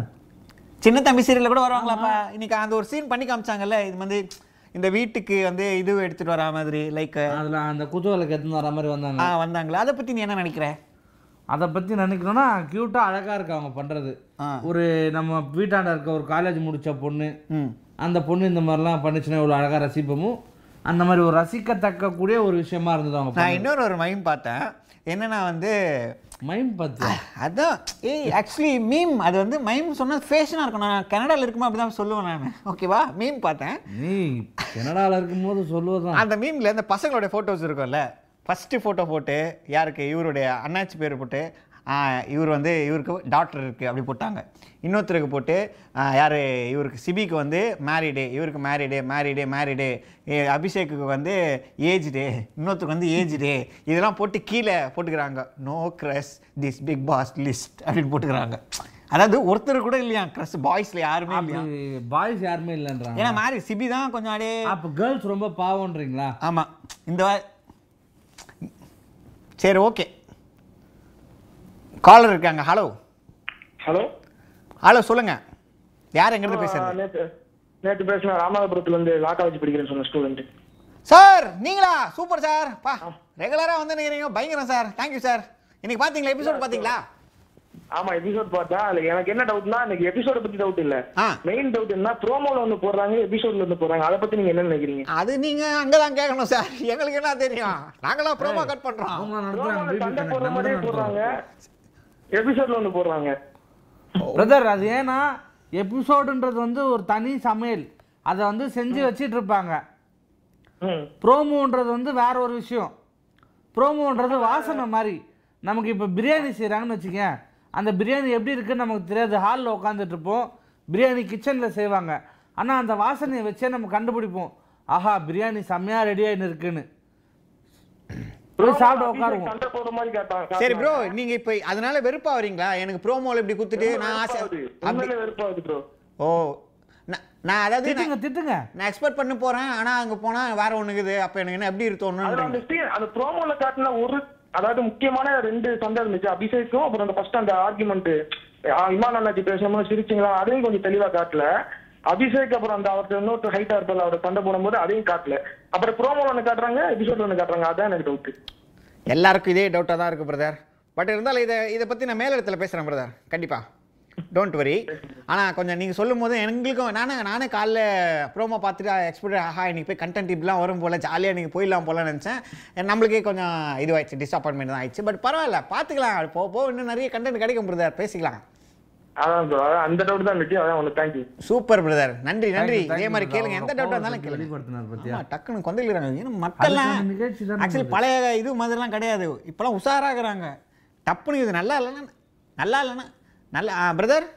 Speaker 3: சின்ன தம்பி சீரியல்ல கூட வருவாங்களாப்பா இன்னைக்கு அந்த ஒரு சீன் பண்ணி காமிச்சாங்கல்ல இது வந்து இந்த வீட்டுக்கு வந்து இது எடுத்துட்டு வரா மாதிரி லைக்
Speaker 2: அதில் அந்த குதூகலுக்கு எத்தனை வர மாதிரி வந்தாங்க
Speaker 3: ஆ வந்தாங்களா அதை பத்தி நீ என்ன நினைக்கிற
Speaker 2: அதை பற்றி நினைக்கணும்னா க்யூட்டாக அழகாக இருக்கு அவங்க பண்ணுறது
Speaker 3: ஆ.
Speaker 2: ஒரு நம்ம வீட்டாண்ட இருக்க ஒரு காலேஜ் முடித்த பொண்ணு
Speaker 3: ம்
Speaker 2: அந்த பொண்ணு இந்த மாதிரிலாம் பண்ணுச்சுன்னா இவ்வளோ அழகாக ரசிப்போமும் அந்த மாதிரி ஒரு ரசிக்கத்தக்க கூடிய ஒரு விஷயமா இருந்தது அவங்க
Speaker 3: நான்
Speaker 2: பண்ணது.
Speaker 3: இன்னொரு ஒரு மைம் பார்த்தேன் என்னன்னா வந்து
Speaker 2: மைம் பார்த்து
Speaker 3: அதான் ஏய் ஆக்சுவலி மீம் அது வந்து மைம் சொன்னா ஃபேஷனாக இருக்கும் நான் கனடாவில் இருக்குமா அப்படி தான் சொல்லுவேன் நான் ஓகேவா மீம் பார்த்தேன்
Speaker 2: நீ கனடாவில் இருக்கும்போது சொல்லுவதான்
Speaker 3: அந்த மீம்ல இந்த பசங்களோட ஃபோட்டோஸ் இருக்கும்ல ஃபஸ்ட்டு ஃபோட்டோ போட்டு யாருக்கு இவருடைய அண்ணாச்சி பேர் போட்டு ஆ, இவர் வந்து இவருக்கு டாக்டர் இருக்குது அப்படி போட்டாங்க இன்னொருத்தருக்கு போட்டு ஆ, யாரு இவருக்கு சிபிக்கு வந்து மேரிடு இவருக்கு மேரிடு மேரிடு மேரிடு அபிஷேக்குக்கு வந்து ஏஜ்டு இன்னொருத்தருக்கு வந்து ஏஜ்டு இதெல்லாம் போட்டு கீழே போட்டுக்கிறாங்க no crush this Bigg Boss list அப்படின்னு போட்டுக்கிறாங்க அதாவது ஒருத்தர் கூட இல்லையா க்ரஸ் பாய்ஸில் யாருமே இல்லையா
Speaker 2: பாய்ஸ் யாருமே இல்லைன்றாங்க
Speaker 3: ஏன்னா மேரி சிபி தான் கொஞ்சம் அப்படியே
Speaker 2: அப்போ கேர்ள்ஸ் ரொம்ப பாவம்ன்றீங்களா
Speaker 3: ஆமாம் இந்த வா- சரி ஓகே காலர் இருக்காங்க ஹலோ
Speaker 10: ஹலோ
Speaker 3: ஹலோ சொல்லுங்க யார் எங்கிருந்து பேசுறது
Speaker 10: நேற்று நேற்று பேசின ராமநாதபுரத்துல இருந்து லா காலேஜ் படிக்கிறேன்னு சொன்ன ஸ்டூடெண்ட்
Speaker 3: சார் நீங்களா சூப்பர் சார் பா ரெகுலராக வந்து நினைக்கிறீங்க பயங்கரம் சார் தேங்க்யூ சார் இன்னைக்கு பார்த்தீங்களா எபிசோட் பார்த்தீங்களா
Speaker 10: ஆமா எபிசோட் பார்த்தா அதுல எனக்கு என்ன டவுட்னா எனக்கு எபிசோட பத்தி டவுட் இல்ல மெயின் டவுட் என்ன ப்ரோமோல ஒண்ணு போடுறாங்க எபிசோட்ல ஒண்ணு போடுறாங்க அத பத்தி நீங்க என்ன நினைக்கிறீங்க
Speaker 3: அது நீங்க அங்கதான் கேட்கணும் சார் எங்களுக்கு என்ன தெரியும் நாங்களாம் ப்ரோமோ கட் பண்றோம்
Speaker 10: ப்ரோமோல சண்டை போடுற மாதிரியே போடுறாங்க எபிசோட்ல ஒண்ணு போடுறாங்க
Speaker 2: பிரதர் அது ஏன்னா எபிசோடுன்றது வந்து ஒரு தனி சமையல் அதை வந்து செஞ்சு வச்சிட்டு இருப்பாங்க ப்ரோமோன்றது வந்து வேற ஒரு விஷயம் ப்ரோமோன்றது வாசனை மாதிரி நமக்கு இப்போ பிரியாணி செய்கிறாங்கன்னு வச்சுக்கேன் அந்த பிரியாணி எப்படி இருக்குன்னு நமக்கு தெரியாது ஹாலில் உட்காந்துட்டு இருப்போம் பிரியாணி கிச்சனில் செய்வாங்க ஆனால் அந்த வாசனையை வச்சே நம்ம கண்டுபிடிப்போம் ஆஹா பிரியாணி செம்மையாக ரெடி ஆகின்னு இருக்குன்னு போய் சாப்பிட உட்காருவோம்
Speaker 10: சண்டை போடுற மாதிரி கேட்டாங்க
Speaker 3: சரி ப்ரோ நீங்க இப்ப அதனால வெறுப்பா வரீங்களா எனக்கு ப்ரோமோல இப்படி குத்துட்டு நான் ஆசை அப்படி- ஓ நான்- நான் அதாவது திட்டுங்க
Speaker 2: திட்டுங்க
Speaker 3: நான் எக்ஸ்பெக்ட் பண்ண போறேன் ஆனா அங்க போனா வேற ஒண்ணுக்குது அப்ப எனக்கு என்ன எப்படி
Speaker 10: அதுல
Speaker 3: இருக்கணும்னு
Speaker 10: அந்த scene- அந்த ப்ரோமோல காட்டின ஒரு அதாவது முக்கியமான ரெண்டு சண்டை இருந்துச்சு அபிஷேக்கும் அப்புறம் அந்த ஃபர்ஸ்ட் அந்த ஆர்குமெண்ட் இமான் அண்ணாச்சி பேசணும்னு சிரிச்சிங்களா அதையும் கொஞ்சம் தெளிவா காட்டல அபிஷேக் அப்புறம் அந்த அவர்கிட்ட இன்னொரு ஹைட்டா இருப்பல அவரோட சண்டை போடும்போது அதையும் காட்டல அப்புறம் ப்ரோமோல ஒன்று காட்டுறாங்க எபிசோட்ல ஒன்று காட்டுறாங்க அதான் எனக்கு டவுட்
Speaker 3: எல்லாருக்கும் இதே டவுட்டாக தான் இருக்குது பிரதர் பட் இருந்தாலும் இதை இதை பற்றி நான் மேலிடத்தில் பேசுகிறேன் பிரதர் கண்டிப்பாக டோன்ட் வரி ஆனால் கொஞ்சம் நீங்கள் சொல்லும் போது எங்களுக்கும் நானே நானே காலைல ப்ரோமோ பார்த்துட்டு எக்ஸ்பெக்ட் ஆஹா இன்னைக்கு போய் கண்டென்ட் இப்படிலாம் வரும் போல் ஜாலியாக நீங்கள் போயிடலாம் போலன்னு நினச்சேன் நம்மளுக்கே கொஞ்சம் இதுவாயிடுச்சு டிஸப்பாயின்மெண்ட் தான் ஆயிடுச்சு பட் பரவாயில்ல பார்த்துக்கலாம் அது போக போக இன்னும் நிறைய கண்டென்ட் கிடைக்கும் பிரதர் பேசிக்கலாம்
Speaker 10: அதான் bro, அதான் அந்த டவுட் தான் இருந்துச்சு அதான் ஒன்று தேங்க்யூ
Speaker 3: சூப்பர் பிரதர் நன்றி
Speaker 10: Thank
Speaker 3: நன்றி
Speaker 10: you, thank
Speaker 3: இதே
Speaker 10: you
Speaker 3: மாதிரி
Speaker 10: brother.
Speaker 3: கேளுங்க எந்த
Speaker 10: அவரோட
Speaker 3: டவுட்டாக
Speaker 10: power
Speaker 3: இருந்தாலும்
Speaker 10: பத்தி
Speaker 3: கேளுங்க
Speaker 2: வெளிப்படுத்தினார்
Speaker 3: ஆமா, டக்குன்னு கொந்தளிக்கிறாங்க ஏன்னா மக்கள்லாம் ஆக்சுவலி பழைய இது மாதிரிலாம் கிடையாது இப்போலாம் உஷாராகிறாங்க டப்புன்னு இது நல்லா இல்லைன்னா நல்லா இல்லைன்னா நல்ல பிரதர்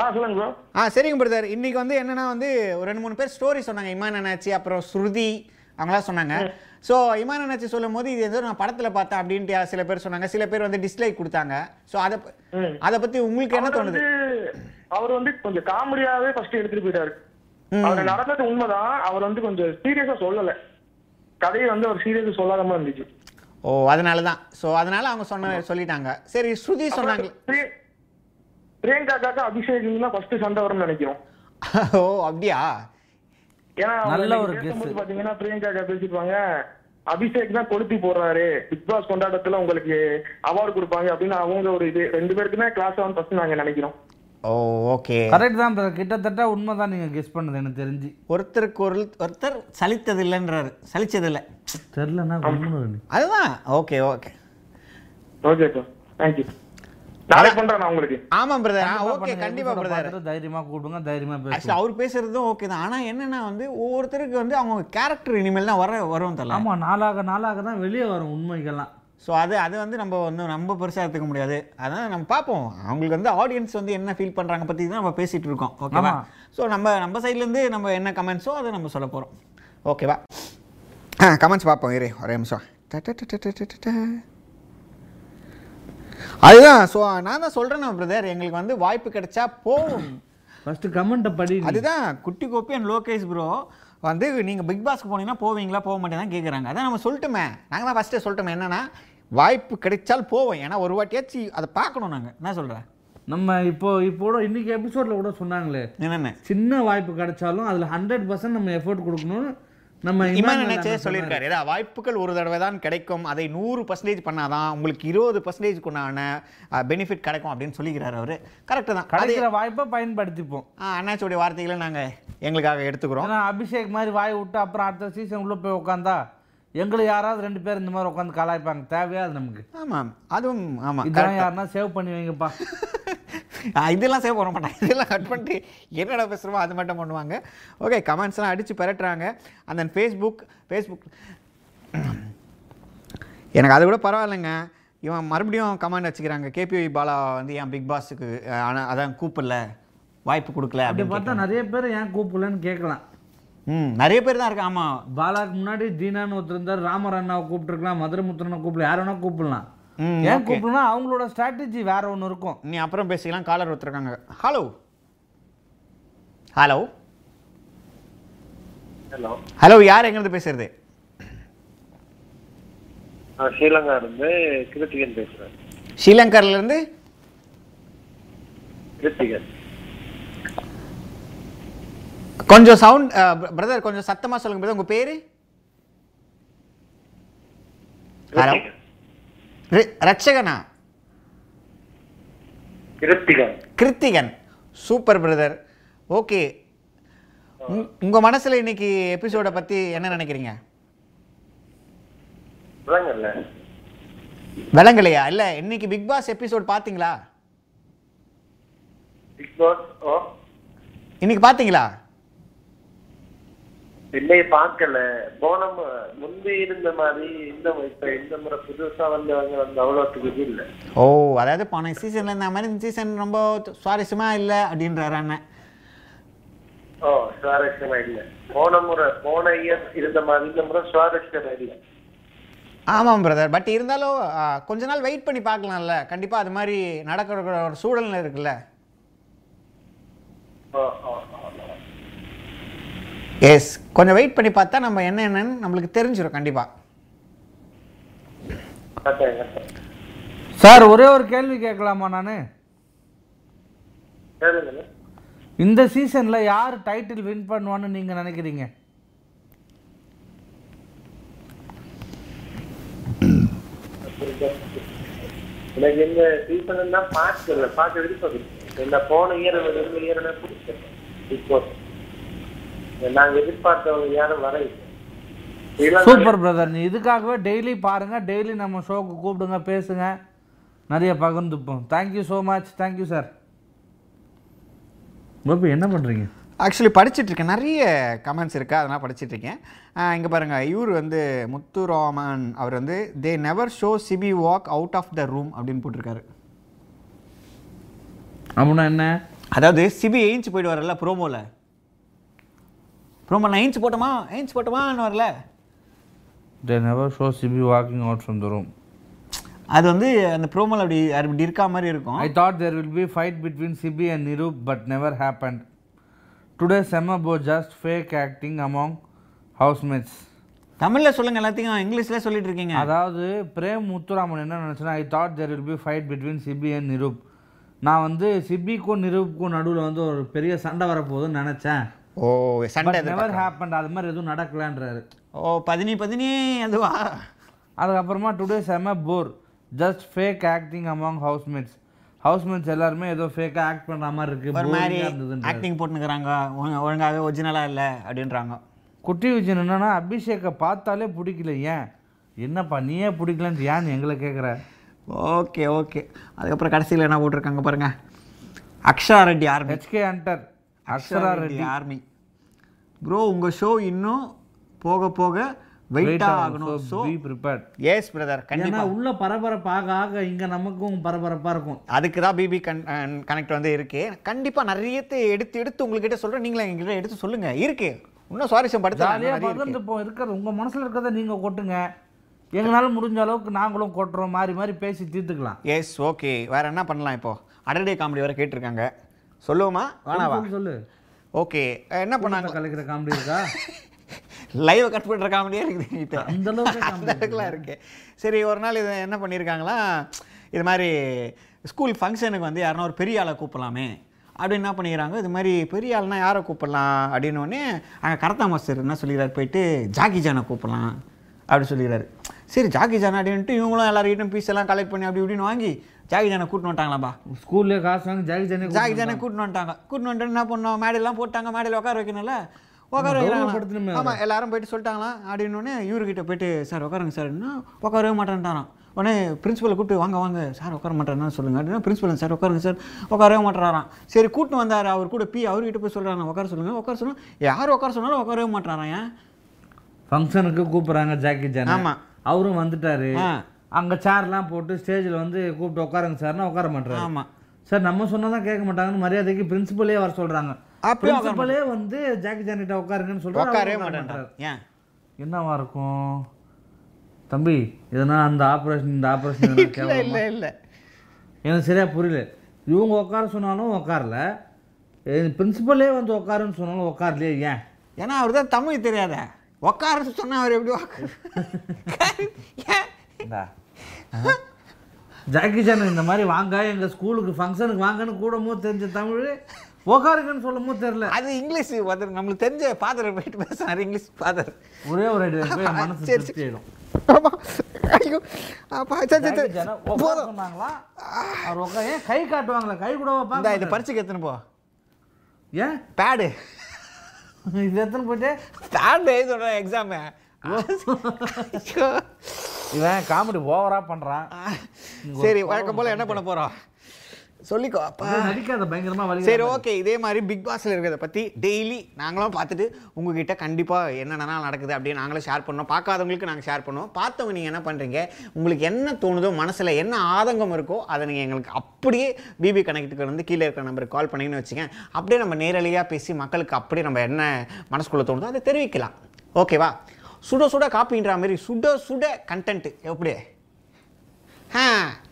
Speaker 10: ஆ சொல்லுங்க ப்ரோ
Speaker 3: ஆ சரிங்க பிரதர் இன்னைக்கு வந்து என்னன்னா வந்து ஒரு ரெண்டு மூணு பேர் ஸ்டோரி சொன்னாங்க இமான் அண்ணாச்சி அப்புறம் ஸ்ருதி அவங்களாம் சொன்னாங்க ஸோ இமான் அண்ணாச்சி சொல்லும் போது இது ஏதோ நான் படத்தில் பார்த்தேன் அப்படின்ட்டு சில பேர் சொன்னாங்க சில பேர் வந்து டிஸ்லைக் கொடுத்தாங்க ஸோ அதை ப- அதை பற்றி உங்களுக்கு என்ன
Speaker 10: அவர்
Speaker 3: தோணுது
Speaker 10: வந்து அவர் வந்து கொஞ்சம் காமெடியாவே ஃபர்ஸ்ட் எடுத்துட்டு போயிட்டாரு அவர் நடந்தது உண்மைதான் அவர் வந்து கொஞ்சம் சீரியஸா சொல்லல கதையை வந்து அவர் சீரியஸா சொல்லாத மாதிரி இருந்துச்சு
Speaker 3: ஓ அதனால தான் ஸோ அதனால அவங்க சொன்ன சொல்லிட்டாங்க சரி ஸ்ருதி சொன்னாங்க
Speaker 10: பிரி- பிரியங்கா காக்கா அபிஷேக் தான் ஃபர்ஸ்ட் சண்டை வரும்னு நினைக்கிறோம்
Speaker 3: ஓ அப்படியா
Speaker 10: ஏன்னா அவங்க
Speaker 3: நல்ல
Speaker 10: இன்னைக்கு
Speaker 3: ஒரு
Speaker 10: பேசும்போது
Speaker 3: guess.
Speaker 10: பாத்தீங்கன்னா பிரியங்கா காக்கா பேசிருப்பாங்க அபிஷேக் தான் கொளுத்தி போடுறாரு பிக் பாஸ் கொண்டாட்டத்துல உங்களுக்கு அவார்டு கொடுப்பாங்க அப்படின்னு அவங்க ஒரு இது ரெண்டு பேருக்குமே கிளாஸ் ஆன் ஃபர்ஸ்ட் நாங்க நினைக்கிறோம்
Speaker 3: ஓ ஓகே
Speaker 2: கரெக்ட் தான் brother. கிட்டத்தட்ட உண்மை தான் நீங்கள் கெஸ் பண்ணது எனக்கு தெரிஞ்சு
Speaker 3: ஒருத்தருக்கு ஒரு ஒருத்தர் சலித்தது இல்லைன்றாரு சலிச்சது இல்லை
Speaker 2: தெரிலன்னா
Speaker 3: அதுதான் okay okay
Speaker 10: okay sir thank you நாளைக்கு பண்றேன் நான் உங்களுக்கு
Speaker 3: ஆமாம் பிரதர் ஓகே கண்டிப்பா பிரதர்
Speaker 2: தைரியமா கூப்பிடுங்க தைரியமா பேசுங்க
Speaker 3: ஆக்சுவலி அவர் பேசுறதும் ஓகே தான் ஆனா என்னன்னா வந்து ஒவ்வொருத்தருக்கு வந்து அவங்க கேரக்டர் இனிமேல் தான் வர வரும் தெரியல
Speaker 2: ஆமா நாளாக நாளாக தான் வெளியே வரும் உண்மைகள்லாம்
Speaker 3: ஸோ அது அது வந்து நம்ம வந்து ரொம்ப பெருசாக எடுத்துக்க முடியாது அதான் நம்ம பார்ப்போம் அவங்களுக்கு வந்து ஆடியன்ஸ் வந்து என்ன ஃபீல் பண்ணுறாங்க பற்றி தான் நம்ம பேசிகிட்டு இருக்கோம் ஓகேவா
Speaker 2: ஆமா.
Speaker 3: ஸோ நம்ம நம்ம சைட்லேருந்து நம்ம என்ன கமெண்ட்ஸோ அதை நம்ம சொல்ல போகிறோம் ஓகேவா ஆ கமெண்ட்ஸ் பார்ப்போம் இரு ஒரே நிமிஷம் டடடடடடடடட. அதுதான் ஸோ நான் தான் சொல்கிறேன் பிரதர் எங்களுக்கு வந்து வாய்ப்பு கிடைச்சா போவோம்
Speaker 2: ஃபர்ஸ்ட் கமெண்ட்டை படி
Speaker 3: அதுதான் குட்டி கோப்பி அண்ட் லோகேஷ் ப்ரோ வந்து நீங்கள் பிக் பாஸ்க்கு போனீங்கன்னா போவீங்களா போக மாட்டேங்க கேட்குறாங்க அதான் நம்ம சொல்லிட்டுமே நாங்கள் தான் ஃபஸ்ட்டே சொல்லிட்டோமே என்னன்னா வாய்ப்பு கிடைச்சால் போவோம் ஏன்னா ஒரு வாட்டியாச்சு அதை பார்க்கணும் நாங்கள் என்ன சொல்கிறேன்
Speaker 2: நம்ம இப்போ இப்போ கூட இன்னைக்கு எபிசோட்ல கூட சொன்னாங்களே
Speaker 3: என்னென்ன
Speaker 2: சின்ன வாய்ப்பு கிடைச்சாலும் அதுல ஹண்ட்ரட் பர்சன்ட் நம்ம எஃபோர்ட் கொடுக்கணும்னு நம்ம
Speaker 3: இமான்
Speaker 2: இமானுவேல்
Speaker 3: நினைச்சே
Speaker 2: அண்ணா
Speaker 3: சொல்லியிருக்காரு ஏதா வாய்ப்புகள் ஒரு தடவை தான் கிடைக்கும் அதை நூறு பர்சன்டேஜ் பண்ணாதான் உங்களுக்கு இருபது பர்சன்டேஜ் உண்டான பெனிஃபிட் கிடைக்கும் அப்படின்னு சொல்லிக்கிறாரு அவர் கரெக்டு தான்
Speaker 2: கிடைக்கிற வாய்ப்பை பயன்படுத்திப்போம்
Speaker 3: அண்ணாச்சியோடைய வார்த்தைகளை நாங்கள் எங்களுக்காக எடுத்துக்கிறோம்
Speaker 2: ஏன்னா அபிஷேக் மாதிரி வாய் விட்டு அப்புறம் அடுத்த சீசன் உள்ள போய் உட்காந்தா எங்களை யாராவது ரெண்டு பேர் இந்த மாதிரி உட்காந்து கலாய்ப்பாங்க தேவையாது நமக்கு
Speaker 3: ஆமாம் அதுவும் ஆமாம்
Speaker 2: இதெல்லாம் யாருன்னா சேவ் பண்ணி வைங்கப்பா
Speaker 3: ஆ, இதெல்லாம் சேவ் பண்ண மாட்டாங்க இதெல்லாம் கட் பண்ணிட்டு என்னடா பேசுகிறோமோ அது மட்டும் பண்ணுவாங்க ஓகே கமெண்ட்ஸ்லாம் அடித்து பெறட்டுறாங்க அந்த ஃபேஸ்புக் ஃபேஸ்புக் எனக்கு அது கூட பரவாயில்லைங்க இவன் மறுபடியும் கமெண்ட் வச்சுக்கிறாங்க கேபிஒய் பாலா E வந்து என் பிக் பாஸுக்கு ஆனால் அதான் கூப்பிடல வாய்ப்பு கொடுக்கல
Speaker 2: அப்படி
Speaker 3: அப்படின்னு
Speaker 2: பார்த்தா நிறைய பேர் ஏன் கூப்பிடலன்னு கேட்கலாம்
Speaker 3: ம் நிறைய பேர் தான் இருக்கான் ஆமாம்
Speaker 2: பாலாக்கு முன்னாடி தீனான்னு ஒருத்தர் இருந்தார் ராமர் அண்ணாவை கூப்பிட்டுருக்கலாம் மதுரமுத்திரனை கூப்பிடலாம் யார் வேணா கூப்பிடலாம்
Speaker 3: ம்,
Speaker 2: ஏன்
Speaker 3: okay.
Speaker 2: கூப்பிடலாம் அவங்களோட ஸ்ட்ராட்டஜி வேற ஒன்று இருக்கும்
Speaker 3: நீ அப்புறம் பேசிக்கலாம் காலர் ஒருத்தருக்காங்க ஹலோ ஹலோ
Speaker 13: ஹலோ
Speaker 3: ஹலோ யார் எங்கேருந்து பேசுறது
Speaker 13: நான் ஸ்ரீலங்கா இருந்து கிருத்திகன் பேசுறேன்
Speaker 3: ஸ்ரீலங்கர்லேருந்து
Speaker 13: கிருத்திகன்
Speaker 3: கொஞ்சம் சவுண்ட் பிரதர் கொஞ்சம் சத்தமாக சொல்லுங்க பிரதர் உங்கள் பேர் ஹலோ ரட்சகனா
Speaker 13: Kiruthigan
Speaker 3: Kiruthigan super brother okay உங்க மனசுல இன்னைக்கு எபிசோட பத்தி என்ன நினைக்கிறீங்க
Speaker 13: விளங்கல
Speaker 3: விளங்கலையா இல்ல இன்னைக்கு பிக் பாஸ் எபிசோட் பாத்தீங்களா
Speaker 13: பிக் பாஸ் ஓ
Speaker 3: இன்னைக்கு பாத்தீங்களா
Speaker 13: இல்லை பார்க்கல போன மு- முந்தி இருந்த மாதிரி இந்த மு- இப்ப இந்த முறை புதுசா வந்தவங்க வந்து அவ்வளோத்துக்கு இது இல்லை
Speaker 3: ஓ அதாவது போன சீசன்ல இந்த மாதிரி இந்த சீசன் ரொம்ப சுவாரஸ்யமா இல்ல அப்படின்றாரு அண்ணன்
Speaker 13: ஓ சுவாரஸ்யமா இல்லை போன முறை போன இயர் இருந்த மாதிரி இந்த முறை சுவாரஸ்யமா இல்லை
Speaker 3: ஆமாம் பிரதர் பட் இருந்தாலும் ஆ, கொஞ்ச நாள் வெயிட் பண்ணி பார்க்கலாம்ல கண்டிப்பா அது மாதிரி நடக்கிற ஒரு சூழல் இருக்குல்ல
Speaker 13: ஓ ஓ ஓ, ஓ.
Speaker 3: எஸ் கொஞ்சம் வெயிட் பண்ணி பார்த்தா நம்ம என்ன என்னன்னு நம்மளுக்கு தெரிஞ்சிடும் கண்டிப்பா
Speaker 13: பார்த்தேன், பார்த்தேன்.
Speaker 2: சார் ஒரே ஒரு கேள்வி கேட்கலாமா நான்
Speaker 13: கேளுங்க.
Speaker 2: இந்த சீசனில் யார் டைட்டில் வின் பண்ணுவான்னு நீங்கள் நினைக்கிறீங்க
Speaker 13: எனக்கு இந்த சீசன் எல்லாம் பார்க்கல பார்க்க விருப்பம் இல்லை. இந்த போன இயர் இந்த இயர் எனக்கு பிடிச்சது இப்போ நாங்க எதிர்பார்த்தவங்க யாரும் வர
Speaker 2: சூப்பர் பிரதர் நீ இதுக்காகவே டெய்லி பாருங்கள் டெய்லி நம்ம ஷோக்கு கூப்பிடுங்க பேசுங்க நிறைய பகிர்ந்துப்போம் thank you so much thank you sir Gopi என்ன பண்ணுறீங்க
Speaker 3: ஆக்சுவலி படிச்சுட்டு இருக்கேன் நிறைய கமெண்ட்ஸ் இருக்குது அதெல்லாம் படிச்சுட்டு இருக்கேன் இங்கே பாருங்கள் இவர் வந்து முத்து ரோமன் அவர் வந்து they never show Ciby walk out of the room அப்படின்னு போட்டிருக்காரு
Speaker 2: அப்படின்னா என்ன
Speaker 3: அதாவது சிபி எயின்ச்சு போயிட்டு வரல ப்ரோமோவில் ப்ரோமோ நான் எயின்ச்சு போட்டோமா எயின்ச்சு போட்டோமான்னு வரல
Speaker 2: they never show Ciby walking out from the room
Speaker 3: அது வந்து அந்த ப்ரோமோவில் அப்படி அப்படி இருக்கா மாதிரி இருக்கும்
Speaker 2: I thought there will be fight between Ciby and Niroop but never happen today செமபோ just fake acting among housemates
Speaker 3: தமிழில் சொல்லுங்கள் எல்லாத்தையும் இங்கிலீஷில் சொல்லிட்டு இருக்கீங்க
Speaker 2: அதாவது பிரேம் முத்துராமன் என்ன நினச்சுன்னா I thought there will be fight between Ciby and Niroop நான் வந்து சிபிக்கும் நிரூப்புக்கும் நடுவில் வந்து ஒரு பெரிய சண்டை வரப்போகுதுன்னு நினச்சேன்
Speaker 3: ஓ சண்டை
Speaker 2: நெவர்
Speaker 3: எதிர்பார்க்கலாம்.
Speaker 2: ஹேப்பன் அது மாதிரி எதுவும் நடக்கலன்றாரு
Speaker 3: ஓ பதினி பதினி அதுவா
Speaker 2: அதுக்கப்புறமா டுடே செம bore just fake acting among housemates housemates எல்லாருமே ஏதோ ஃபேக்காக ஆக்ட் பண்ணுற மாதிரி இருக்கு
Speaker 3: ஒரு
Speaker 2: boring-ஆ
Speaker 3: மாதிரி
Speaker 2: இருந்ததுன்றாரு.
Speaker 3: ஆக்டிங் போட்டுக்கிறாங்க ஒழுங்காகவே ஒரிஜினலாக இல்லை அப்படின்றாங்க
Speaker 2: குட்டி விஜயன் என்னன்னா அபிஷேக்கை பார்த்தாலே பிடிக்கல ஏன் என்னப்பா நீயே பிடிக்கலன்ட்டு ஏன்னு எங்களை கேட்குற
Speaker 3: ஓகே ஓகே அதுக்கப்புறம் கடைசியில் என்ன போட்டிருக்காங்க பாருங்க Akshara Reddy army
Speaker 2: HK under Akshara Reddy
Speaker 3: army bro உங்கள் ஷோ இன்னும் போக போக
Speaker 2: Wait
Speaker 3: வெயிட்டாக
Speaker 2: ஆகணும்.
Speaker 3: ஆகணும்
Speaker 2: So
Speaker 3: so
Speaker 2: be prepared.
Speaker 3: Yes brother
Speaker 2: ஏன்னா
Speaker 3: கண்டிப்பாக
Speaker 2: உள்ள பரபரப்பு ஆக ஆக இங்க நமக்கும் பரபரப்பா இருக்கும்
Speaker 3: அதுக்கு தான் பிபி கன் கனெக்ட் வந்து இருக்கு கண்டிப்பாக நிறையத்தை எடுத்து எடுத்து உங்ககிட்ட சொல்கிறேன் நீங்களே எங்ககிட்ட எடுத்து சொல்லுங்கள் இருக்கு இன்னும் சுவாரஸ்யம்
Speaker 2: ஜாலியா
Speaker 3: படுத்து
Speaker 2: பகிர்ந்துப்போம் இருக்கிறது உங்க மனசுல இருக்கிறத நீங்க கொட்டுங்க எங்களால முடிஞ்ச அளவுக்கு நாங்களும் கொட்டுறோம் மாறி மாறி பேசி தீர்த்துக்கலாம்
Speaker 3: எஸ் ஓகே வேற என்ன பண்ணலாம் இப்போ அடடே காமெடி வேற கேட்டிருக்காங்க சொல்லுவோமா வேணாவா
Speaker 2: சொல்லு, சொல்லு
Speaker 3: ஓகே என்ன பண்ணாங்க
Speaker 2: கலைக்கிற காமெடி இருக்கா
Speaker 3: லைவ் கட் பண்ணுற காமெடியே இருக்குது இப்போ
Speaker 2: அந்த அளவுக்கு
Speaker 3: அந்த அளவுக்குலாம் இருக்கு சரி ஒரு நாள் இது என்ன பண்ணியிருக்காங்களா இது மாதிரி ஸ்கூல் ஃபங்க்ஷனுக்கு வந்து யாருன்னா ஒரு பெரிய ஆளை கூப்பிடலாமே அப்படின்னு என்ன பண்ணிக்கிறாங்க இது மாதிரி பெரிய ஆள்னா யாரை கூப்பிடலாம் அப்படின்னு உடனே அங்கே கரத்தா மாஸ்டர் என்ன சொல்லிக்கிறார் போயிட்டு ஜாக்கி ஜானை கூப்பிடலாம் அப்படின்னு சொல்லிக்கிறாரு சரி ஜாக்கி ஜான் அப்படின்ட்டு இவங்களும் எல்லார்கிட்டையும் பீஸ் எல்லாம் கலெக்ட் பண்ணி அப்படி இப்படின்னு வாங்கி ஜாக்கி ஜானை கூட்டின்னு வந்துட்டாங்களாப்பா
Speaker 2: ஸ்கூல்ல காசு வாங்கி ஜாகி ஜானே
Speaker 3: ஜாக்கி ஜானை கூட்டின்னு வந்துட்டாங்க கூட்டின்னு வந்துட்டு என்ன பண்ணோம் மேடையெல்லாம் போட்டாங்க மேடையில் உட்கார வைக்கணும்ல உட்கார வைக்கிறாங்க
Speaker 2: கௌரவப்படுத்தணுமே
Speaker 3: ஆமாம் எல்லாரும் போயிட்டு சொல்லிட்டாங்களா அப்படின்னோடனே இவர்கிட்ட போயிட்டு சார் உட்காருங்க சார் என்ன உட்காரவே மாட்டேன்ட்டாராம் உடனே பிரின்சிபலை கூப்பிட்டு வாங்க வாங்க சார் உட்கார மாட்டேன்னு சொல்லுங்க அப்படின்னா பிரின்சிபல் சார் உட்காருங்க சார் உட்காரவே மாட்டேறாராம் சரி கூட்டின்னு வந்தார் அவர் கூட பி அவர்கிட்ட போய் சொல்கிறாங்க உட்கார சொல்லுங்க உட்கார சொல்லுங்க யார் உட்கார சொன்னாலும் உட்காரவே மாட்டேறான் ஏன்
Speaker 2: ஃபங்க்ஷனுக்கு கூப்பிடுறாங்க ஜாக்கி ஜான்
Speaker 3: ஆமா.
Speaker 2: அவரும் வந்துட்டாரு
Speaker 3: ஆ.
Speaker 2: அங்க சேர்லாம் போட்டு ஸ்டேஜில் வந்து கூப்பிட்டு உட்காருங்க சார்னா உட்கார மாட்டாரு
Speaker 3: ஆமாம்
Speaker 2: சார் நம்ம சொன்னா தான் கேட்க மாட்டாங்கன்னு மரியாதைக்கு பிரின்சிபலே வர சொல்றாங்க
Speaker 3: அப்படியே உட்கார
Speaker 2: பிரின்சிபலே வந்து ஜாக்கி ஜானிட்ட உட்காருங்கன்னு சொல்றாரு
Speaker 3: உட்காரவே
Speaker 2: அவரு உட்கார
Speaker 3: மாட்டேன்றான் ஏன்
Speaker 2: என்னவா இருக்கும் தம்பி எதனா அந்த ஆப்ரேஷன் இந்த ஆப்ரேஷன்
Speaker 3: இல்லை இல்லை இல்லை
Speaker 2: எனக்கு சரியா புரியல இவங்க உட்கார சொன்னாலும் உட்காரல பிரின்சிபலே வந்து உட்காருன்னு சொன்னாலும் உட்காரலையே ஏன்
Speaker 3: ஏன்னா அவர் தான் தமிழ் தெரியாத உட்கார சொன்னால் அவர் எப்படி உட்காரு ஏன்
Speaker 2: இந்தா. ஜாக்கி சான் இந்த மாதிரி வாங்க எங்க ஸ்கூலுக்கு ஃபங்க்ஷனுக்கு வாங்கன்னு கூடமோ தெரிஞ்ச தமிழ் உக்காருங்கன்னு சொல்லமோ தெரியல
Speaker 3: அது இங்கிலீஷ் ஃபாதர் நம்மளுக்கு தெரிஞ்ச ஃபாதர் போயிட்டு பேசுறாரு இங்கிலீஷ் ஃபாதர்
Speaker 2: ஒரே ஒரு ஐடியா போய் என் மனசு
Speaker 3: சரி,
Speaker 2: திருப்தி ஆயிடும்
Speaker 14: ஐயோ அப்பா சரி, சரி, சரி. போதும்
Speaker 2: சொன்னாங்களா அவர் உட்கா ஏன் கை காட்டுவாங்களா கை கூட
Speaker 3: இந்த
Speaker 2: வைப்பாங்க
Speaker 3: இது பரிச்சுக்கு எத்தனை போ
Speaker 2: ஏன்
Speaker 3: பேடு
Speaker 2: இது எத்தனை போயிட்டு
Speaker 3: பேடு எழுதி சொல்கிறேன் எக்ஸாமு
Speaker 2: இவன் காமெடி ஓவரா பண்றான்
Speaker 3: சரி வழக்கம் போல் என்ன பண்ண போகிறோம் சொல்லிக்கோ அப்பா
Speaker 2: இது நடிக்காத பயங்கரமா வலி
Speaker 3: சரி ஓகே இதே மாதிரி பிக் பாஸ்ல இருக்கிறத பற்றி டெய்லி நாங்களும் பார்த்துட்டு உங்ககிட்ட கண்டிப்பாக என்னென்னா நடக்குது அப்படின்னு நாங்களும் ஷேர் பண்ணோம் பார்க்காதவங்களுக்கு நாங்கள் ஷேர் பண்ணுவோம் பார்த்தவங்க நீங்கள் என்ன பண்ணுறீங்க உங்களுக்கு என்ன தோணுதோ மனசில் என்ன ஆதங்கம் இருக்கோ அதை நீங்கள் எங்களுக்கு அப்படியே பிபி கனெக்ட்டுக்கு வந்து கீழே இருக்கிற நம்பருக்கு கால் பண்ணிங்கன்னு வச்சுங்க அப்படியே நம்ம நேரலையாக பேசி மக்களுக்கு அப்படியே நம்ம என்ன மனசுக்குள்ளே தோணுதோ அதை தெரிவிக்கலாம் ஓகேவா சுட சுட காப்பின்ற மாதிரி சுட சுட கண்டென்ட் எப்படி ஆ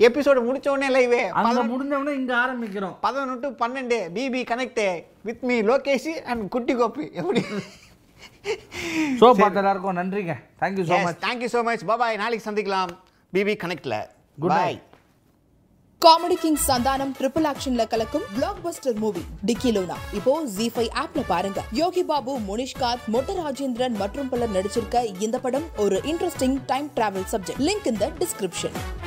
Speaker 3: எபிசோடு முடிச்ச உடனே லைவே
Speaker 2: அங்க முடிஞ்சவனே இங்க ஆரம்பிக்கிறோம்
Speaker 3: பதினொட்டு பன்னெண்டு BB connect with me Lokesh and Kutty Gopi எப்படி
Speaker 2: ஷோ பார்த்த எல்லாருக்கும் நன்றிங்க thank you so much
Speaker 3: thank you so much bye நாளைக்கு சந்திக்கலாம் பிபி கனெக்ட்ல
Speaker 2: Good
Speaker 3: Bye.
Speaker 2: night.
Speaker 1: Comedy king Santhanam triple ஆக்ஷன்ல கலக்கும் blockbuster movie Dikkiloona இப்போ ஜி ஃபைவ் ஆப்ல பாருங்க யோகி பாபு முனிஷ்காத் மொட்ட ராஜேந்திரன் மற்றும் பலர் நடிச்சிருக்க இந்த படம் ஒரு interesting time travel subject link இந்த டிஸ்கிரிப்ஷன்